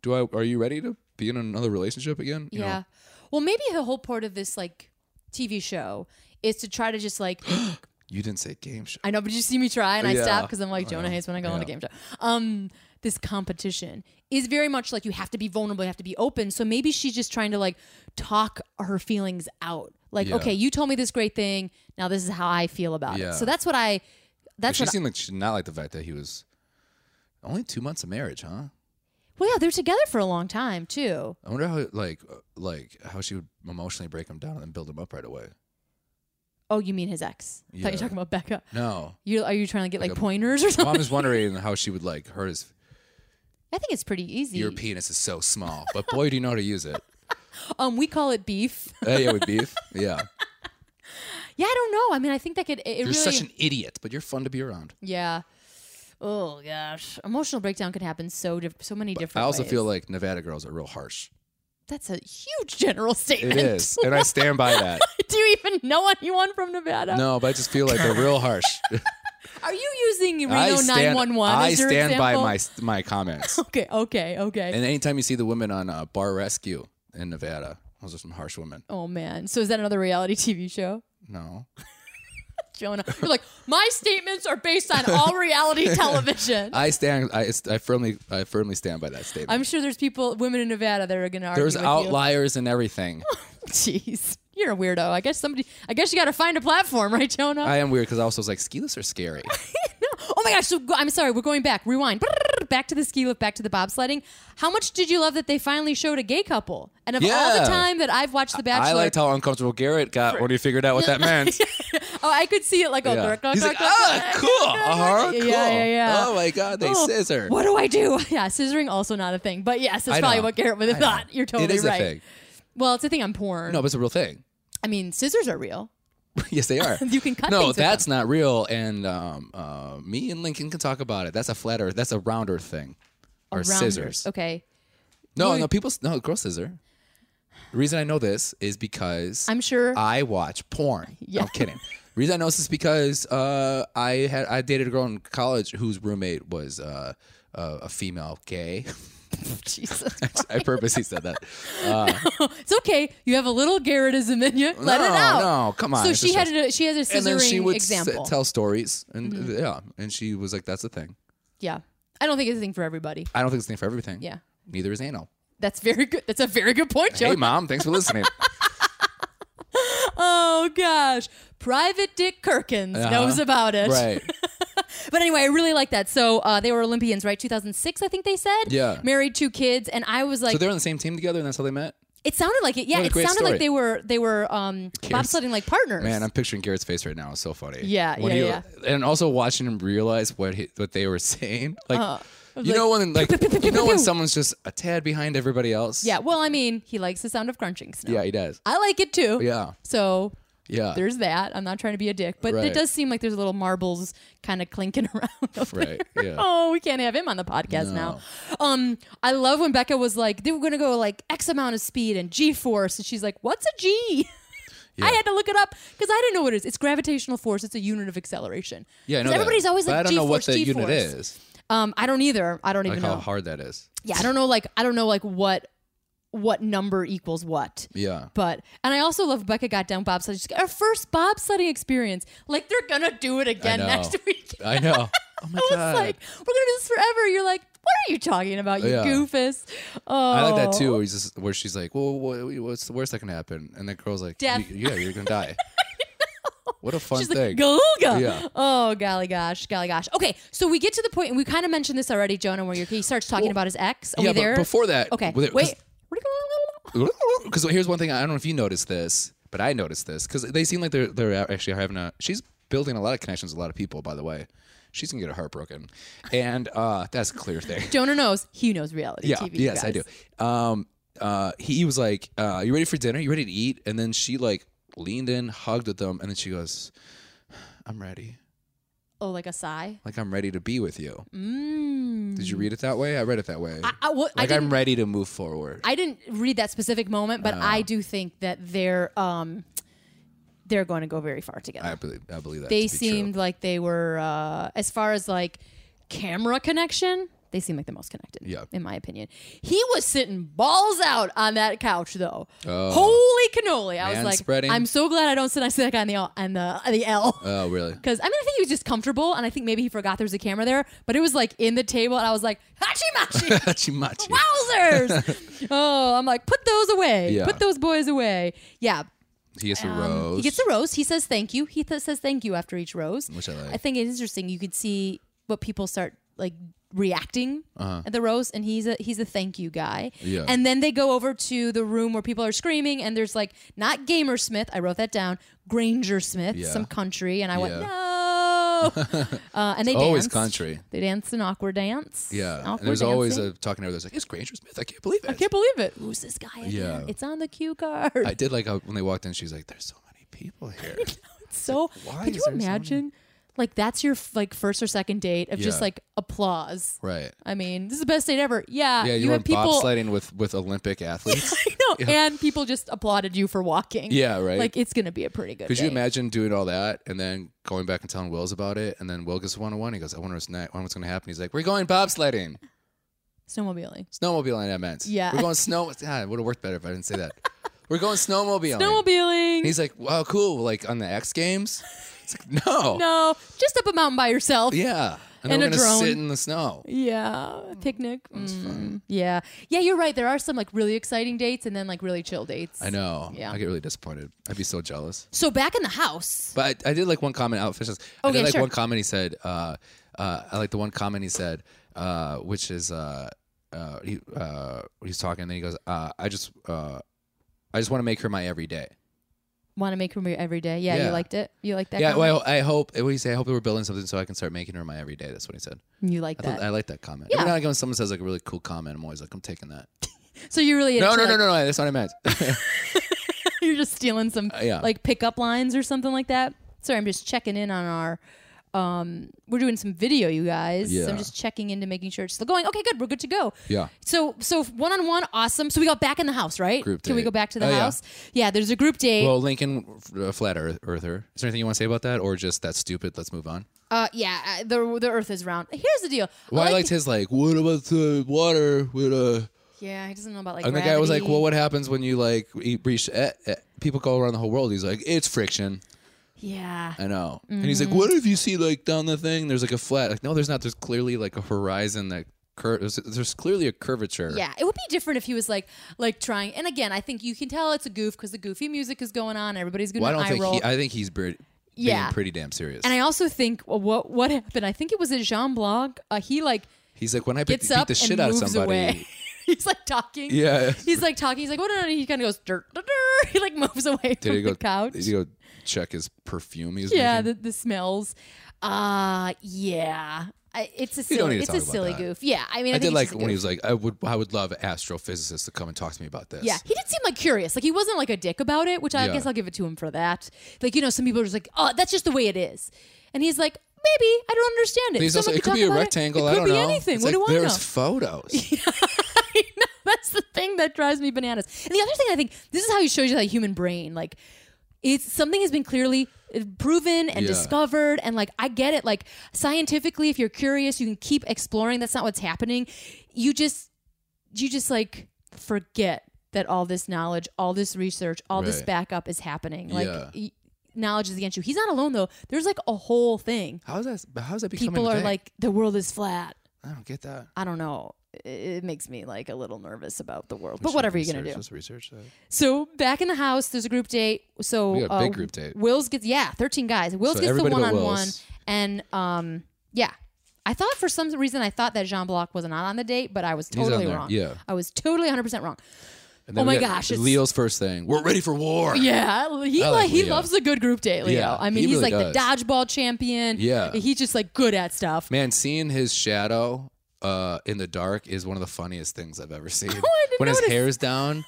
Speaker 2: Do I? Are you ready to be in another relationship again? You know?
Speaker 1: Yeah. Well, maybe the whole part of this like TV show is to try to just like
Speaker 2: You didn't say game show.
Speaker 1: I know, but you see me try and I
Speaker 2: Yeah.
Speaker 1: stop because I'm like Jonah hates when I go on a game show. Um, this competition is very much like you have to be vulnerable, you have to be open. So maybe she's just trying to like talk her feelings out. Like,
Speaker 2: Yeah.
Speaker 1: okay, you told me this great thing. Now this is how I feel about
Speaker 2: Yeah.
Speaker 1: it. So that's what I.
Speaker 2: But
Speaker 1: That's
Speaker 2: she
Speaker 1: what. I,
Speaker 2: seemed like she did not like the fact that he was only two months of marriage, huh?
Speaker 1: well, yeah, they're together for a long time too.
Speaker 2: I wonder how like uh, like how she would emotionally break him down and then build him up right away.
Speaker 1: Oh, you mean his ex? I thought you
Speaker 2: Yeah.
Speaker 1: were talking about Becca.
Speaker 2: No,
Speaker 1: You are you trying to get like,
Speaker 2: a-
Speaker 1: pointers or
Speaker 2: well, I'm
Speaker 1: something?
Speaker 2: just wondering how she would like hurt his.
Speaker 1: I think it's pretty easy.
Speaker 2: Your penis is so small, but boy, do you know how to use it.
Speaker 1: Um, we call it beef.
Speaker 2: Uh, yeah, with beef. Yeah,
Speaker 1: yeah, I don't know. I mean, I think that could. It, it
Speaker 2: you're
Speaker 1: really,
Speaker 2: such an idiot, but you're fun to be around.
Speaker 1: Yeah. Oh gosh, emotional breakdown can happen so diff- so many different.
Speaker 2: I also
Speaker 1: ways.
Speaker 2: feel like Nevada girls are real harsh.
Speaker 1: that's a huge general
Speaker 2: It
Speaker 1: statement.
Speaker 2: is, and I stand by that.
Speaker 1: Do you even know anyone from Nevada?
Speaker 2: No, but I just feel like they're real harsh.
Speaker 1: Are you using
Speaker 2: I
Speaker 1: Reno oh nine
Speaker 2: stand.
Speaker 1: one one?
Speaker 2: I stand by my my comments.
Speaker 1: Okay, okay, okay.
Speaker 2: And anytime you see the women on uh, Bar Rescue in Nevada, those are some harsh women.
Speaker 1: oh man, so is that another reality TV show?
Speaker 2: No.
Speaker 1: Jonah, you're like my statements are based on all reality television.
Speaker 2: I stand. I, I firmly. I firmly stand by that statement.
Speaker 1: I'm sure there's people, women in Nevada, that are going to argue.
Speaker 2: There's
Speaker 1: with
Speaker 2: outliers and everything.
Speaker 1: You. Jeez, you're a weirdo. I guess somebody. I guess you got to find a platform, right, Jonah?
Speaker 2: I am weird because I also was like, ski lifts are scary.
Speaker 1: Oh my gosh! So go- I'm sorry. We're going back. Rewind. Brrr, Back to the ski lift. Back to the bobsledding. How much did you love that they finally showed a gay couple? And of all
Speaker 2: Yeah.
Speaker 1: the time that I've watched The Bachelor,
Speaker 2: I liked how uncomfortable Garrett got when he figured out what that meant.
Speaker 1: oh, I could see it like oh,
Speaker 2: Yeah.
Speaker 1: dark, dark,
Speaker 2: He's
Speaker 1: dark,
Speaker 2: like,
Speaker 1: dark,
Speaker 2: ah,
Speaker 1: dark.
Speaker 2: cool, uh-huh,
Speaker 1: Yeah,
Speaker 2: cool.
Speaker 1: yeah, yeah.
Speaker 2: Oh my God, they
Speaker 1: Oh,
Speaker 2: scissor.
Speaker 1: What do I do? Yeah, scissoring also not a thing, but yes, that's
Speaker 2: I
Speaker 1: probably
Speaker 2: know.
Speaker 1: what Garrett would have
Speaker 2: I know.
Speaker 1: thought. You're totally
Speaker 2: It is
Speaker 1: right.
Speaker 2: a thing.
Speaker 1: Well, it's a thing on porn.
Speaker 2: No, but it's a real thing.
Speaker 1: I mean, scissors are real.
Speaker 2: yes, they are.
Speaker 1: You can cut
Speaker 2: No,
Speaker 1: things with
Speaker 2: that's not real. And um, uh, me and Lincoln can talk about it. That's a flat Earth. That's a round Earth thing, or
Speaker 1: Rounders.
Speaker 2: scissors.
Speaker 1: Okay.
Speaker 2: No,
Speaker 1: Lori-
Speaker 2: no, people. No, girl scissor. The reason I know this is because
Speaker 1: I'm sure-
Speaker 2: I watch porn.
Speaker 1: Yeah.
Speaker 2: No, I'm kidding. The reason I know this is because uh, I had I dated a girl in college whose roommate was uh, uh, a female gay.
Speaker 1: Jesus.
Speaker 2: I purposely said that.
Speaker 1: It's okay. You have a little Garrettism in you. Let it
Speaker 2: No,
Speaker 1: out.
Speaker 2: no, come on.
Speaker 1: So
Speaker 2: It's
Speaker 1: she
Speaker 2: just
Speaker 1: had
Speaker 2: us.
Speaker 1: a, she has a scissoring
Speaker 2: And then she would s-
Speaker 1: example. Mm-hmm.
Speaker 2: tell stories, and yeah, and she was like, "That's a thing."
Speaker 1: yeah. I don't think it's a thing for everybody.
Speaker 2: I don't think it's a thing for everything.
Speaker 1: Yeah.
Speaker 2: Neither is anal.
Speaker 1: That's very good. That's a very good point, Joe.
Speaker 2: Hey, mom, thanks for listening.
Speaker 1: Oh gosh, Private Dick Kirkins knows about it.
Speaker 2: Uh-huh. right.
Speaker 1: But anyway, I really like that. So uh, they were Olympians, right? 2006, I think they said.
Speaker 2: Yeah.
Speaker 1: Married two kids, and I was like,
Speaker 2: So they're on the same team together, and that's how they met.
Speaker 1: it sounded like it. Yeah,
Speaker 2: What a
Speaker 1: it
Speaker 2: great
Speaker 1: sounded
Speaker 2: story.
Speaker 1: like they were they were um,
Speaker 2: Cares.
Speaker 1: bobsledding like partners.
Speaker 2: Man, I'm picturing Garrett's face right now. It's so funny.
Speaker 1: Yeah,
Speaker 2: When
Speaker 1: yeah,
Speaker 2: he- And also watching him realize what he, what they were saying. Like, you
Speaker 1: Uh, like,
Speaker 2: know when like
Speaker 1: pew, pew, pew,
Speaker 2: you know
Speaker 1: pew,
Speaker 2: when
Speaker 1: pew.
Speaker 2: someone's just a tad behind everybody else.
Speaker 1: yeah. Well, I mean, he likes the sound of crunching snow.
Speaker 2: Yeah, he does.
Speaker 1: I like it too.
Speaker 2: Yeah.
Speaker 1: So
Speaker 2: Yeah.
Speaker 1: there's that. I'm not trying to be a dick, but
Speaker 2: Right.
Speaker 1: it does seem like there's little marbles kind of clinking around. over
Speaker 2: Right,
Speaker 1: there.
Speaker 2: yeah.
Speaker 1: Oh, we can't have him on the podcast now. Um, I love when Becca was like, they were going to go like X amount of speed and G force, and she's like, "What's a G?" I
Speaker 2: Yeah.
Speaker 1: had to look it up because I didn't know what it is. It's gravitational force. It's a unit of acceleration.
Speaker 2: yeah, I
Speaker 1: 'Cause
Speaker 2: know that.
Speaker 1: Everybody's always
Speaker 2: But
Speaker 1: like,
Speaker 2: I don't know what
Speaker 1: G-force,
Speaker 2: the
Speaker 1: G-force.
Speaker 2: unit is.
Speaker 1: Um, I don't either. I don't
Speaker 2: Like
Speaker 1: even
Speaker 2: how
Speaker 1: know.
Speaker 2: hard that is.
Speaker 1: Yeah, I don't know. Like I don't know. Like what what number equals what.
Speaker 2: Yeah.
Speaker 1: But and I also love Becca got down bobsledding. She's like, our first bobsledding experience. Like they're gonna do it again
Speaker 2: know.
Speaker 1: next week.
Speaker 2: I know. Oh my
Speaker 1: I was
Speaker 2: god.
Speaker 1: like, we're gonna do this forever. You're like, what are you talking about, you
Speaker 2: Yeah.
Speaker 1: goofus? Oh,
Speaker 2: I like that too. Where, he's just, where she's like, "Well, what, what's the worst that can happen?" And the girl's like,
Speaker 1: Death.
Speaker 2: "You- "Yeah, you're gonna die." what a fun
Speaker 1: She's like,
Speaker 2: thing.
Speaker 1: Galuga.
Speaker 2: Yeah.
Speaker 1: Oh, golly gosh, golly gosh. Okay, so we get to the point, and we kind of mentioned this already, Jonah, where you're, he starts talking about his ex. Are
Speaker 2: yeah,
Speaker 1: we there?
Speaker 2: but before that,
Speaker 1: okay,
Speaker 2: with it- 'cause-
Speaker 1: wait.
Speaker 2: because here's one thing I don't know if you noticed this, but I noticed this because they seem like they're they're actually having a. She's building a lot of connections with a lot of people. By the way, she's gonna get her heart broken, and uh, that's a clear thing.
Speaker 1: Jonah knows. He knows reality
Speaker 2: yeah,
Speaker 1: TV. you
Speaker 2: yes, I do.
Speaker 1: guys.
Speaker 2: Um, uh, he was like, uh, "You ready for dinner? You ready to eat?" And then she like leaned in, hugged with them, and then she goes, "I'm ready."
Speaker 1: Oh, like a sigh.
Speaker 2: Like I'm ready to be with you. Did you read it that way? I read it that way.
Speaker 1: Mm. I, I, well, I
Speaker 2: like
Speaker 1: didn't
Speaker 2: I'm ready to move forward.
Speaker 1: I didn't read that specific moment, but
Speaker 2: Ah.
Speaker 1: I do think that they're um, they're going to go very far together.
Speaker 2: I believe. I believe that.
Speaker 1: they
Speaker 2: to be true.
Speaker 1: seemed like they were uh, as far as like camera connection. They seem like the most connected,
Speaker 2: Yeah.
Speaker 1: in my opinion. He was sitting balls out on that couch, though. Holy cannoli! I was
Speaker 2: Man
Speaker 1: like,
Speaker 2: Oh. spreading.
Speaker 1: I'm so glad I don't sit next to that guy on the L, on the, on the L.
Speaker 2: Oh, really?
Speaker 1: Because I mean, I think he was just comfortable, and I think maybe he forgot there was a camera there. But it was like in the table, and I was like, hachi machi.
Speaker 2: Hachimachi.
Speaker 1: Wowzers! oh, I'm like, put those away.
Speaker 2: Yeah.
Speaker 1: Put those boys away. Yeah.
Speaker 2: He gets a rose.
Speaker 1: um, He gets a rose. He says thank you. He th- says thank you after each rose.
Speaker 2: Which I like.
Speaker 1: think it's interesting. You could see what people start like reacting at the rose, and he's a he's a thank you guy.
Speaker 2: Uh-huh. Yeah.
Speaker 1: And then they go over to the room where people are screaming, and there's like not Gamersmith. I wrote that down. Granger Smith,
Speaker 2: Yeah.
Speaker 1: some country, and I went
Speaker 2: Yeah.
Speaker 1: no. uh, and they
Speaker 2: Always
Speaker 1: danced.
Speaker 2: country.
Speaker 1: They danced an awkward dance.
Speaker 2: Yeah.
Speaker 1: Awkward
Speaker 2: and there's always
Speaker 1: dancing.
Speaker 2: a talking over. There's like, it's Granger Smith. I can't believe it. I,
Speaker 1: Can't believe it. Who's this guy again?
Speaker 2: Yeah.
Speaker 1: It's on the cue card.
Speaker 2: did like how when they walked in. She's like, there's so many people here.
Speaker 1: so
Speaker 2: why
Speaker 1: can
Speaker 2: is
Speaker 1: you
Speaker 2: there so
Speaker 1: imagine like that's your f- like first or second date of just
Speaker 2: Yeah.
Speaker 1: like applause.
Speaker 2: right.
Speaker 1: I mean, this is the best date ever. Yeah.
Speaker 2: Yeah, you,
Speaker 1: Uh, you
Speaker 2: were
Speaker 1: have people
Speaker 2: bobsledding with with Olympic athletes.
Speaker 1: I know, and people just applauded you for walking.
Speaker 2: Yeah, right.
Speaker 1: Like it's gonna be a pretty good
Speaker 2: Could you
Speaker 1: day.
Speaker 2: imagine doing all that and then going back and telling Will's about it? And then Will gets one on one. He goes, I wonder what's next. I wonder what's going to happen. He's like, We're going bobsledding,
Speaker 1: snowmobiling.
Speaker 2: snowmobiling. I meant.
Speaker 1: Yeah.
Speaker 2: We're going snow. God, it would have worked better if I didn't say that. We're going snowmobiling.
Speaker 1: Snowmobiling.
Speaker 2: And he's like, Wow, cool. Like on the X Games. It's like, No.
Speaker 1: no, just up a mountain by yourself.
Speaker 2: Yeah. And,
Speaker 1: And
Speaker 2: then
Speaker 1: a
Speaker 2: we're gonna
Speaker 1: drone.
Speaker 2: sit in the snow.
Speaker 1: Yeah, picnic. Mm. Yeah, yeah, you're right. There are some like really exciting dates, and then like really chill dates.
Speaker 2: I know.
Speaker 1: Yeah.
Speaker 2: I get really disappointed. I'd be so jealous.
Speaker 1: So back in the house,
Speaker 2: But I, I did like one comment out. Fish. I
Speaker 1: Okay,
Speaker 2: did like
Speaker 1: sure.
Speaker 2: one comment he said. Uh, uh, I like the one comment he said, uh, which is uh, uh, he, uh, he's talking. And then he goes, uh, "I just, uh, I just want to make her my everyday."
Speaker 1: want to make room every day. Yeah, you
Speaker 2: Yeah.
Speaker 1: liked it. You liked that.
Speaker 2: Yeah.
Speaker 1: comment?
Speaker 2: Well, I hope. What do you say? I hope that we're building something so I can start making her my everyday. That's what he said.
Speaker 1: you like
Speaker 2: I,
Speaker 1: that.
Speaker 2: thought, I like that comment.
Speaker 1: Yeah.
Speaker 2: Every now and again, when someone says like a really cool comment, I'm always like, "I'm taking that."
Speaker 1: So you really
Speaker 2: No,
Speaker 1: into,
Speaker 2: no,
Speaker 1: like,
Speaker 2: no, no, no. That's not what I meant.
Speaker 1: You're just stealing some
Speaker 2: Uh, yeah.
Speaker 1: like pickup lines or something like that. Sorry, I'm just checking in on our. Um, we're doing some video, you guys. So
Speaker 2: Yeah.
Speaker 1: I'm just checking into making sure it's still going. Okay, good. We're good to go.
Speaker 2: Yeah.
Speaker 1: So so one on one, awesome. So we got back in the house, right?
Speaker 2: Group
Speaker 1: Can we
Speaker 2: date.
Speaker 1: go back to the
Speaker 2: Oh, yeah.
Speaker 1: house? Yeah. There's a group date.
Speaker 2: Well, Lincoln, uh, flat earth- earther. Is there anything you want to say about that, or just that's stupid? Let's move on.
Speaker 1: uh, yeah. uh, The the Earth is round. Here's the deal.
Speaker 2: Well, I,
Speaker 1: like
Speaker 2: liked his like, what about the water? With uh,
Speaker 1: Yeah, he doesn't know about like.
Speaker 2: and the
Speaker 1: gravity.
Speaker 2: guy was like, well, what happens when you like e- reach? Eh, eh, people go around the whole world. He's like, it's friction.
Speaker 1: Yeah.
Speaker 2: I know. And he's
Speaker 1: Mm-hmm.
Speaker 2: like, what if you see like down the thing? There's like a flat. Like, no, there's not. There's clearly like a horizon that cur- there's, there's clearly a curvature.
Speaker 1: Yeah, it would be different if he was like, like trying. And again, I think you can tell it's a goof because the goofy music is going on. Everybody's going
Speaker 2: Well, I don't
Speaker 1: eye
Speaker 2: think
Speaker 1: roll.
Speaker 2: he. I think he's br-
Speaker 1: Yeah.
Speaker 2: being pretty damn serious.
Speaker 1: and I also think well, what what happened. I think it was at Jean Blanc. Uh, he like
Speaker 2: he's like, when I beat,
Speaker 1: gets
Speaker 2: beat
Speaker 1: up
Speaker 2: the shit
Speaker 1: and
Speaker 2: out of
Speaker 1: moves
Speaker 2: somebody.
Speaker 1: away. he's like talking.
Speaker 2: Yeah.
Speaker 1: He's like talking. He's like, what? And he kind of goes, dirt, dirt, dirt. He like moves away
Speaker 2: Did
Speaker 1: from
Speaker 2: he go?
Speaker 1: the couch.
Speaker 2: Did he go check his perfume? He's
Speaker 1: yeah,
Speaker 2: making?
Speaker 1: the, the smells. Uh yeah. I, it's a
Speaker 2: don't
Speaker 1: silly,
Speaker 2: need to
Speaker 1: it's
Speaker 2: talk
Speaker 1: a
Speaker 2: about
Speaker 1: silly
Speaker 2: that.
Speaker 1: goof. Yeah, I mean, I,
Speaker 2: I,
Speaker 1: think
Speaker 2: did
Speaker 1: it's
Speaker 2: like
Speaker 1: just a
Speaker 2: when
Speaker 1: goof.
Speaker 2: he was like, I would, I would love astrophysicists to come and talk to me about this.
Speaker 1: Yeah, he did seem like curious. Like he wasn't like a dick about it, which I
Speaker 2: Yeah.
Speaker 1: guess I'll give it to him for that. Like you know, some people are just like, "Oh, that's just the way it is," and he's like, "Maybe I don't understand it."
Speaker 2: But he's
Speaker 1: Someone
Speaker 2: also, it
Speaker 1: could
Speaker 2: could be
Speaker 1: talk
Speaker 2: a
Speaker 1: about
Speaker 2: rectangle.
Speaker 1: It,
Speaker 2: I
Speaker 1: could
Speaker 2: don't
Speaker 1: be
Speaker 2: know.
Speaker 1: anything.
Speaker 2: It's
Speaker 1: what
Speaker 2: like,
Speaker 1: do I
Speaker 2: there's
Speaker 1: know?
Speaker 2: photos.
Speaker 1: I know that's the thing that drives me bananas. And the other thing I think this is how he shows you the human brain. Like it's something has been clearly uh, proven and
Speaker 2: Yeah.
Speaker 1: discovered and like I get it like scientifically if you're curious you can keep exploring that's not what's happening. You just you just like forget that all this knowledge, all this research, all this
Speaker 2: Right.
Speaker 1: backup is happening. Like
Speaker 2: Yeah.
Speaker 1: y- knowledge is against you. He's not alone though. There's like a whole thing.
Speaker 2: How's that? How's that becoming?
Speaker 1: People
Speaker 2: a
Speaker 1: are
Speaker 2: thing?
Speaker 1: like the world is flat.
Speaker 2: I don't get that.
Speaker 1: I don't know. It- It makes me like a little nervous about the world. But whatever you're gonna do.
Speaker 2: Just research that.
Speaker 1: So back in the house, there's a group date. So um,
Speaker 2: We got a big group date.
Speaker 1: Will's gets yeah, 13 guys. Will's
Speaker 2: So
Speaker 1: gets the
Speaker 2: everybody
Speaker 1: one
Speaker 2: but
Speaker 1: on one,
Speaker 2: Will's.
Speaker 1: and um yeah. I thought for some reason I thought that Jean Block was not on the date, but I was
Speaker 2: on
Speaker 1: totally
Speaker 2: there,
Speaker 1: wrong.
Speaker 2: yeah.
Speaker 1: I was totally 100 percent wrong.
Speaker 2: And then
Speaker 1: Oh
Speaker 2: we
Speaker 1: my
Speaker 2: got
Speaker 1: gosh, it's-
Speaker 2: Leo's first thing. We're ready for war.
Speaker 1: Yeah, he
Speaker 2: I
Speaker 1: like,
Speaker 2: like
Speaker 1: he
Speaker 2: Leo.
Speaker 1: loves a good group date, Leo.
Speaker 2: Yeah,
Speaker 1: I mean,
Speaker 2: he
Speaker 1: he's
Speaker 2: really
Speaker 1: like
Speaker 2: does.
Speaker 1: the dodgeball champion.
Speaker 2: Yeah.
Speaker 1: he's just like good at stuff.
Speaker 2: Man, seeing his shadow uh, in the dark is one of the funniest things I've ever seen.
Speaker 1: Oh, didn't
Speaker 2: when
Speaker 1: notice.
Speaker 2: his hair is down,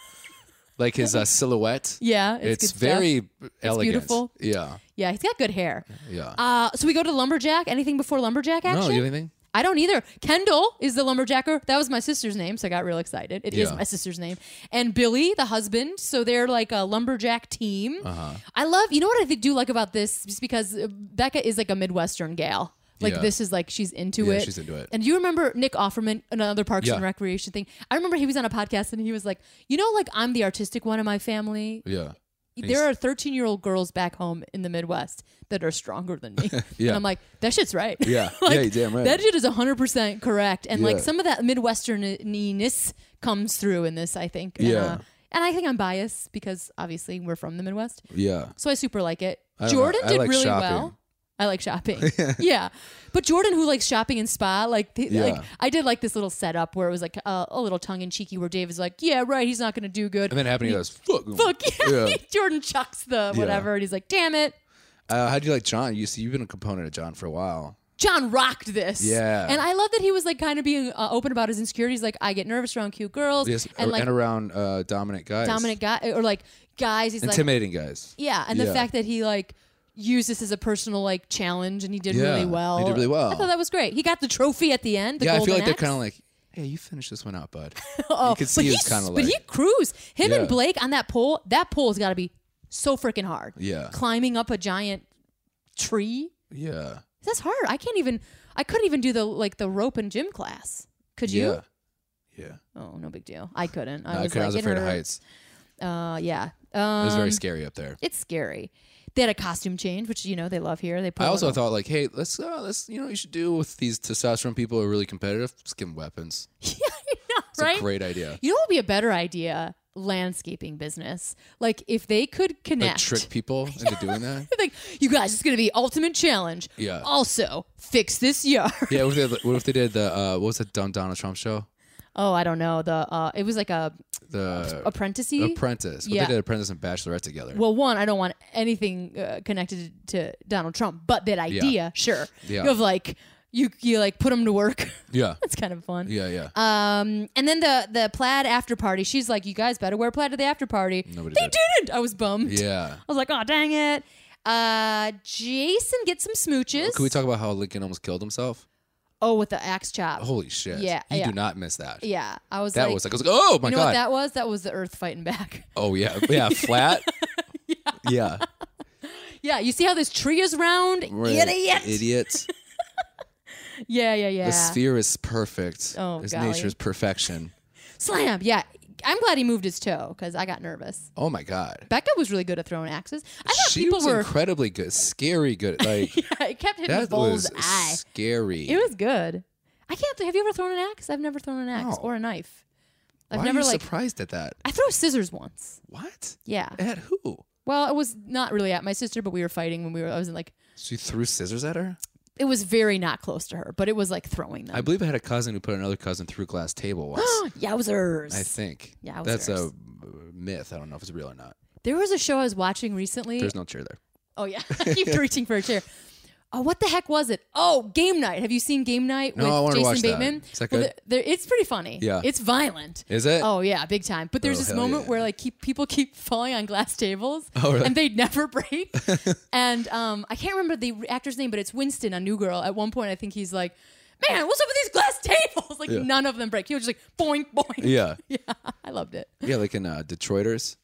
Speaker 2: like his uh, silhouette.
Speaker 1: Yeah, it's,
Speaker 2: It's,
Speaker 1: good stuff.
Speaker 2: very elegant.
Speaker 1: beautiful.
Speaker 2: Yeah,
Speaker 1: Yeah, he's got good hair.
Speaker 2: yeah.
Speaker 1: Uh, so we go to lumberjack. Anything before lumberjack action?
Speaker 2: no, you have anything?
Speaker 1: I don't either. Kendall is the lumberjacker. That was my sister's name, so I got real excited. It is
Speaker 2: Yeah.
Speaker 1: my sister's name. And Billy, the husband. So they're like a lumberjack team.
Speaker 2: Uh-huh.
Speaker 1: I love, you know what I do like about this? Just because uh, Becca is like a Midwestern gal. Like
Speaker 2: Yeah.
Speaker 1: this is like she's into
Speaker 2: Yeah,
Speaker 1: it.
Speaker 2: she's into it.
Speaker 1: And you remember Nick Offerman, another Parks and
Speaker 2: Yeah.
Speaker 1: Recreation thing. I remember he was on a podcast and he was like, you know, like I'm the artistic one in my family.
Speaker 2: Yeah.
Speaker 1: There are 13 year old girls back home in the Midwest that are stronger than me.
Speaker 2: Yeah.
Speaker 1: And I'm like, that shit's right.
Speaker 2: Yeah.
Speaker 1: like,
Speaker 2: Yeah, you're damn right.
Speaker 1: That shit is 100% correct. And like
Speaker 2: Yeah.
Speaker 1: some of that Midwesternness comes through in this, I think. And,
Speaker 2: Yeah.
Speaker 1: uh, and I think I'm biased because obviously we're from the Midwest.
Speaker 2: Yeah.
Speaker 1: So I super like it.
Speaker 2: don't
Speaker 1: Jordan
Speaker 2: know. I
Speaker 1: did
Speaker 2: like
Speaker 1: really
Speaker 2: shopping.
Speaker 1: well. I like shopping. yeah. But Jordan, who likes shopping and spa, like, th-
Speaker 2: Yeah.
Speaker 1: like I did like this little setup where it was like uh, a little tongue in cheeky where Dave is like, yeah, right, he's not going to do good.
Speaker 2: And then happening goes, fuck. 'em."
Speaker 1: Fuck yeah.
Speaker 2: Yeah.
Speaker 1: Jordan chucks the whatever, and he's like, damn it.
Speaker 2: Uh, how do you like John? You see, you've been a component of John for a while.
Speaker 1: John rocked this.
Speaker 2: Yeah.
Speaker 1: And I love that he was like kind of being uh, open about his insecurities. Like, I get nervous around cute girls.
Speaker 2: Yes, er,
Speaker 1: and
Speaker 2: and,
Speaker 1: like
Speaker 2: around uh, dominant guys,
Speaker 1: dominant guy or like guys. He's like,
Speaker 2: intimidating guys.
Speaker 1: yeah. And the
Speaker 2: Yeah.
Speaker 1: fact that he like used this as a personal like challenge and he did
Speaker 2: Yeah,
Speaker 1: really
Speaker 2: he
Speaker 1: well.
Speaker 2: did really well.
Speaker 1: I thought that was great. He got the trophy at the end. The
Speaker 2: yeah, I feel
Speaker 1: golden
Speaker 2: like they're
Speaker 1: axe.
Speaker 2: kind of like, hey, you finish this one out, bud.
Speaker 1: Oh,
Speaker 2: you could see
Speaker 1: but
Speaker 2: it's
Speaker 1: he-
Speaker 2: kind of
Speaker 1: But
Speaker 2: like,
Speaker 1: he cruised. Him
Speaker 2: Yeah.
Speaker 1: and Blake on that pole. That pole's got to be so freaking hard.
Speaker 2: Yeah.
Speaker 1: Climbing up a giant tree.
Speaker 2: yeah,
Speaker 1: That's hard. I can't even. I couldn't even do the like the rope in gym class. Could you?
Speaker 2: yeah, yeah.
Speaker 1: Oh, no big deal. I couldn't. I
Speaker 2: I,
Speaker 1: was
Speaker 2: couldn't- I
Speaker 1: like,
Speaker 2: was
Speaker 1: it
Speaker 2: afraid of
Speaker 1: hurt.
Speaker 2: heights.
Speaker 1: Uh, yeah.
Speaker 2: It was
Speaker 1: Um,
Speaker 2: very scary up there.
Speaker 1: it's scary. They had a costume change, which you know they love here. They put
Speaker 2: I
Speaker 1: a
Speaker 2: also
Speaker 1: little-
Speaker 2: thought like, hey, let's uh, let's you know what you should do with these testosterone people who are really competitive. Just give them weapons. It's
Speaker 1: right.
Speaker 2: a great idea.
Speaker 1: you know what would be a better idea? Landscaping business. Like if they could
Speaker 2: Like
Speaker 1: connect.
Speaker 2: trick people into doing that.
Speaker 1: like you guys, it's gonna be ultimate challenge.
Speaker 2: Yeah.
Speaker 1: Also, fix this yard.
Speaker 2: Yeah, what if they, what if they did the uh, what was that dumb Donald Trump show?
Speaker 1: Oh, I don't know. The uh, it was like a
Speaker 2: The
Speaker 1: apprentice.
Speaker 2: Apprentice. What
Speaker 1: Yeah.
Speaker 2: they did Apprentice and Bachelorette together.
Speaker 1: Well, one, I don't want anything uh, connected to Donald Trump, but that idea, sure,
Speaker 2: Yeah.
Speaker 1: of like you you like put them to work.
Speaker 2: Yeah.
Speaker 1: That's kind of fun.
Speaker 2: Yeah, yeah.
Speaker 1: Um, and then the the plaid after party. She's like, "You guys better wear plaid to the after party."
Speaker 2: Nobody
Speaker 1: they
Speaker 2: did.
Speaker 1: not I was bummed.
Speaker 2: yeah.
Speaker 1: I was like, "Oh dang it." Uh, Jason gets some smooches.
Speaker 2: Can we talk about how Lincoln almost killed himself?
Speaker 1: Oh, with the axe chop.
Speaker 2: Holy shit.
Speaker 1: Yeah,
Speaker 2: You
Speaker 1: yeah.
Speaker 2: do not miss that.
Speaker 1: yeah, I was
Speaker 2: That
Speaker 1: like,
Speaker 2: was like, I was like, oh my
Speaker 1: you know what
Speaker 2: God.
Speaker 1: that was? That was the Earth fighting back.
Speaker 2: oh, yeah. Yeah. Flat. yeah.
Speaker 1: yeah, you see how this tree is round,
Speaker 2: Right.
Speaker 1: idiot.
Speaker 2: Idiot.
Speaker 1: Yeah, yeah, yeah.
Speaker 2: The sphere is perfect.
Speaker 1: Oh,
Speaker 2: It's
Speaker 1: golly.
Speaker 2: nature's perfection.
Speaker 1: Slam. Yeah, I'm glad he moved his toe because I got nervous.
Speaker 2: Oh my God.
Speaker 1: Becca was really good at throwing axes. I thought
Speaker 2: She
Speaker 1: people
Speaker 2: was
Speaker 1: were.
Speaker 2: incredibly good. Scary good. Like,
Speaker 1: it kept hitting the
Speaker 2: that
Speaker 1: bull's
Speaker 2: was
Speaker 1: eye.
Speaker 2: scary.
Speaker 1: It was good. I can't. Have you ever thrown an axe? I've never thrown an axe
Speaker 2: No.
Speaker 1: or a knife. I've
Speaker 2: Why
Speaker 1: never
Speaker 2: are you
Speaker 1: like.
Speaker 2: surprised at that?
Speaker 1: I throw scissors once.
Speaker 2: What?
Speaker 1: Yeah.
Speaker 2: At who?
Speaker 1: Well, it was not really at my sister, but we were fighting when we were. I was in like.
Speaker 2: She threw scissors at her?
Speaker 1: It was very not close to her, but it was like throwing them.
Speaker 2: I believe I had a cousin who put another cousin through a glass table once.
Speaker 1: Yowzers!
Speaker 2: I think.
Speaker 1: Yeah, I was
Speaker 2: That's a
Speaker 1: yours.
Speaker 2: uh, myth. I don't know if it's real or not.
Speaker 1: there was a show I was watching recently.
Speaker 2: There's no chair there.
Speaker 1: oh yeah, I keep reaching for a chair. Oh, what the heck was it? Oh, Game Night. Have you seen Game Night
Speaker 2: No,
Speaker 1: with
Speaker 2: I wanna
Speaker 1: Jason
Speaker 2: watch that.
Speaker 1: Bateman?
Speaker 2: Is that
Speaker 1: Well,
Speaker 2: good?
Speaker 1: there- there- it's pretty funny.
Speaker 2: Yeah.
Speaker 1: it's violent.
Speaker 2: Is it?
Speaker 1: Oh yeah, big time. But there's
Speaker 2: Oh,
Speaker 1: this
Speaker 2: hell
Speaker 1: moment
Speaker 2: yeah.
Speaker 1: where like keep, people keep falling on glass tables,
Speaker 2: Oh, really?
Speaker 1: and they never break. and um, I can't remember the actor's name, but it's Winston on New Girl. At one point, I think he's like, "Man, what's up with these glass tables? Like
Speaker 2: Yeah.
Speaker 1: none of them break." He was just like, "Boink, boink."
Speaker 2: Yeah.
Speaker 1: yeah. I loved it.
Speaker 2: Yeah, like in uh, Detroiters.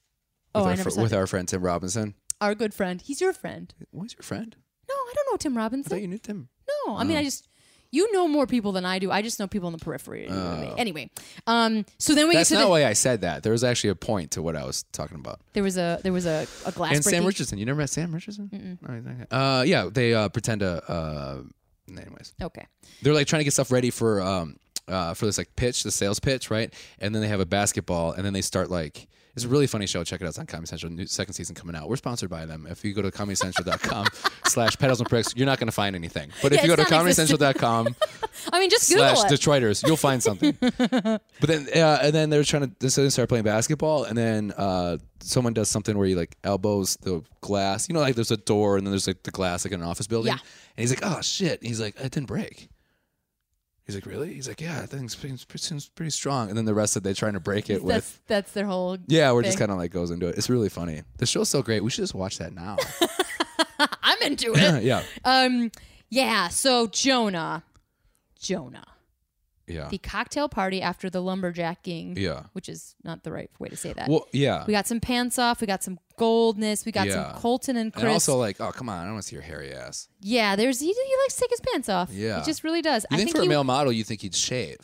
Speaker 1: Oh,
Speaker 2: with
Speaker 1: I
Speaker 2: our,
Speaker 1: never
Speaker 2: fr-
Speaker 1: saw
Speaker 2: with
Speaker 1: it.
Speaker 2: our friend Tim Robinson.
Speaker 1: Our good friend. He's your friend.
Speaker 2: What's your friend?
Speaker 1: No, I don't know Tim
Speaker 2: I thought
Speaker 1: Robinson.
Speaker 2: you knew Tim.
Speaker 1: No, I
Speaker 2: Uh.
Speaker 1: mean, I just. You know more people than I do. I just know people in the periphery. you know what I mean? Anyway, um, so then we
Speaker 2: Uh. That's
Speaker 1: get to
Speaker 2: not
Speaker 1: the,
Speaker 2: why I said that. There was actually a point to what I was talking about.
Speaker 1: there was a there was a, a glass
Speaker 2: and Sam
Speaker 1: breaking-
Speaker 2: Richardson. You never met Sam Richardson? All right, okay. Uh, yeah, they uh, pretend to. Uh, anyways,
Speaker 1: Okay,
Speaker 2: they're like trying to get stuff ready for um uh for this like pitch, the sales pitch, right? And then they have a basketball, and then they start like. It's a really funny show. Check it out. It's on Comedy Central. New second season coming out. We're sponsored by them. If you go to comedycentral.com slash pedals and pricks, you're not going to find anything. But if
Speaker 1: Yeah,
Speaker 2: you go to
Speaker 1: it's non-existent.
Speaker 2: comedycentral.com
Speaker 1: I mean, just Google
Speaker 2: slash
Speaker 1: it.
Speaker 2: Detroiters. You'll find something. but then, uh, and then they're trying to so they start playing basketball, and then uh, someone does something where he like elbows the glass. You know, like there's a door, and then there's like the glass, like in an office building.
Speaker 1: Yeah.
Speaker 2: And he's like, "Oh shit!" And he's like, "It didn't break." He's like, "Really?" He's like, "Yeah, that thing's pretty, seems pretty strong." And then the rest of they're trying to break it with.
Speaker 1: that's that's their whole
Speaker 2: Yeah, we're just
Speaker 1: thing.
Speaker 2: kind of like goes into it. It's really funny. The show's so great. We should just watch that now.
Speaker 1: I'm into it.
Speaker 2: yeah,
Speaker 1: um, yeah. So Jonah, Jonah,
Speaker 2: yeah,
Speaker 1: the cocktail party after the lumberjacking.
Speaker 2: Yeah.
Speaker 1: which is not the right way to say that.
Speaker 2: well, yeah.
Speaker 1: we got some pants off. We got some goldness. We got
Speaker 2: Yeah.
Speaker 1: some Colton and Chris.
Speaker 2: and also, like, oh come on, I don't want to see your hairy ass.
Speaker 1: yeah, there's he, he likes to take his pants off.
Speaker 2: Yeah.
Speaker 1: he just really does. I
Speaker 2: You think,
Speaker 1: think
Speaker 2: for
Speaker 1: he,
Speaker 2: a male model, you think he'd shave?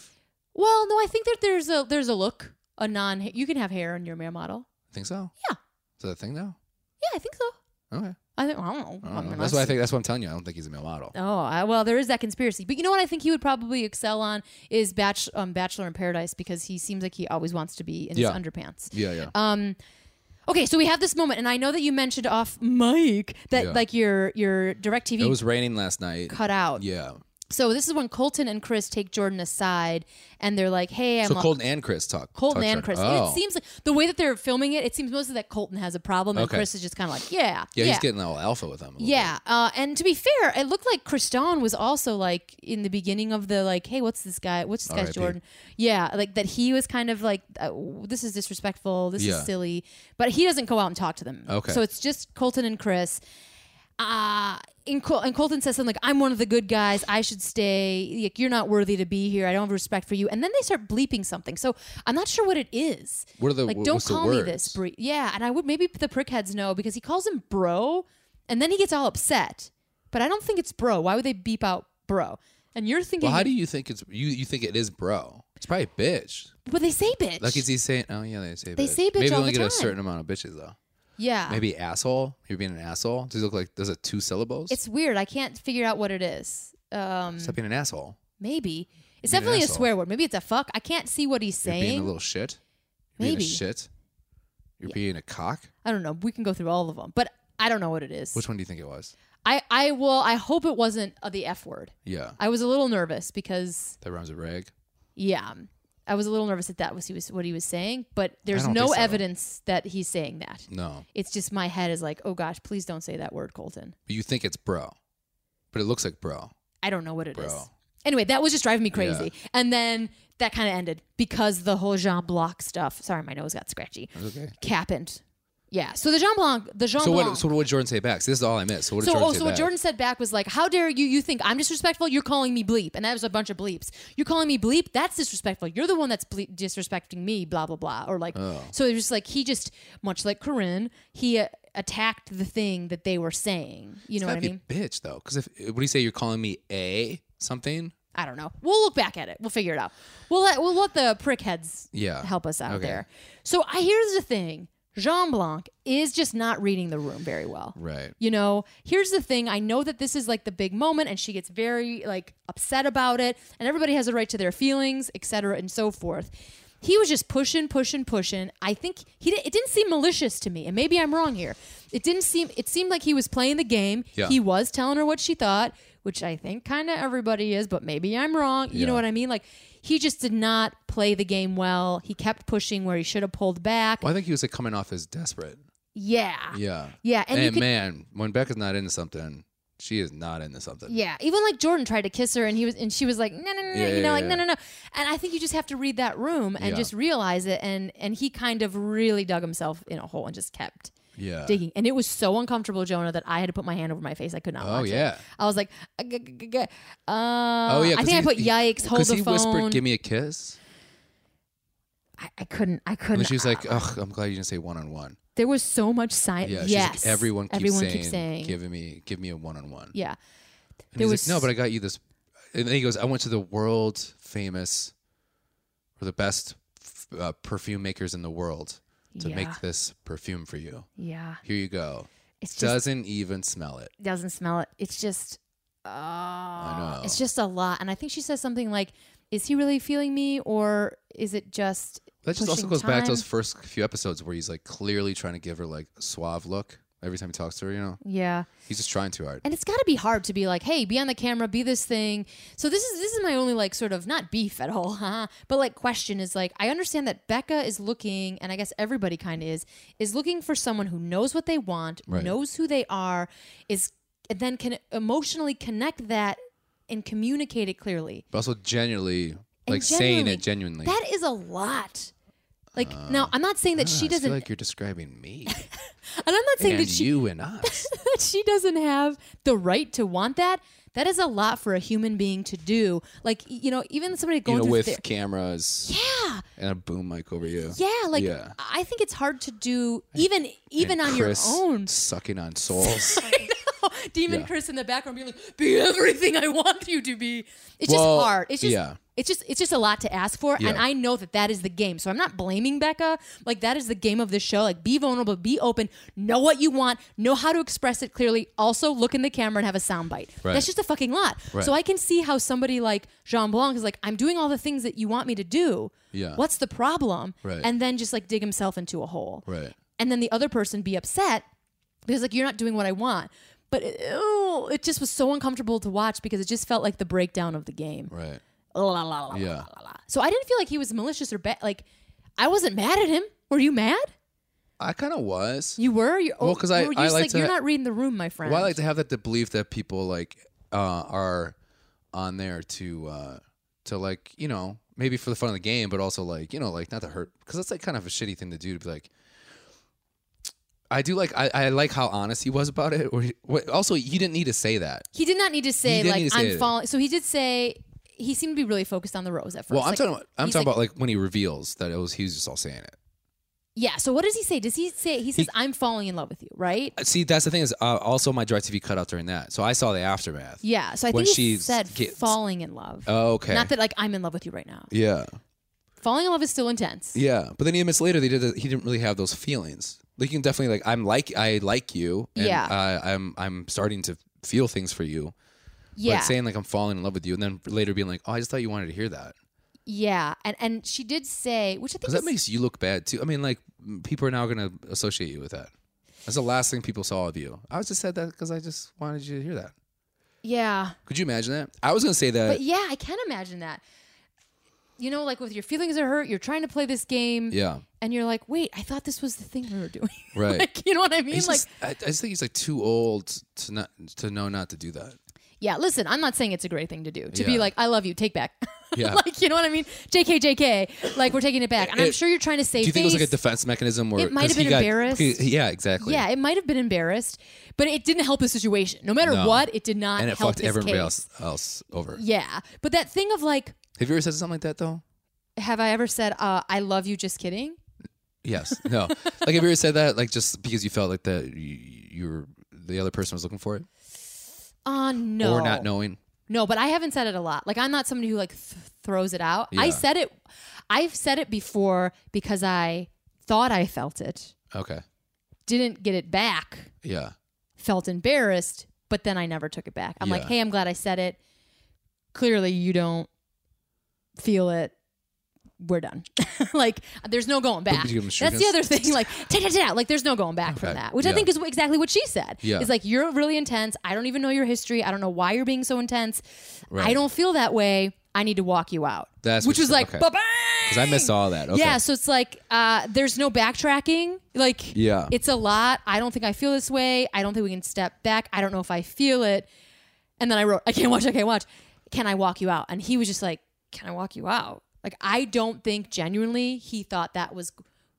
Speaker 1: Well, no, I think that there's a there's a look a non you can have hair in your male model.
Speaker 2: Think so?
Speaker 1: Yeah.
Speaker 2: Is that a thing now?
Speaker 1: Yeah, I think so.
Speaker 2: Okay.
Speaker 1: I think I don't know.
Speaker 2: I
Speaker 1: I
Speaker 2: don't know.
Speaker 1: mean,
Speaker 2: That's
Speaker 1: I've
Speaker 2: why I
Speaker 1: seen-
Speaker 2: think. That's what I'm telling you. I don't think he's a male model.
Speaker 1: Oh, I, well, there is that conspiracy. But you know what I think he would probably excel on is Batch, um, Bachelor in Paradise because he seems like he always wants to be in
Speaker 2: Yeah.
Speaker 1: his underpants.
Speaker 2: Yeah, yeah.
Speaker 1: Um, okay, so we have this moment, and I know that you mentioned off mic that
Speaker 2: Yeah.
Speaker 1: like your your direct
Speaker 2: it
Speaker 1: TV
Speaker 2: was raining last night.
Speaker 1: cut out.
Speaker 2: Yeah.
Speaker 1: So this is when Colton and Chris take Jordan aside, and they're like, "Hey, I'm
Speaker 2: So
Speaker 1: a-
Speaker 2: Colton and Chris talk.
Speaker 1: Colton
Speaker 2: touch
Speaker 1: and
Speaker 2: on-
Speaker 1: Chris."
Speaker 2: Oh.
Speaker 1: And it seems like the way that they're filming it, it seems mostly that Colton has a problem, and
Speaker 2: Okay.
Speaker 1: Chris is just kind of like, "Yeah,
Speaker 2: Yeah, he's getting all alpha with them. a little
Speaker 1: Yeah, uh, and to be fair, it looked like Kriston was also like in the beginning of the like, hey, what's this guy? What's this guy's
Speaker 2: R.I.P.
Speaker 1: Jordan? Yeah, like that he was kind of like, uh, this is disrespectful, this
Speaker 2: Yeah.
Speaker 1: is silly, but he doesn't go out and talk to them.
Speaker 2: Okay.
Speaker 1: so it's just Colton and Chris. Uh, and, Col- and Colton says something like, "I'm one of the good guys. I should stay. Like, you're not worthy to be here. I don't have respect for you." And then they start bleeping something. So I'm not sure what it is.
Speaker 2: What are the-
Speaker 1: like?
Speaker 2: wh-
Speaker 1: Don't
Speaker 2: what's the
Speaker 1: call me this,
Speaker 2: words?
Speaker 1: Bri- yeah, and I would maybe the prickheads know because he calls him bro, and then he gets all upset. But I don't think it's bro. Why would they beep out bro? And you're
Speaker 2: bit.
Speaker 1: thinking,
Speaker 2: Well, how do you think it's you? You think it is bro? It's probably bitch.
Speaker 1: but they say bitch.
Speaker 2: Like is he saying? Oh yeah, they say.
Speaker 1: They
Speaker 2: bitch.
Speaker 1: say bitch
Speaker 2: Maybe they
Speaker 1: all
Speaker 2: only
Speaker 1: the
Speaker 2: get a
Speaker 1: time. Ah.
Speaker 2: certain amount of bitches though.
Speaker 1: yeah,
Speaker 2: Maybe asshole. You're being an asshole. Does it look like does it two syllables?
Speaker 1: it's weird. I can't figure out what it is. Um,
Speaker 2: Stop being an asshole.
Speaker 1: maybe it's
Speaker 2: being an
Speaker 1: definitely a
Speaker 2: asshole.
Speaker 1: swear word. Maybe it's a fuck. I can't see what he's
Speaker 2: You're being a
Speaker 1: saying.
Speaker 2: little shit. You're
Speaker 1: Maybe.
Speaker 2: being a shit. You're being a cock.
Speaker 1: I don't know. We can go through all of them, but I don't know what it is.
Speaker 2: Which one do you think it was?
Speaker 1: I I will. I hope it wasn't uh, the f word.
Speaker 2: Yeah,
Speaker 1: I was a little nervous because
Speaker 2: that rhymes with rag.
Speaker 1: Yeah. I was a little nervous that that was, he was what he was saying, but there's
Speaker 2: don't
Speaker 1: no
Speaker 2: think so.
Speaker 1: evidence that he's saying that.
Speaker 2: No.
Speaker 1: It's just my head is like, oh gosh, please don't say that word, Colton.
Speaker 2: But you think it's bro, but it looks like bro.
Speaker 1: I don't know what it is.
Speaker 2: Bro.
Speaker 1: Anyway, that was just driving me crazy. And then that kind of ended because the whole Jean Blanc stuff. Sorry, my nose got scratchy.
Speaker 2: okay.
Speaker 1: Happened. Yeah. So the Jean Blanc, the Jean
Speaker 2: So
Speaker 1: Blanc.
Speaker 2: what? So what did Jordan say back? See, this is all I missed. So what did
Speaker 1: So,
Speaker 2: Jordan
Speaker 1: oh,
Speaker 2: say
Speaker 1: so
Speaker 2: back?
Speaker 1: what Jordan said back was like, "How dare you? You think I'm disrespectful? You're calling me bleep, and that was a bunch of bleeps. You're calling me bleep. That's disrespectful. You're the one that's bleep disrespecting me. Blah blah blah. Or like,
Speaker 2: Oh.
Speaker 1: so it was like he just, much like Corinne, he uh, attacked the thing that they were saying. You know what I
Speaker 2: That'd
Speaker 1: mean?
Speaker 2: be bitch though, because if what do you say? You're calling me a something?
Speaker 1: I don't know. We'll look back at it. We'll figure it out. We'll let we'll let the prickheads
Speaker 2: Yeah.
Speaker 1: help us out
Speaker 2: Okay.
Speaker 1: there. So I here's the thing. Jean Blanc is just not reading the room very well.
Speaker 2: Right.
Speaker 1: You know, here's the thing. I know that this is like the big moment and she gets very like upset about it and everybody has a right to their feelings, et cetera, and so forth. He was just pushing, pushing, pushing. I think he di- it didn't seem malicious to me, and maybe I'm wrong here. It didn't seem it seemed like he was playing the game.
Speaker 2: Yeah.
Speaker 1: He was telling her what she thought, which I think kind of everybody is, but maybe I'm wrong. You know
Speaker 2: Yeah.
Speaker 1: what I mean? Like he just did not play the game well. He kept pushing where he should have pulled back.
Speaker 2: Well, I think he was like coming off as desperate.
Speaker 1: Yeah.
Speaker 2: Yeah.
Speaker 1: Yeah, and
Speaker 2: And,
Speaker 1: you could-
Speaker 2: man, when Becca's not into something, she is not into something.
Speaker 1: Yeah, even like Jordan tried to kiss her, and he was, and she was like, no, no, no, no,"
Speaker 2: Yeah,
Speaker 1: you know,
Speaker 2: yeah,
Speaker 1: like
Speaker 2: yeah.
Speaker 1: no, no, no. And I think you just have to read that room and
Speaker 2: Yeah.
Speaker 1: just realize it, and and he kind of really dug himself in a hole and just kept
Speaker 2: Yeah.
Speaker 1: digging, and it was so uncomfortable, Jonah, that I had to put my hand over my face. I could not.
Speaker 2: Oh,
Speaker 1: watch it.
Speaker 2: yeah.
Speaker 1: I was like, uh, g- g- g- g- uh, oh
Speaker 2: Oh yeah.
Speaker 1: I
Speaker 2: 'cause
Speaker 1: think I
Speaker 2: he-
Speaker 1: put
Speaker 2: he-
Speaker 1: yikes, hold
Speaker 2: 'cause
Speaker 1: the
Speaker 2: he
Speaker 1: phone.
Speaker 2: whispered, "Give me a kiss,"
Speaker 1: I, I couldn't. I
Speaker 2: and
Speaker 1: couldn't.
Speaker 2: then she was like, "Ugh, I'm glad you didn't say one on one."
Speaker 1: there was so much sign.
Speaker 2: Yeah.
Speaker 1: yes,
Speaker 2: She's like, everyone keeps
Speaker 1: everyone
Speaker 2: saying,
Speaker 1: keeps saying,
Speaker 2: "Give me, give me a one on one."
Speaker 1: yeah.
Speaker 2: And he's
Speaker 1: was-
Speaker 2: like, no, but I got you this. And then he goes, I went to the world famous or the best f- uh, perfume makers in the world to
Speaker 1: Yeah.
Speaker 2: make this perfume for you.
Speaker 1: Yeah,
Speaker 2: Here you go.
Speaker 1: it's just
Speaker 2: Doesn't even smell it.
Speaker 1: doesn't smell it. It's just, oh,
Speaker 2: know.
Speaker 1: it's just a lot. And I think she says something like, "Is he really feeling me, or is it just?"
Speaker 2: That just also
Speaker 1: pushing
Speaker 2: goes back to those
Speaker 1: time?
Speaker 2: first few episodes where he's like clearly trying to give her like a suave look every time he talks to her, you know?
Speaker 1: Yeah,
Speaker 2: He's just trying too hard.
Speaker 1: and it's got to be hard to be like, "Hey, be on the camera, be this thing." So this is this is my only like sort of not beef at all, huh? But like question is like, I understand that Becca is looking, and I guess everybody kind of is is looking for someone who knows what they want,
Speaker 2: Right.
Speaker 1: knows who they are, is and then can emotionally connect that and communicate it clearly.
Speaker 2: but also genuinely, like saying it genuinely.
Speaker 1: That is a lot. Like now, I'm not saying that
Speaker 2: Ah,
Speaker 1: she
Speaker 2: I just
Speaker 1: doesn't,
Speaker 2: feel like you're describing me
Speaker 1: and I'm not saying
Speaker 2: and
Speaker 1: that she
Speaker 2: you and us.
Speaker 1: that she doesn't have the right to want that. That is a lot for a human being to do. Like y- you know, even somebody
Speaker 2: you
Speaker 1: going
Speaker 2: know,
Speaker 1: through
Speaker 2: with
Speaker 1: ther-
Speaker 2: cameras
Speaker 1: yeah,
Speaker 2: and a boom mic over you.
Speaker 1: yeah. Like
Speaker 2: Yeah.
Speaker 1: I think it's hard to do, even even
Speaker 2: and
Speaker 1: on
Speaker 2: Chris
Speaker 1: your own.
Speaker 2: Sucking on souls.
Speaker 1: Demon
Speaker 2: Yeah.
Speaker 1: Chris in the background being like, "Be everything I want you to be." It's
Speaker 2: Well,
Speaker 1: just hard. It's just.
Speaker 2: yeah.
Speaker 1: It's just it's just a lot to ask for, and
Speaker 2: Yeah.
Speaker 1: I know that that is the game. So I'm not blaming Becca. Like that is the game of the show. Like be vulnerable, be open, know what you want, know how to express it clearly. Also look in the camera and have a soundbite.
Speaker 2: Right.
Speaker 1: That's just a fucking lot.
Speaker 2: Right.
Speaker 1: So I can see how somebody like Jean Blanc is like, I'm doing all the things that you want me to do.
Speaker 2: Yeah.
Speaker 1: What's the problem?
Speaker 2: Right.
Speaker 1: And then just like dig himself into a hole
Speaker 2: right.
Speaker 1: and then the other person be upset because like you're not doing what I want. But ew, it just was so uncomfortable to watch because it just felt like the breakdown of the game.
Speaker 2: Right.
Speaker 1: La, la, la, la,
Speaker 2: Yeah.
Speaker 1: la, la. So I didn't feel like he was malicious or bad. Like I wasn't mad at him. Were you mad?
Speaker 2: I kind of was.
Speaker 1: You were. You're,
Speaker 2: Well, 'cause I-
Speaker 1: were you
Speaker 2: I
Speaker 1: just
Speaker 2: like
Speaker 1: like
Speaker 2: to-
Speaker 1: you're not reading the room, my friend.
Speaker 2: Well, I like to have that the belief that people like uh, are on there to uh, to like you know maybe for the fun of the game, but also like you know like not to hurt because that's like kind of a shitty thing to do to be like. I do like I, I like how honest he was about it. Or he, what- also, he didn't need to say that.
Speaker 1: he did not need to say
Speaker 2: didn't
Speaker 1: like
Speaker 2: need to say
Speaker 1: I'm
Speaker 2: it.
Speaker 1: falling. So he did say he seemed to be really focused on the rose at first.
Speaker 2: Well, I'm
Speaker 1: Like,
Speaker 2: talking about I'm
Speaker 1: he's
Speaker 2: talking
Speaker 1: like-
Speaker 2: about like when he reveals that it was he was just all saying it.
Speaker 1: yeah. So what does he say? Does he say he says I'm falling in love with you? Right?
Speaker 2: See, that's the thing is uh, also my DirecTV cut out during that, so I saw the aftermath.
Speaker 1: Yeah. So I
Speaker 2: When
Speaker 1: think he
Speaker 2: she
Speaker 1: said
Speaker 2: gets-
Speaker 1: falling in love.
Speaker 2: Okay.
Speaker 1: Not that like I'm in love with you right now.
Speaker 2: yeah.
Speaker 1: Falling in love is still intense.
Speaker 2: Yeah, but then minutes later, they did. The, he didn't really have those feelings. Like you can definitely like I'm like I like you. And,
Speaker 1: Yeah.
Speaker 2: uh, I'm I'm starting to feel things for you.
Speaker 1: Yeah.
Speaker 2: But saying like I'm falling in love with you, and then later being like, oh, I just thought you wanted to hear that
Speaker 1: yeah. And and she did say, which I think
Speaker 2: because that
Speaker 1: is,
Speaker 2: makes you look bad too. I mean, like m- people are now gonna associate you with that. That's the last thing people saw of you. I was just said that because I just wanted you to hear that.
Speaker 1: yeah.
Speaker 2: Could you imagine that? I was gonna say that.
Speaker 1: But yeah, I can imagine that. You know, like with your feelings are hurt, you're trying to play this game
Speaker 2: yeah.
Speaker 1: and you're like, "Wait, I thought this was the thing we were doing."
Speaker 2: Right.
Speaker 1: like, you know what I mean?
Speaker 2: He's
Speaker 1: like
Speaker 2: just- I, I just think he's like too old to not to know not to do that.
Speaker 1: Yeah, listen, I'm not saying it's a great thing to do to
Speaker 2: Yeah.
Speaker 1: be like, I love you, take back.
Speaker 2: Yeah.
Speaker 1: like, you know what I mean? JK, JK. Like, we're taking it back. And I'm
Speaker 2: It-
Speaker 1: sure you're trying to save
Speaker 2: Do you think it was like
Speaker 1: face.
Speaker 2: a defense mechanism? Where,
Speaker 1: It might have
Speaker 2: 'cause he
Speaker 1: been
Speaker 2: got-
Speaker 1: embarrassed.
Speaker 2: he- yeah, exactly.
Speaker 1: Yeah, it might have been embarrassed, but it didn't help the situation. No matter
Speaker 2: No.
Speaker 1: what, it did not
Speaker 2: and it
Speaker 1: help
Speaker 2: fucked
Speaker 1: his
Speaker 2: everybody
Speaker 1: case.
Speaker 2: else else over.
Speaker 1: Yeah, but that thing of like,
Speaker 2: Have you ever said something like that though?
Speaker 1: have I ever said, uh, "I love you"? Just kidding.
Speaker 2: Yes. No. like, have you ever said that? Like, just because you felt like that you, you were the other person was looking for it,
Speaker 1: Uh no.
Speaker 2: or not knowing.
Speaker 1: No, but I haven't said it a lot. Like I'm not somebody who like th- throws it out. I
Speaker 2: Yeah.
Speaker 1: said it. I've said it before because I thought I felt it,
Speaker 2: Okay.
Speaker 1: didn't get it back,
Speaker 2: Yeah.
Speaker 1: felt embarrassed, but then I never took it back. I'm like,
Speaker 2: Yeah.
Speaker 1: hey, I'm glad I said it. Clearly, you don't feel it. We're done. like, there's no going back.
Speaker 2: you give 'em
Speaker 1: That's
Speaker 2: shooters?
Speaker 1: the other thing. Like, take it out. Like, there's no going back
Speaker 2: Okay.
Speaker 1: from that, which
Speaker 2: Yeah.
Speaker 1: I think is exactly what she said.
Speaker 2: Yeah.
Speaker 1: It's like, you're really intense. I don't even know your history. I don't know why you're being so intense. I
Speaker 2: Right.
Speaker 1: don't feel that way. I need to walk you out.
Speaker 2: That's
Speaker 1: which
Speaker 2: what
Speaker 1: was
Speaker 2: she-
Speaker 1: like,
Speaker 2: okay.
Speaker 1: bye bye.
Speaker 2: Because I missed all that. Okay.
Speaker 1: Yeah, so it's like uh, there's no backtracking. Like,
Speaker 2: Yeah.
Speaker 1: it's a lot. I don't think I feel this way. I don't think we can step back. I don't know if I feel it. And then I wrote, I can't watch. I can't watch. Can I walk you out? And he was just like, Can I walk you out? Like, I don't think genuinely he thought that was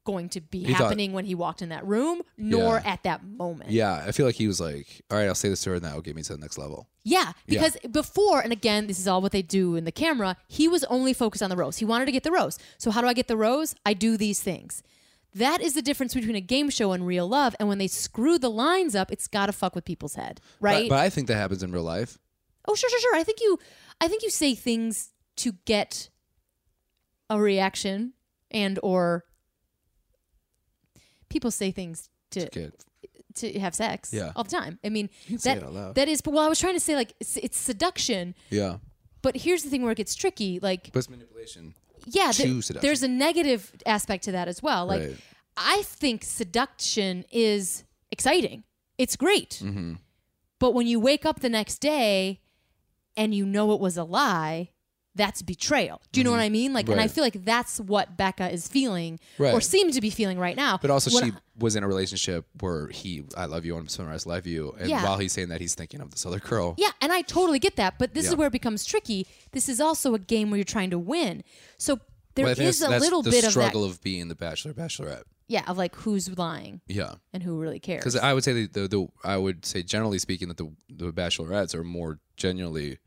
Speaker 1: going to be
Speaker 2: thought-
Speaker 1: happening when he walked in that room, nor
Speaker 2: Yeah.
Speaker 1: at that moment.
Speaker 2: Yeah, I feel like he was like, "All right, I'll say this to her, and that will get me to the next level."
Speaker 1: Yeah,
Speaker 2: Yeah.
Speaker 1: because before, and again, this is all what they do in the camera, he was only focused on the rose. He wanted to get the rose. So, how do I get the rose? I do these things. That is the difference between a game show and real love. And when they screw the lines up, it's got to fuck with people's head, right?
Speaker 2: But, but I think that happens in real life.
Speaker 1: oh, sure, sure, sure. I think you, I think you say things to get a reaction, and or people say things to
Speaker 2: Kid.
Speaker 1: to have sex
Speaker 2: Yeah.
Speaker 1: all the time. I mean,
Speaker 2: say
Speaker 1: that,
Speaker 2: it out loud.
Speaker 1: that is. But well, I was trying to say like it's, it's seduction,
Speaker 2: Yeah,
Speaker 1: but here's the thing where it gets tricky. Like,
Speaker 2: but it's manipulation.
Speaker 1: yeah, th-
Speaker 2: to seduction.
Speaker 1: there's a negative aspect to that as well. Like,
Speaker 2: Right.
Speaker 1: I think seduction is exciting. It's great.
Speaker 2: Mm-hmm.
Speaker 1: But when you wake up the next day and you know it was a lie, that's betrayal. Do you know what I mean? Like, and I
Speaker 2: Mm-hmm. Right.
Speaker 1: feel like that's what Becca is feeling or
Speaker 2: Right.
Speaker 1: seemed to be feeling right now.
Speaker 2: But also,
Speaker 1: When
Speaker 2: she
Speaker 1: I-
Speaker 2: was in a relationship where he, "I love you," and Sunrise, "Love you," and
Speaker 1: Yeah.
Speaker 2: while he's saying that, he's thinking of this other girl.
Speaker 1: Yeah, and I totally get that, but this is
Speaker 2: Yeah.
Speaker 1: where it becomes tricky. This is also a game where you're trying to win. So
Speaker 2: But
Speaker 1: there
Speaker 2: I
Speaker 1: is
Speaker 2: think that's,
Speaker 1: a
Speaker 2: that's
Speaker 1: little
Speaker 2: the
Speaker 1: bit of that,
Speaker 2: struggle of being the bachelor, bachelorette.
Speaker 1: yeah, of like who's lying
Speaker 2: Yeah,
Speaker 1: and who really cares.
Speaker 2: because I would say the, the the I would say generally speaking that the the bachelorettes are more genuinely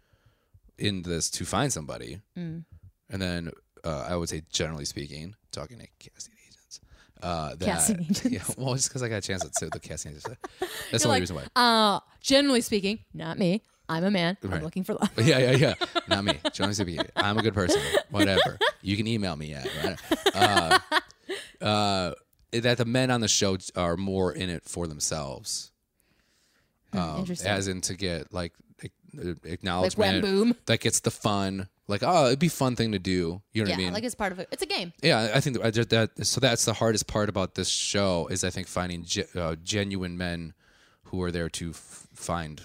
Speaker 2: in this to find somebody,
Speaker 1: Mm.
Speaker 2: and then uh, I would say generally speaking, talking to casting agents, uh, that,
Speaker 1: Casting agents.
Speaker 2: Yeah, well, just because I got a chance at the casting agents, that's the
Speaker 1: You're
Speaker 2: only
Speaker 1: like,
Speaker 2: reason why.
Speaker 1: Uh, generally speaking, not me. I'm a man.
Speaker 2: Right.
Speaker 1: I'm looking for love.
Speaker 2: yeah, yeah, yeah. Not me. Generally speaking, I'm a good person. Whatever. You can email me at. Uh, uh, that the men on the show are more in it for themselves. um,
Speaker 1: Hmm, interesting.
Speaker 2: as in to get like ac- uh, acknowledgement
Speaker 1: boom.
Speaker 2: that gets the fun like oh it'd be a fun thing to do you know
Speaker 1: yeah,
Speaker 2: what i mean
Speaker 1: like it's part of it. It's a game.
Speaker 2: yeah i think that, I just, that so that's the hardest part about this show is i think finding ge- uh, genuine men who are there to f- find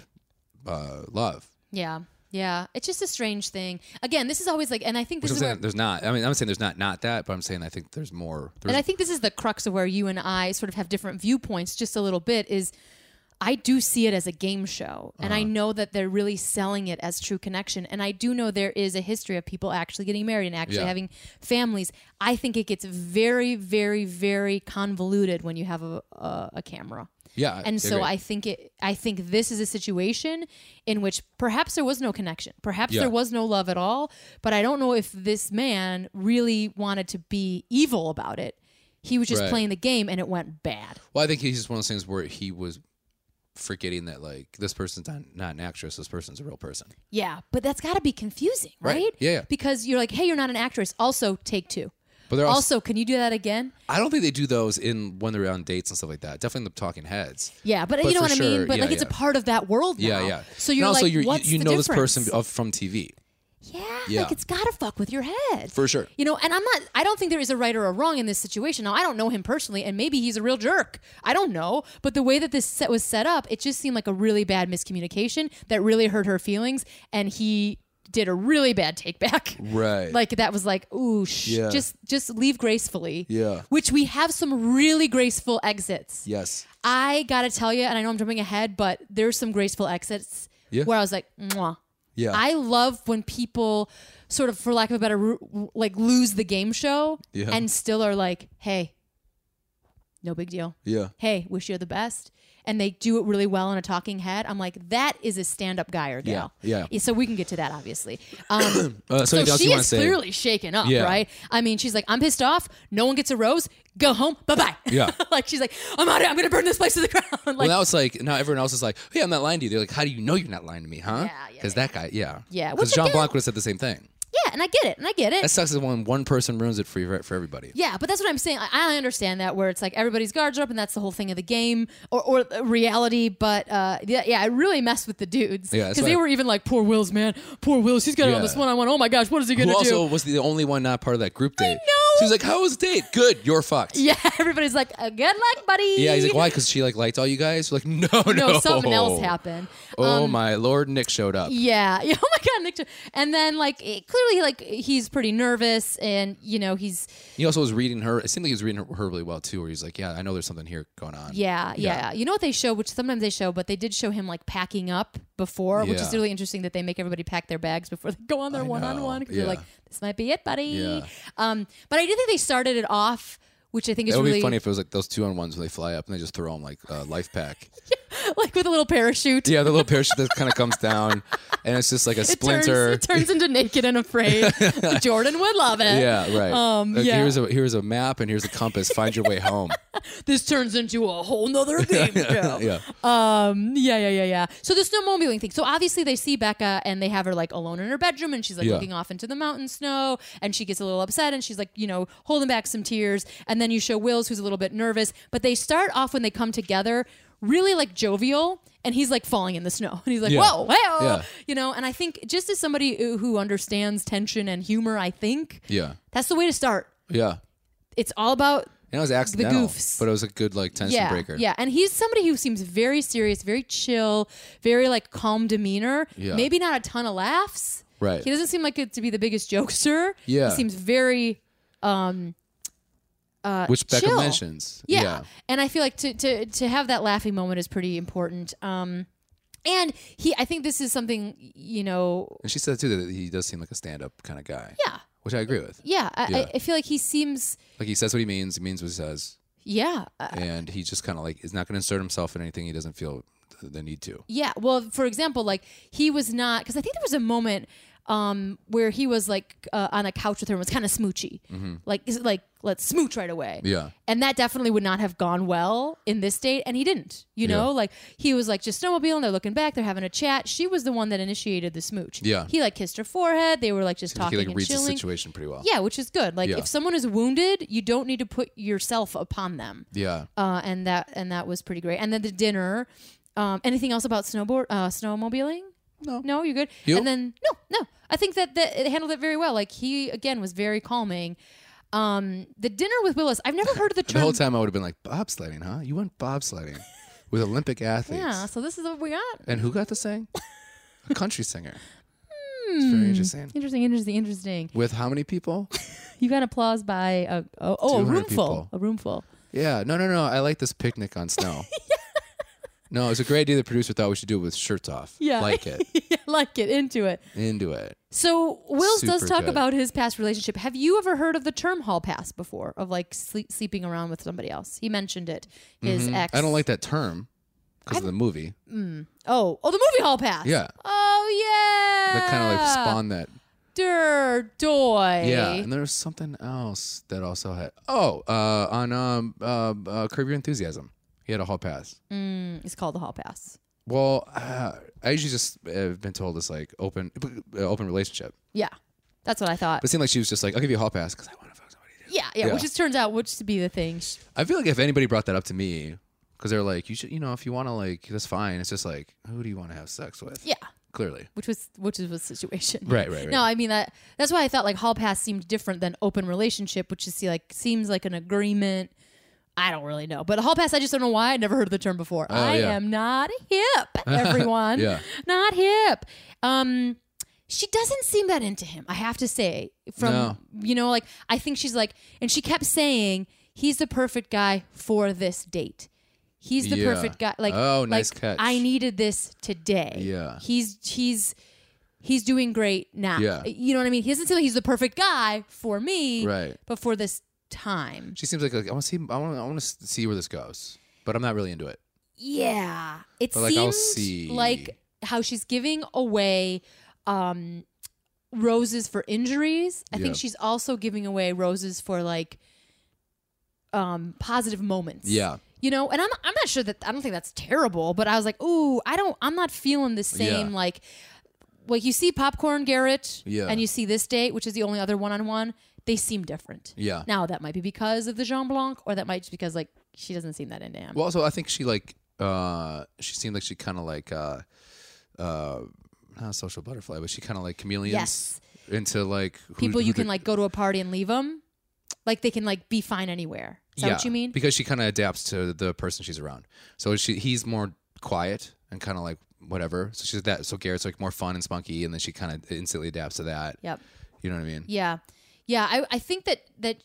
Speaker 2: uh, love
Speaker 1: Yeah, yeah. It's just a strange thing. Again, this is always like, and I think
Speaker 2: which
Speaker 1: this is
Speaker 2: i'm
Speaker 1: where,
Speaker 2: saying there's not i mean i'm not saying there's not not that but i'm saying i think there's more there's,
Speaker 1: and I think this is the crux of where you and I sort of have different viewpoints. Just a little bit is. I do see it as a game show, and
Speaker 2: Uh-huh.
Speaker 1: I know that they're really selling it as true connection. And I do know there is a history of people actually getting married and actually
Speaker 2: Yeah.
Speaker 1: having families. I think it gets very, very, very convoluted when you have a, a, a camera.
Speaker 2: yeah
Speaker 1: and so
Speaker 2: agree.
Speaker 1: I think it. I think this is a situation in which perhaps there was no connection, perhaps
Speaker 2: Yeah.
Speaker 1: there was no love at all. But I don't know if this man really wanted to be evil about it. He was just
Speaker 2: Right.
Speaker 1: playing the game, and it went bad.
Speaker 2: Well, I think he's just one of those things where he was forgetting that like this person's not, not an actress, this person's a real person.
Speaker 1: Yeah, but that's got to be confusing,
Speaker 2: Right.
Speaker 1: right?
Speaker 2: Yeah, yeah.
Speaker 1: Because you're like, hey, you're not an actress. Also, take two.
Speaker 2: But they're also,
Speaker 1: Also, can you do that again?
Speaker 2: I don't think they do those in when they're on dates and stuff like that. Definitely in the talking heads.
Speaker 1: Yeah, but,
Speaker 2: But
Speaker 1: you know
Speaker 2: for
Speaker 1: what I
Speaker 2: sure,
Speaker 1: mean. But
Speaker 2: yeah,
Speaker 1: like, it's a
Speaker 2: yeah.
Speaker 1: part of that world
Speaker 2: Yeah,
Speaker 1: now.
Speaker 2: yeah.
Speaker 1: So you're
Speaker 2: and also
Speaker 1: like,
Speaker 2: you're,
Speaker 1: what's
Speaker 2: you
Speaker 1: the
Speaker 2: know
Speaker 1: difference?
Speaker 2: this person of, from TV.
Speaker 1: Yeah,
Speaker 2: Yeah.
Speaker 1: like it's gotta fuck with your head.
Speaker 2: For sure.
Speaker 1: You know, and I'm not I don't think there is a right or a wrong in this situation. Now I don't know him personally, and maybe he's a real jerk. I don't know. But the way that this set was set up, it just seemed like a really bad miscommunication that really hurt her feelings, and he did a really bad take back.
Speaker 2: Right.
Speaker 1: Like that was like, ooh, sh-
Speaker 2: Yeah.
Speaker 1: just just leave gracefully.
Speaker 2: Yeah.
Speaker 1: Which we have some really graceful exits.
Speaker 2: Yes.
Speaker 1: I gotta tell you, and I know I'm jumping ahead, but there's some graceful exits
Speaker 2: Yeah.
Speaker 1: where I was like, Mwah.
Speaker 2: Yeah.
Speaker 1: I love when people sort of, for lack of a better, ru- like lose the game show
Speaker 2: Yeah.
Speaker 1: and still are like, hey, no big deal.
Speaker 2: yeah.
Speaker 1: Hey, wish you the best. And they do it really well in a talking head. I'm like, that is a stand up guy or gal.
Speaker 2: Yeah, yeah.
Speaker 1: So we can get to that, obviously. Um, so
Speaker 2: Uh, something else you
Speaker 1: she
Speaker 2: want
Speaker 1: is
Speaker 2: to say?
Speaker 1: clearly shaken up,
Speaker 2: Yeah.
Speaker 1: right? I mean, she's like, I'm pissed off. No one gets a rose. Go home. Bye bye.
Speaker 2: Yeah.
Speaker 1: like, she's like, I'm out of I'm going to burn this place to the ground. like,
Speaker 2: well, now it's like now everyone else is like, "Oh, "Yeah, I'm not lying to you." They're like, "How do you know you're not lying to me, huh?"
Speaker 1: Yeah, yeah,
Speaker 2: Because that guy, yeah,
Speaker 1: Yeah,
Speaker 2: Because
Speaker 1: which
Speaker 2: John
Speaker 1: again-
Speaker 2: Blanc would have said the same thing.
Speaker 1: yeah. And I get it. And I get it.
Speaker 2: That sucks. Is when one person ruins it for you- for everybody.
Speaker 1: Yeah, but that's what I'm saying. I, I understand that where it's like everybody's guards are up, and that's the whole thing of the game or, or the reality. But uh, yeah, yeah, I really messed with the dudes
Speaker 2: Yeah, that's
Speaker 1: because they
Speaker 2: why-
Speaker 1: were even like, "Poor Will's man, poor Will's. He's got it on
Speaker 2: Yeah.
Speaker 1: this one on one. Oh my gosh, what is he
Speaker 2: Who
Speaker 1: gonna
Speaker 2: also
Speaker 1: do?"
Speaker 2: was the only one not part of that group date?
Speaker 1: know.
Speaker 2: She was like, "How was the date? Good. You're fucked."
Speaker 1: Yeah, everybody's like, uh, "Good luck, buddy."
Speaker 2: Yeah, he's like, why? Because she like liked all you guys. We're like, no, no,
Speaker 1: No, something else happened. Um,
Speaker 2: Oh my lord, Nick showed up.
Speaker 1: Yeah. Yeah. Oh my God, Nick. Ch- And then like it- clearly like he's pretty nervous, and you know he's
Speaker 2: He also was reading her. It seemed like he was reading her, her really well too. Where he's like, yeah, I know there's something here going on.
Speaker 1: Yeah, yeah, You know what they show, which sometimes they show, but they did show him like packing up before, which
Speaker 2: Yeah.
Speaker 1: is really interesting that they make everybody pack their bags before they go on their
Speaker 2: know.
Speaker 1: one on one because
Speaker 2: Yeah.
Speaker 1: they're like, this might be it, buddy.
Speaker 2: Yeah.
Speaker 1: Um, but I do think they started it off, which I think is
Speaker 2: It would
Speaker 1: really
Speaker 2: be funny if it was like those two on ones when they fly up and they just throw them like a life pack.
Speaker 1: like with a little parachute.
Speaker 2: yeah, the little parachute that kind of comes down, and it's just like a
Speaker 1: It turns,
Speaker 2: splinter.
Speaker 1: it turns into naked and afraid. Jordan would love it.
Speaker 2: yeah, right.
Speaker 1: Um,
Speaker 2: Like,
Speaker 1: yeah.
Speaker 2: Here's a here's a map and here's a compass. Find your way home.
Speaker 1: This turns into a whole nother game show.
Speaker 2: Yeah.
Speaker 1: Yeah, yeah, yeah, yeah. So the snowmobiling thing. So obviously they see Becca and they have her like alone in her bedroom and she's like
Speaker 2: Yeah.
Speaker 1: looking off into the mountain snow and she gets a little upset and she's like, you know, holding back some tears. And then you show Wills who's a little bit nervous, but they start off when they come together really like jovial and he's like falling in the snow and he's like,
Speaker 2: Yeah.
Speaker 1: whoa, whoa,
Speaker 2: Yeah.
Speaker 1: you know. And I think just as somebody who who understands tension and humor, I think
Speaker 2: Yeah.
Speaker 1: that's the way to start.
Speaker 2: Yeah.
Speaker 1: It's all about
Speaker 2: And it was accidental,
Speaker 1: goofs.
Speaker 2: but it was a good like tension
Speaker 1: yeah,
Speaker 2: breaker.
Speaker 1: Yeah, and he's somebody who seems very serious, very chill, very like calm demeanor.
Speaker 2: Yeah.
Speaker 1: Maybe not a ton of laughs.
Speaker 2: Right.
Speaker 1: He doesn't seem like it to be the biggest jokester.
Speaker 2: Yeah.
Speaker 1: He seems very um
Speaker 2: Which Becca
Speaker 1: chill.
Speaker 2: mentions.
Speaker 1: yeah. And I feel like to to to have that laughing moment is pretty important. Um and he I think this is something, you know,
Speaker 2: And she said too that he does seem like a stand up kind of guy.
Speaker 1: yeah.
Speaker 2: Which I agree with.
Speaker 1: Yeah, I,
Speaker 2: Yeah.
Speaker 1: I, I feel like he seems
Speaker 2: Like he says what he means, he means what he says,
Speaker 1: yeah, uh,
Speaker 2: and he just kind of like is not going to insert himself in anything he doesn't feel th- the need to.
Speaker 1: Yeah. Well, for example, like he was not because I think there was a moment um, where he was like uh, on a couch with her and was kind of smoochy, like is it like let's smooch right away.
Speaker 2: Mm-hmm. Yeah.
Speaker 1: And that definitely would not have gone well in this date, and he didn't. You know,
Speaker 2: Yeah.
Speaker 1: like he was like just snowmobile, and they're looking back, they're having a chat. She was the one that initiated the smooch.
Speaker 2: Yeah.
Speaker 1: He like kissed her forehead. They were like just
Speaker 2: Like,
Speaker 1: talking
Speaker 2: he like
Speaker 1: and
Speaker 2: reads the
Speaker 1: chilling.
Speaker 2: situation pretty well.
Speaker 1: Yeah, which is good. Like
Speaker 2: Yeah.
Speaker 1: if someone is wounded, you don't need to put yourself upon them
Speaker 2: Yeah.
Speaker 1: uh, and that and that was pretty great. And then the dinner. Um, anything else about snowboard uh, snowmobiling? No, no, you're good.
Speaker 2: You?
Speaker 1: And then no, no, I think that that it handled it very well. Like he again was very calming. Um, the dinner with Willis. I've never heard of the
Speaker 2: The
Speaker 1: term.
Speaker 2: whole time I would have been like bobsledding, huh? You went bobsledding with Olympic athletes.
Speaker 1: yeah, so this is what we got.
Speaker 2: And who got to sing? A country singer. It's
Speaker 1: Hmm.
Speaker 2: very interesting.
Speaker 1: Interesting, interesting, interesting.
Speaker 2: With how many people?
Speaker 1: You got applause by a oh, oh a
Speaker 2: 200
Speaker 1: roomful,
Speaker 2: people.
Speaker 1: a roomful.
Speaker 2: Yeah. No, no, no. I like this picnic on snow. No, it's a great idea. The producer thought we should do it with shirts off.
Speaker 1: Yeah,
Speaker 2: Like it.
Speaker 1: yeah, like it into it.
Speaker 2: Into it.
Speaker 1: So Wills does
Speaker 2: Super
Speaker 1: talk
Speaker 2: good.
Speaker 1: about his past relationship. Have you ever heard of the term hall pass before? Of like sleep, sleeping around with somebody else. He mentioned it. His ex.
Speaker 2: Mm-hmm. I don't like that term because of the movie.
Speaker 1: Oh, oh, the movie hall pass.
Speaker 2: Yeah.
Speaker 1: Oh yeah.
Speaker 2: That kind of like spawned that.
Speaker 1: Der doy.
Speaker 2: Yeah. And there was something else that also had. Oh, uh, on um, uh, uh, Curb Your Enthusiasm. He had a hall pass.
Speaker 1: Mm, It's called the hall pass.
Speaker 2: Well, uh, I usually just have been told it's like open, uh, open relationship.
Speaker 1: Yeah, that's what I thought.
Speaker 2: But it seemed like she was just like, I'll give you a hall pass because I want to fuck somebody. Too.
Speaker 1: yeah, yeah,
Speaker 2: yeah.
Speaker 1: Which just turns out which to be the thing.
Speaker 2: I feel like if anybody brought that up to me, because they're like, you should, you know, if you want to, like, that's fine. It's just like, who do you want to have sex with?
Speaker 1: Yeah.
Speaker 2: Clearly.
Speaker 1: Which was which is the situation.
Speaker 2: Right, right, right.
Speaker 1: No, I mean that. That's why I thought like hall pass seemed different than open relationship, which is see, like seems like an agreement. I don't really know, but hall pass. I just don't know why I never heard the term before. I
Speaker 2: Oh, yeah.
Speaker 1: am not hip, everyone.
Speaker 2: Yeah.
Speaker 1: not hip. Um, she doesn't seem that into him. I have to say, from
Speaker 2: No.
Speaker 1: you know, like I think she's like, and she kept saying he's the perfect guy for this date. He's the
Speaker 2: Yeah.
Speaker 1: perfect guy. Like,
Speaker 2: Oh,
Speaker 1: like,
Speaker 2: nice catch.
Speaker 1: I needed this today.
Speaker 2: Yeah.
Speaker 1: he's he's he's doing great now. Uh,
Speaker 2: Yeah.
Speaker 1: you know what I mean. He doesn't seem like he's the perfect guy for me,
Speaker 2: Right.
Speaker 1: But for this time,
Speaker 2: She seems like, like I want to see. I want. I want to see where this goes, but I'm not really into it.
Speaker 1: yeah, it
Speaker 2: But, like, I'll
Speaker 1: seems
Speaker 2: see.
Speaker 1: like how she's giving away um, roses for injuries. I
Speaker 2: Yeah.
Speaker 1: think she's also giving away roses for like um, positive moments.
Speaker 2: Yeah.
Speaker 1: you know and i'm i'm not sure that i don't think that's terrible but i was like ooh i don't i'm not feeling the same
Speaker 2: Yeah.
Speaker 1: like like you see popcorn garrett
Speaker 2: Yeah.
Speaker 1: and you see this date which is the only other one-on-one they seem different
Speaker 2: Yeah.
Speaker 1: now that might be because of the jean blanc or that might just because like she doesn't seem that into him
Speaker 2: Well, also I think she like. Uh, she seemed like she kind of like. Uh, uh, not a social butterfly, but she kind of like chameleons
Speaker 1: Yes.
Speaker 2: into like who-
Speaker 1: people
Speaker 2: who
Speaker 1: you
Speaker 2: the-
Speaker 1: can like go to a party and leave them like they can like be fine anywhere is that what you mean
Speaker 2: Because she kind of adapts to the person she's around. So she he's more quiet and kind of like whatever. So she's that. So Garrett's like more fun and spunky, and then she kind of instantly adapts to that.
Speaker 1: yep
Speaker 2: You know what I mean?
Speaker 1: Yeah, yeah. I I think that that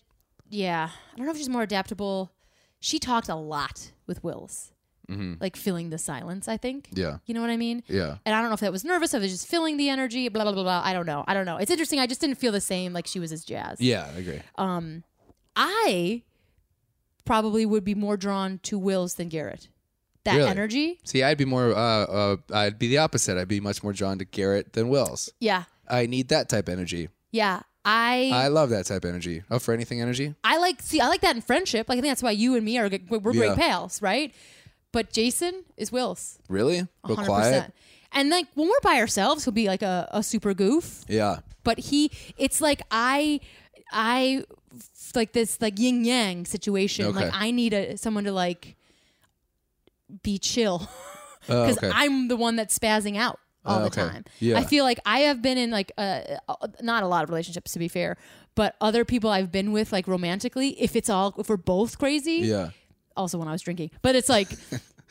Speaker 1: yeah. I don't know if she's more adaptable. She talked a lot with Wills, like filling the silence. I think.
Speaker 2: Mm-hmm. Yeah.
Speaker 1: You know what I mean?
Speaker 2: Yeah.
Speaker 1: And I don't know if that was nervous, if it was just filling the energy, blah blah blah blah. I don't know. I don't know. It's interesting. I just didn't feel the same like she was as jazz.
Speaker 2: Yeah, I agree.
Speaker 1: Um, I probably would be more drawn to Wills than Garrett. That
Speaker 2: Really?
Speaker 1: energy.
Speaker 2: See, I'd be more. Uh, uh, I'd be the opposite. I'd be much more drawn to Garrett than Wills.
Speaker 1: Yeah.
Speaker 2: I need that type energy.
Speaker 1: Yeah. I
Speaker 2: I love that type energy. Oh, for anything energy.
Speaker 1: I like see I like that in friendship. Like I think that's why you and me are g- we're
Speaker 2: Yeah.
Speaker 1: great pals, right? But Jason is Will's,
Speaker 2: Really? But
Speaker 1: hundred
Speaker 2: quiet.
Speaker 1: percent. And like when we're by ourselves, he'll be like a, a super goof.
Speaker 2: Yeah.
Speaker 1: But he, it's like I, I f- like this like yin yang situation.
Speaker 2: Okay.
Speaker 1: Like I need a someone to like be chill
Speaker 2: Oh,
Speaker 1: because
Speaker 2: okay.
Speaker 1: I'm the one that's spazzing out all
Speaker 2: Oh,
Speaker 1: the
Speaker 2: okay.
Speaker 1: time.
Speaker 2: Yeah.
Speaker 1: I feel like I have been in like uh, uh, not a lot of relationships to be fair, but other people I've been with like romantically, if it's all if we're both crazy,
Speaker 2: yeah.
Speaker 1: also when I was drinking, but it's like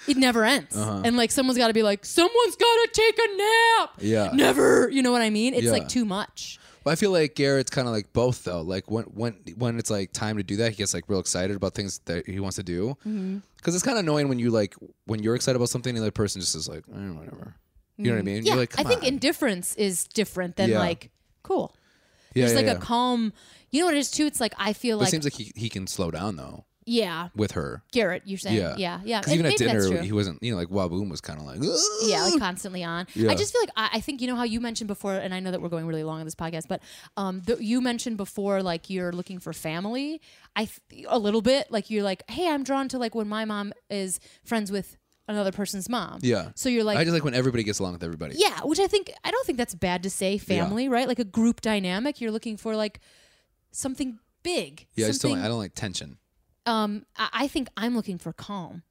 Speaker 1: it never ends.
Speaker 2: Uh-huh.
Speaker 1: And like someone's got to be like, someone's got to take a nap.
Speaker 2: Yeah.
Speaker 1: Never. You know what I mean? It's
Speaker 2: Yeah.
Speaker 1: like too much.
Speaker 2: Well, I feel like Garrett's kind of like both though. Like when when when it's like time to do that, he gets like real excited about things that he wants to do. Because
Speaker 1: Mm-hmm.
Speaker 2: it's kind of annoying when you like when you're excited about something and the other person just is like eh, whatever. You know what I mean?
Speaker 1: Mm. Yeah.
Speaker 2: You're like,
Speaker 1: I
Speaker 2: "Come
Speaker 1: think
Speaker 2: on."
Speaker 1: indifference is different than
Speaker 2: Yeah.
Speaker 1: like cool.
Speaker 2: yeah,
Speaker 1: There's
Speaker 2: yeah,
Speaker 1: like
Speaker 2: yeah.
Speaker 1: a calm. You know what it is too? It's like I feel
Speaker 2: But it
Speaker 1: like
Speaker 2: seems like he, he can slow down though
Speaker 1: yeah,
Speaker 2: with her.
Speaker 1: Garrett. You're saying
Speaker 2: Yeah.
Speaker 1: yeah, yeah.
Speaker 2: Because
Speaker 1: And
Speaker 2: even at
Speaker 1: maybe that's
Speaker 2: dinner
Speaker 1: true.
Speaker 2: he wasn't. You know, like Waboom was kind of like "Ugh."
Speaker 1: yeah, like constantly on.
Speaker 2: Yeah.
Speaker 1: I just feel like I, I think you know how you mentioned before, and I know that we're going really long on this podcast, but um, the, you mentioned before like you're looking for family. I th- a little bit like you're like, hey, I'm drawn to like when my mom is friends with another person's mom.
Speaker 2: yeah.
Speaker 1: So you're like,
Speaker 2: I just like when everybody gets along with everybody.
Speaker 1: yeah, which I think I don't think that's bad to say family, right? Like a group dynamic. You're looking for like something big.
Speaker 2: Yeah, I just don't.
Speaker 1: something,
Speaker 2: Like, I don't like tension.
Speaker 1: um, I, I think I'm looking for calm.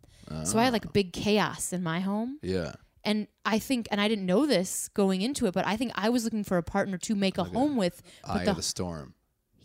Speaker 1: So I
Speaker 2: Ah.
Speaker 1: had like big chaos in my home.
Speaker 2: Yeah.
Speaker 1: And I think, and I didn't know this going into it, but I think I was looking for a partner to make a home with.
Speaker 2: Eye
Speaker 1: But
Speaker 2: of the
Speaker 1: the,
Speaker 2: storm.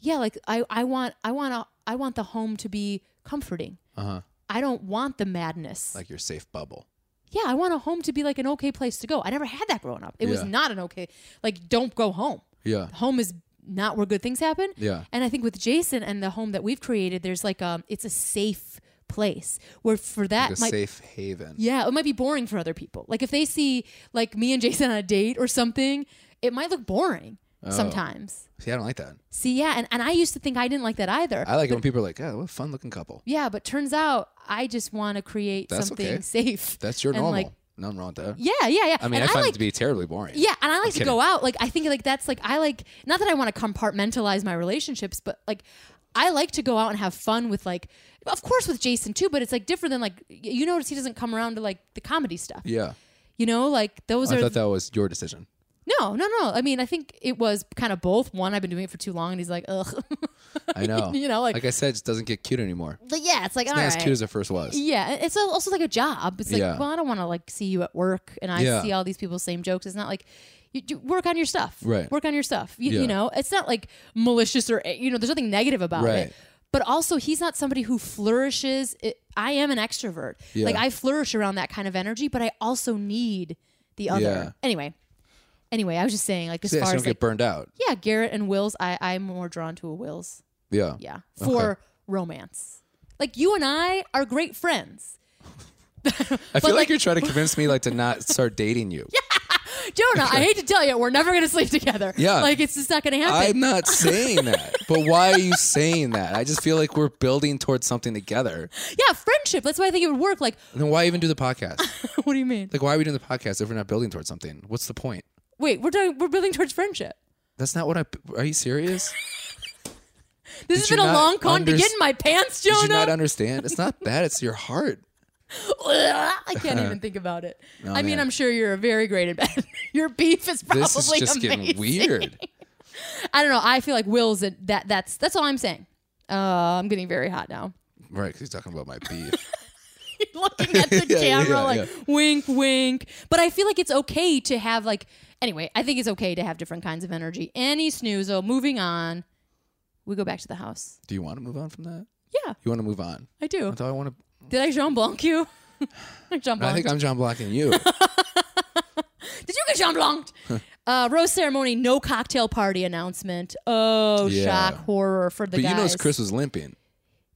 Speaker 1: yeah, like I, I want, I want, a, I want the home to be comforting.
Speaker 2: Uh huh.
Speaker 1: I don't want the madness.
Speaker 2: Like your safe bubble.
Speaker 1: yeah, I want a home to be like an okay place to go. I never had that growing up. It was
Speaker 2: Yeah.
Speaker 1: not an okay. Like, don't go home.
Speaker 2: Yeah.
Speaker 1: Home is not where good things happen.
Speaker 2: Yeah.
Speaker 1: And I think with Jason and the home that we've created, there's like um, it's a safe place where for that
Speaker 2: Like a
Speaker 1: might
Speaker 2: safe haven.
Speaker 1: yeah, it might be boring for other people. Like if they see like me and Jason on a date or something, it might look boring
Speaker 2: Oh.
Speaker 1: sometimes.
Speaker 2: See, I don't like that.
Speaker 1: See, yeah, and, and I used to think I didn't like that either.
Speaker 2: I like it when people are like, "Yeah, what a fun looking couple."
Speaker 1: yeah, but turns out I just want to create
Speaker 2: That's
Speaker 1: something
Speaker 2: okay.
Speaker 1: safe.
Speaker 2: That's your
Speaker 1: and,
Speaker 2: normal.
Speaker 1: Like,
Speaker 2: Nothing wrong with that.
Speaker 1: yeah, yeah, yeah.
Speaker 2: I mean,
Speaker 1: and
Speaker 2: I find
Speaker 1: like,
Speaker 2: it to be terribly boring.
Speaker 1: yeah, and I like to
Speaker 2: kidding.
Speaker 1: go out. Like I think like that's like I like not that I want to compartmentalize my relationships, but like I like to go out and have fun with like of course with Jason too, but it's like different than like y- you notice he doesn't come around to like the comedy stuff.
Speaker 2: Yeah. Oh,
Speaker 1: You know, like those
Speaker 2: I
Speaker 1: are
Speaker 2: thought that was your decision.
Speaker 1: No, no, no. I mean, I think it was kind of both. One, I've been doing it for too long, and he's like, ugh.
Speaker 2: I know.
Speaker 1: You know, like-
Speaker 2: I said, it just doesn't get cute anymore.
Speaker 1: but yeah, it's like, all
Speaker 2: Not as
Speaker 1: right.
Speaker 2: cute as it first was.
Speaker 1: yeah, it's al- also like a job. It's like,
Speaker 2: Yeah.
Speaker 1: well, I don't want to like see you at work, and I
Speaker 2: Yeah.
Speaker 1: see all these people's same jokes. It's not like you, you work on your stuff,
Speaker 2: Right.
Speaker 1: Work on your stuff. You,
Speaker 2: Yeah.
Speaker 1: you know, it's not like malicious or eh, you know, there's nothing negative about
Speaker 2: Right.
Speaker 1: it. But also, he's not somebody who flourishes. It, I am an extrovert.
Speaker 2: Yeah.
Speaker 1: Like I flourish around that kind of energy, but I also need the other.
Speaker 2: Yeah. Anyway.
Speaker 1: Anyway, anyway, I was just saying, like as
Speaker 2: So, yeah, so
Speaker 1: far
Speaker 2: you
Speaker 1: as
Speaker 2: don't
Speaker 1: like,
Speaker 2: get burned out.
Speaker 1: Yeah, Garrett and Wills. I I'm more drawn to a Wills.
Speaker 2: Yeah.
Speaker 1: Yeah, for romance. Like you and I are great friends,
Speaker 2: I feel like,
Speaker 1: like-
Speaker 2: you're trying to convince me like to not start dating you.
Speaker 1: Jonah, I hate to tell you, we're never going to sleep together.
Speaker 2: Yeah.
Speaker 1: Like, it's just not going to happen.
Speaker 2: I'm not saying that, but why are you saying that? I just feel like we're building towards something together.
Speaker 1: yeah, friendship. That's why I think it would work. Like,
Speaker 2: And then why even do the podcast?
Speaker 1: what do you mean?
Speaker 2: Like, why are we doing the podcast if we're not building towards something? What's the point?
Speaker 1: Wait, we're doing, we're building towards friendship.
Speaker 2: That's not what I. Are you serious?
Speaker 1: This has
Speaker 2: you
Speaker 1: been a
Speaker 2: not
Speaker 1: long con to
Speaker 2: underst-
Speaker 1: get in my pants,
Speaker 2: Did you not
Speaker 1: Jonah.
Speaker 2: understand? It's not that. It's your heart.
Speaker 1: I can't even think about it. I mean,
Speaker 2: Oh, man.
Speaker 1: I'm sure you're very great at bed. Your beef is probably
Speaker 2: This is just getting
Speaker 1: amazing.
Speaker 2: weird.
Speaker 1: I don't know. I feel like Will's a, that. That's that's all I'm saying. Uh, I'm getting very hot now.
Speaker 2: Right, because he's talking about my beef.
Speaker 1: looking at the
Speaker 2: Yeah, yeah,
Speaker 1: camera
Speaker 2: yeah,
Speaker 1: like wink wink but i feel like it's okay to have like anyway i think it's okay to have different kinds of energy any snoozle moving on we go back to the house
Speaker 2: do you want to move on from that?
Speaker 1: yeah
Speaker 2: You want to move on?
Speaker 1: i do
Speaker 2: I thought I want to.
Speaker 1: did i jean blanc you jean
Speaker 2: I
Speaker 1: blanc
Speaker 2: think I'm John blocking you.
Speaker 1: did you get jean blanc uh rose ceremony no cocktail party announcement oh
Speaker 2: Yeah.
Speaker 1: shock horror for the
Speaker 2: But
Speaker 1: guys
Speaker 2: you noticed Chris was limping.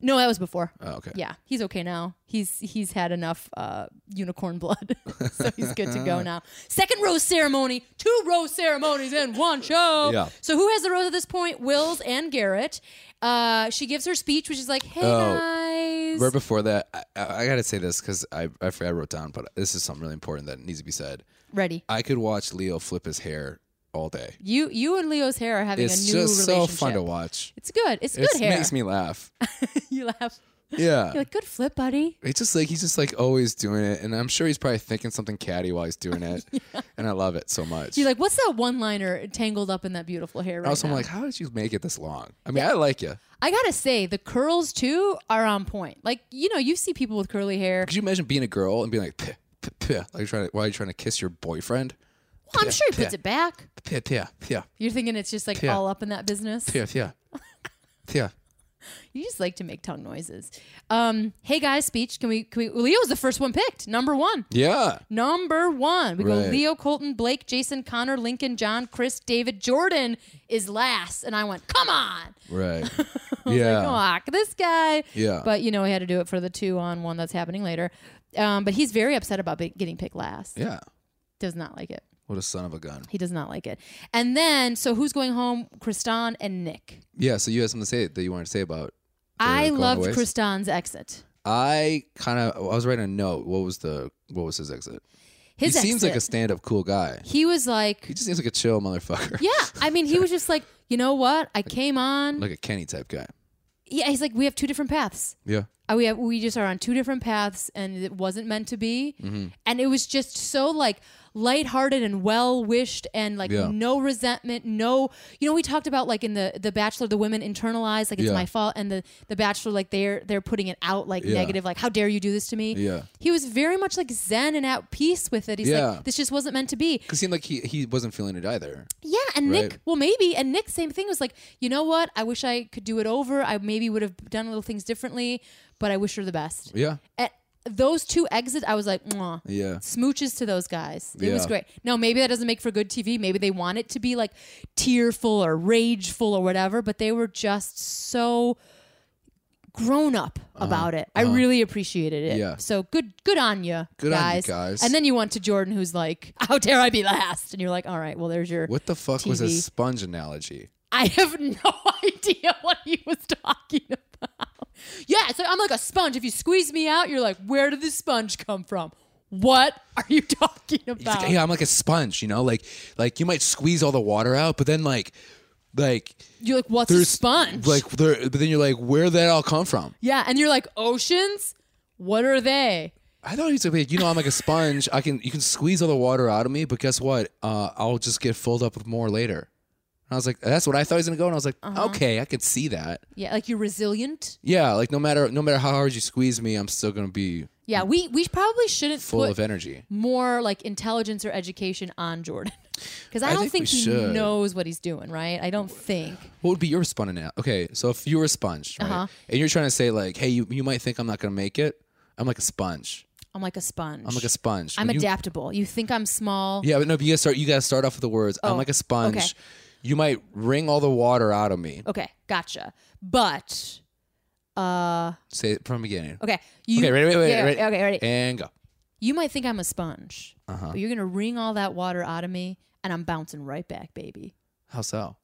Speaker 1: no that was before
Speaker 2: Oh, okay.
Speaker 1: Yeah, he's okay now. He's he's had enough uh, unicorn blood, so he's good to go now. Second rose ceremony, two rose ceremonies in one show.
Speaker 2: Yeah.
Speaker 1: So who has the rose at this point? Wills and Garrett. Uh, she gives her speech, which is like, "Hey
Speaker 2: Oh,
Speaker 1: guys."
Speaker 2: Right before that, I, I I gotta say this because I I forgot I wrote down, but this is something really important that needs to be said.
Speaker 1: ready.
Speaker 2: I could watch Leo flip his hair all day.
Speaker 1: You you and Leo's hair are having
Speaker 2: It's
Speaker 1: a new
Speaker 2: just so
Speaker 1: relationship.
Speaker 2: fun to watch.
Speaker 1: It's good. It's good
Speaker 2: It
Speaker 1: hair.
Speaker 2: makes me laugh.
Speaker 1: you laugh.
Speaker 2: Yeah.
Speaker 1: You're like, "Good flip, buddy."
Speaker 2: It's just like he's just like always doing it, and I'm sure he's probably thinking something catty while he's doing it, and I love it so much.
Speaker 1: You're like, "What's that one-liner tangled up in that beautiful hair?" Right
Speaker 2: also, I'm
Speaker 1: now?"
Speaker 2: like, how did you make it this long? I mean, I like you.
Speaker 1: I gotta say, the curls too are on point. Like, you know, you see people with curly hair.
Speaker 2: Could you imagine being a girl and being like, "Pah, pah, pah," like trying to, why are you trying to kiss your boyfriend?
Speaker 1: Well, I'm sure he puts
Speaker 2: yeah.
Speaker 1: it back.
Speaker 2: Pah, pah, pah,
Speaker 1: You're thinking it's just like
Speaker 2: Yeah.
Speaker 1: all up in that business.
Speaker 2: pah, pah, pah.
Speaker 1: You just like to make tongue noises. Um, hey guys, speech. Can we? Can we? Leo's the first one picked. Number one.
Speaker 2: Yeah.
Speaker 1: Number one. We go
Speaker 2: Right.
Speaker 1: Leo, Colton, Blake, Jason, Connor, Lincoln, John, Chris, David, Jordan is last. And I went, come on.
Speaker 2: Right.
Speaker 1: Come
Speaker 2: yeah.
Speaker 1: on, this guy.
Speaker 2: Oh. Yeah.
Speaker 1: But you know, he had to do it for the two on one that's happening later. Um, but he's very upset about be- getting picked last.
Speaker 2: Yeah.
Speaker 1: Does not like it.
Speaker 2: What a son of a gun.
Speaker 1: He does not like it. And then, so who's going home? Kristan and Nick.
Speaker 2: Yeah. So you had something to say that you wanted to say about. the
Speaker 1: I
Speaker 2: going
Speaker 1: loved
Speaker 2: aways?
Speaker 1: Kristan's exit.
Speaker 2: I kind of. I was writing a note. What was the? What was his exit?
Speaker 1: His
Speaker 2: he seems like a
Speaker 1: exit,
Speaker 2: stand-up cool guy.
Speaker 1: he was like,
Speaker 2: He just seems like a chill motherfucker.
Speaker 1: yeah. I mean, he was just like, you know what? I came on.
Speaker 2: Like a Kenny type guy.
Speaker 1: yeah, he's like, we have two different paths.
Speaker 2: Yeah.
Speaker 1: Uh, We have we just are on two different paths, and it wasn't meant to be.
Speaker 2: Mm-hmm.
Speaker 1: And it was just so like lighthearted and well wished, and like
Speaker 2: Yeah.
Speaker 1: no resentment, no. You know, we talked about like in the the Bachelor, the women internalize like it's
Speaker 2: Yeah.
Speaker 1: my fault, and the the Bachelor like they're they're putting it out like
Speaker 2: Yeah.
Speaker 1: negative, like how dare you do this to me?
Speaker 2: Yeah.
Speaker 1: he was very much like zen and at peace with it. He's
Speaker 2: Yeah.
Speaker 1: like, this just wasn't meant to be.
Speaker 2: Cause it seemed like he, he wasn't feeling it either.
Speaker 1: Yeah, and Nick,
Speaker 2: Right.
Speaker 1: well, maybe, and Nick, same thing was like, you know what? I wish I could do it over. I maybe would have done little things differently, but I wish her the best.
Speaker 2: Yeah.
Speaker 1: At those two exits, I was like, Mwah.
Speaker 2: Yeah.
Speaker 1: smooches to those guys. It was
Speaker 2: Yeah.
Speaker 1: great. No, maybe that doesn't make for good TV. Maybe they want it to be like tearful or rageful or whatever, but they were just so grown up about it. I really appreciated it.
Speaker 2: Uh-huh. Yeah.
Speaker 1: So good, good on you,
Speaker 2: Good on you
Speaker 1: guys.
Speaker 2: guys.
Speaker 1: And then you went to Jordan, who's like, "How dare I be last?" And you're like, "All right, well, there's your
Speaker 2: What the fuck was a
Speaker 1: TV.
Speaker 2: sponge analogy?
Speaker 1: I have no idea what he was talking about. Yeah, so I'm like a sponge. If you squeeze me out, you're like, where did the sponge come from? What are you talking
Speaker 2: He's like,
Speaker 1: about?
Speaker 2: yeah, I'm like a sponge, you know, like like you might squeeze all the water out, but then like like
Speaker 1: You're like, what's a
Speaker 2: there's
Speaker 1: sponge?
Speaker 2: Like there, but then you're like, where did that all come from?
Speaker 1: yeah, and you're like, oceans? What are they?
Speaker 2: I thought he was gonna be like, you know, I'm like a sponge. I can you can squeeze all the water out of me, but guess what? Uh, I'll just get filled up with more later. And I was like, that's what I thought he was gonna go, and I was like,
Speaker 1: Uh-huh.
Speaker 2: okay, I could see that.
Speaker 1: Yeah, like you're resilient.
Speaker 2: Yeah, like no matter no matter how hard you squeeze me, I'm still gonna be
Speaker 1: Yeah, we we probably shouldn't
Speaker 2: full
Speaker 1: put
Speaker 2: of energy.
Speaker 1: more like intelligence or education on Jordan. Because I,
Speaker 2: I
Speaker 1: don't think,
Speaker 2: think we
Speaker 1: he
Speaker 2: should.
Speaker 1: knows what he's doing, right? I don't think.
Speaker 2: What would be your sponge now? Okay, so if you were a sponge, right,
Speaker 1: Uh-huh.
Speaker 2: and you're trying to say like, hey, you, you might think I'm not gonna make it. I'm like a sponge.
Speaker 1: I'm like a sponge.
Speaker 2: I'm like a sponge.
Speaker 1: I'm
Speaker 2: When you-
Speaker 1: adaptable. You think I'm small.
Speaker 2: Yeah, but no, but you gotta start. You gotta start off with the words. I'm like a sponge.
Speaker 1: Oh, okay.
Speaker 2: You might wring all the water out of me.
Speaker 1: Okay, gotcha. But Uh,
Speaker 2: Say it from the beginning.
Speaker 1: okay. You,
Speaker 2: Okay, ready, wait, wait,
Speaker 1: yeah,
Speaker 2: ready.
Speaker 1: Okay, ready.
Speaker 2: And Uh-huh. go.
Speaker 1: you might think I'm a sponge, but you're gonna wring all that water out of me, and I'm bouncing right back, baby.
Speaker 2: How so?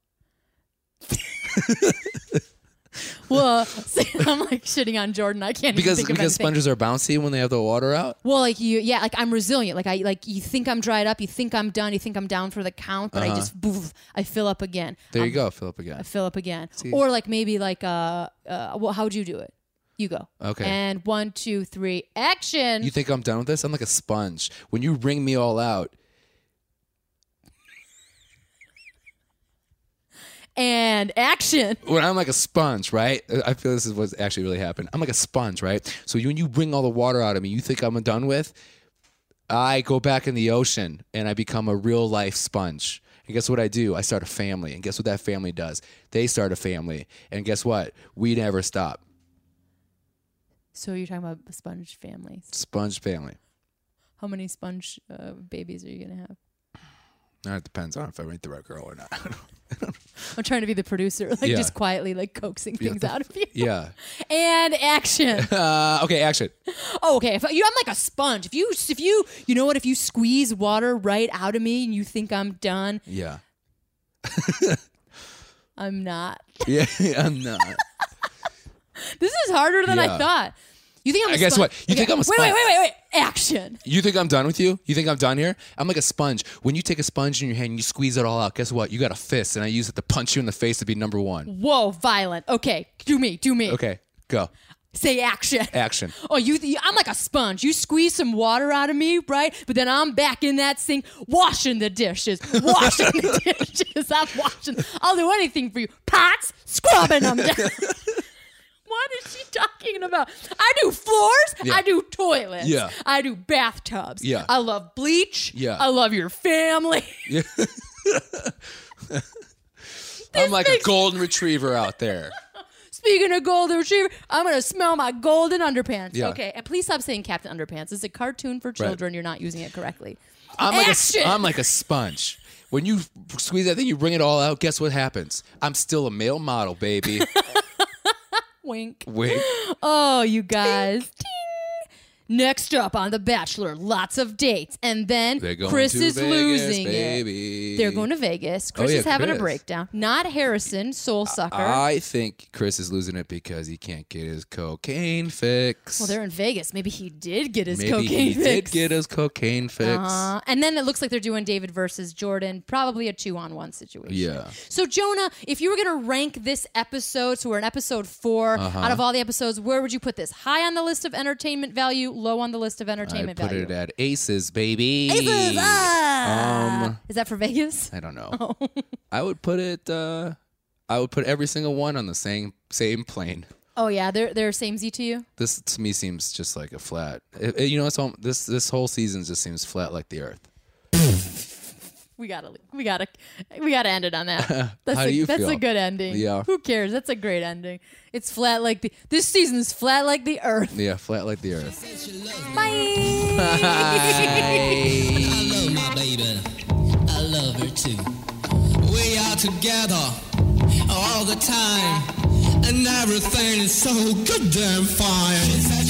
Speaker 1: Well, see, I'm like shitting on Jordan. I can't
Speaker 2: Because
Speaker 1: even think of
Speaker 2: because
Speaker 1: anything.
Speaker 2: sponges are bouncy when they have the water out.
Speaker 1: Well, like you, yeah, like I'm resilient. Like I, like you think I'm dried up, you think I'm done, you think I'm down for the count, but I just, boof, I fill up again.
Speaker 2: Uh-huh. There
Speaker 1: I'm-
Speaker 2: you go, Philip again.
Speaker 1: I fill up again. Or like maybe like, uh, uh, well, how'd you do it? You go.
Speaker 2: Okay.
Speaker 1: And one, two, three, action.
Speaker 2: You think I'm done with this? I'm like a sponge. When you wring me all out,
Speaker 1: and action.
Speaker 2: when I'm like a sponge, right? I feel this is what's actually really happened. I'm like a sponge, right? So when you wring all the water out of me, you think I'm done with? I go back in the ocean and I become a real life sponge. And guess what I do? I start a family. And guess what that family does? They start a family. And guess what? We never stop.
Speaker 1: So you're talking about the sponge families.
Speaker 2: Sponge family.
Speaker 1: How many sponge uh, babies are you gonna have?
Speaker 2: Now it depends on if I meet the right girl or not.
Speaker 1: I'm trying to be the producer, like
Speaker 2: Yeah.
Speaker 1: just quietly like coaxing things out of you.
Speaker 2: yeah.
Speaker 1: And action.
Speaker 2: Uh, okay, action.
Speaker 1: Oh, okay. If you, I'm like a sponge. If you, if you, you know what? If you squeeze water right out of me and you think I'm done,
Speaker 2: Yeah.
Speaker 1: I'm not.
Speaker 2: Yeah, I'm not.
Speaker 1: This is harder than I
Speaker 2: Yeah.
Speaker 1: thought. You think I'm? A
Speaker 2: Uh, guess
Speaker 1: sponge?
Speaker 2: what? You think I'm a
Speaker 1: Wait, wait,
Speaker 2: sponge.
Speaker 1: wait, wait, wait. Action.
Speaker 2: You think I'm done with you? You think I'm done here? I'm like a sponge. When you take a sponge in your hand and you squeeze it all out, guess what? You got a fist, and I use it to punch you in the face to be number one.
Speaker 1: Whoa, violent. Okay, do me, do me.
Speaker 2: Okay, go.
Speaker 1: Say action.
Speaker 2: Action.
Speaker 1: Oh, you, you- I'm like a sponge. You squeeze some water out of me, right? But then I'm back in that sink washing the dishes, washing the dishes. I'm washing. I'll do anything for you. Pots, scrubbing them down. what is she talking about? I do floors.
Speaker 2: Yeah.
Speaker 1: I do toilets.
Speaker 2: Yeah.
Speaker 1: I do bathtubs.
Speaker 2: Yeah.
Speaker 1: I love bleach.
Speaker 2: Yeah.
Speaker 1: I love your family.
Speaker 2: I'm like a
Speaker 1: makes-
Speaker 2: golden retriever out there.
Speaker 1: Speaking of golden retriever, I'm gonna smell my golden underpants.
Speaker 2: Yeah.
Speaker 1: Okay, and please stop saying Captain Underpants. It's a cartoon for children. You're not using it correctly.
Speaker 2: I'm like a, s-
Speaker 1: Action.
Speaker 2: I'm like a sponge. When you squeeze that thing, you wring it all out. Guess what happens? I'm still a male model, baby.
Speaker 1: Wink.
Speaker 2: Wait,
Speaker 1: Oh, you guys. Ting. Next up on The Bachelor, lots of dates. And then
Speaker 2: they're going
Speaker 1: Chris
Speaker 2: to
Speaker 1: is
Speaker 2: Vegas,
Speaker 1: losing it.
Speaker 2: baby. Oh,
Speaker 1: They're going to Vegas. Chris
Speaker 2: yeah,
Speaker 1: is having
Speaker 2: Chris. Uh,
Speaker 1: a breakdown. Not Harrison, soul sucker.
Speaker 2: I think Chris is losing it because he can't get his cocaine fix.
Speaker 1: well, they're in Vegas. Maybe he did get his
Speaker 2: Maybe
Speaker 1: cocaine
Speaker 2: he
Speaker 1: fix.
Speaker 2: did get his cocaine fix.
Speaker 1: Uh, and then it looks like they're doing David versus Jordan, probably a two on one situation.
Speaker 2: Yeah.
Speaker 1: So, Jonah, if you were going to rank this episode, so we're in episode 4
Speaker 2: Uh-huh.
Speaker 1: out of all the episodes, where would you put this? High on the list of entertainment value, low on the list of
Speaker 2: I
Speaker 1: entertainment
Speaker 2: put
Speaker 1: value.
Speaker 2: it at aces, baby.
Speaker 1: Aces, ah! Oh.
Speaker 2: Um,
Speaker 1: Is that for Vegas?
Speaker 2: I don't know. I would put it. Uh, I would put every single one on the same same plane.
Speaker 1: Oh yeah, they're they're samey to you.
Speaker 2: This to me seems just like a flat. it- it- you know, it's all, this this whole season just seems flat like the earth.
Speaker 1: We gotta we gotta we gotta end it on that. That's
Speaker 2: How
Speaker 1: a,
Speaker 2: do you
Speaker 1: that's a
Speaker 2: feel?
Speaker 1: good ending.
Speaker 2: Yeah.
Speaker 1: Who cares? That's a great ending. It's flat like the this season's flat like the earth.
Speaker 2: Yeah, flat like the earth.
Speaker 5: I love my baby. I love her too. We are together all the time, and everything is so good damn fine.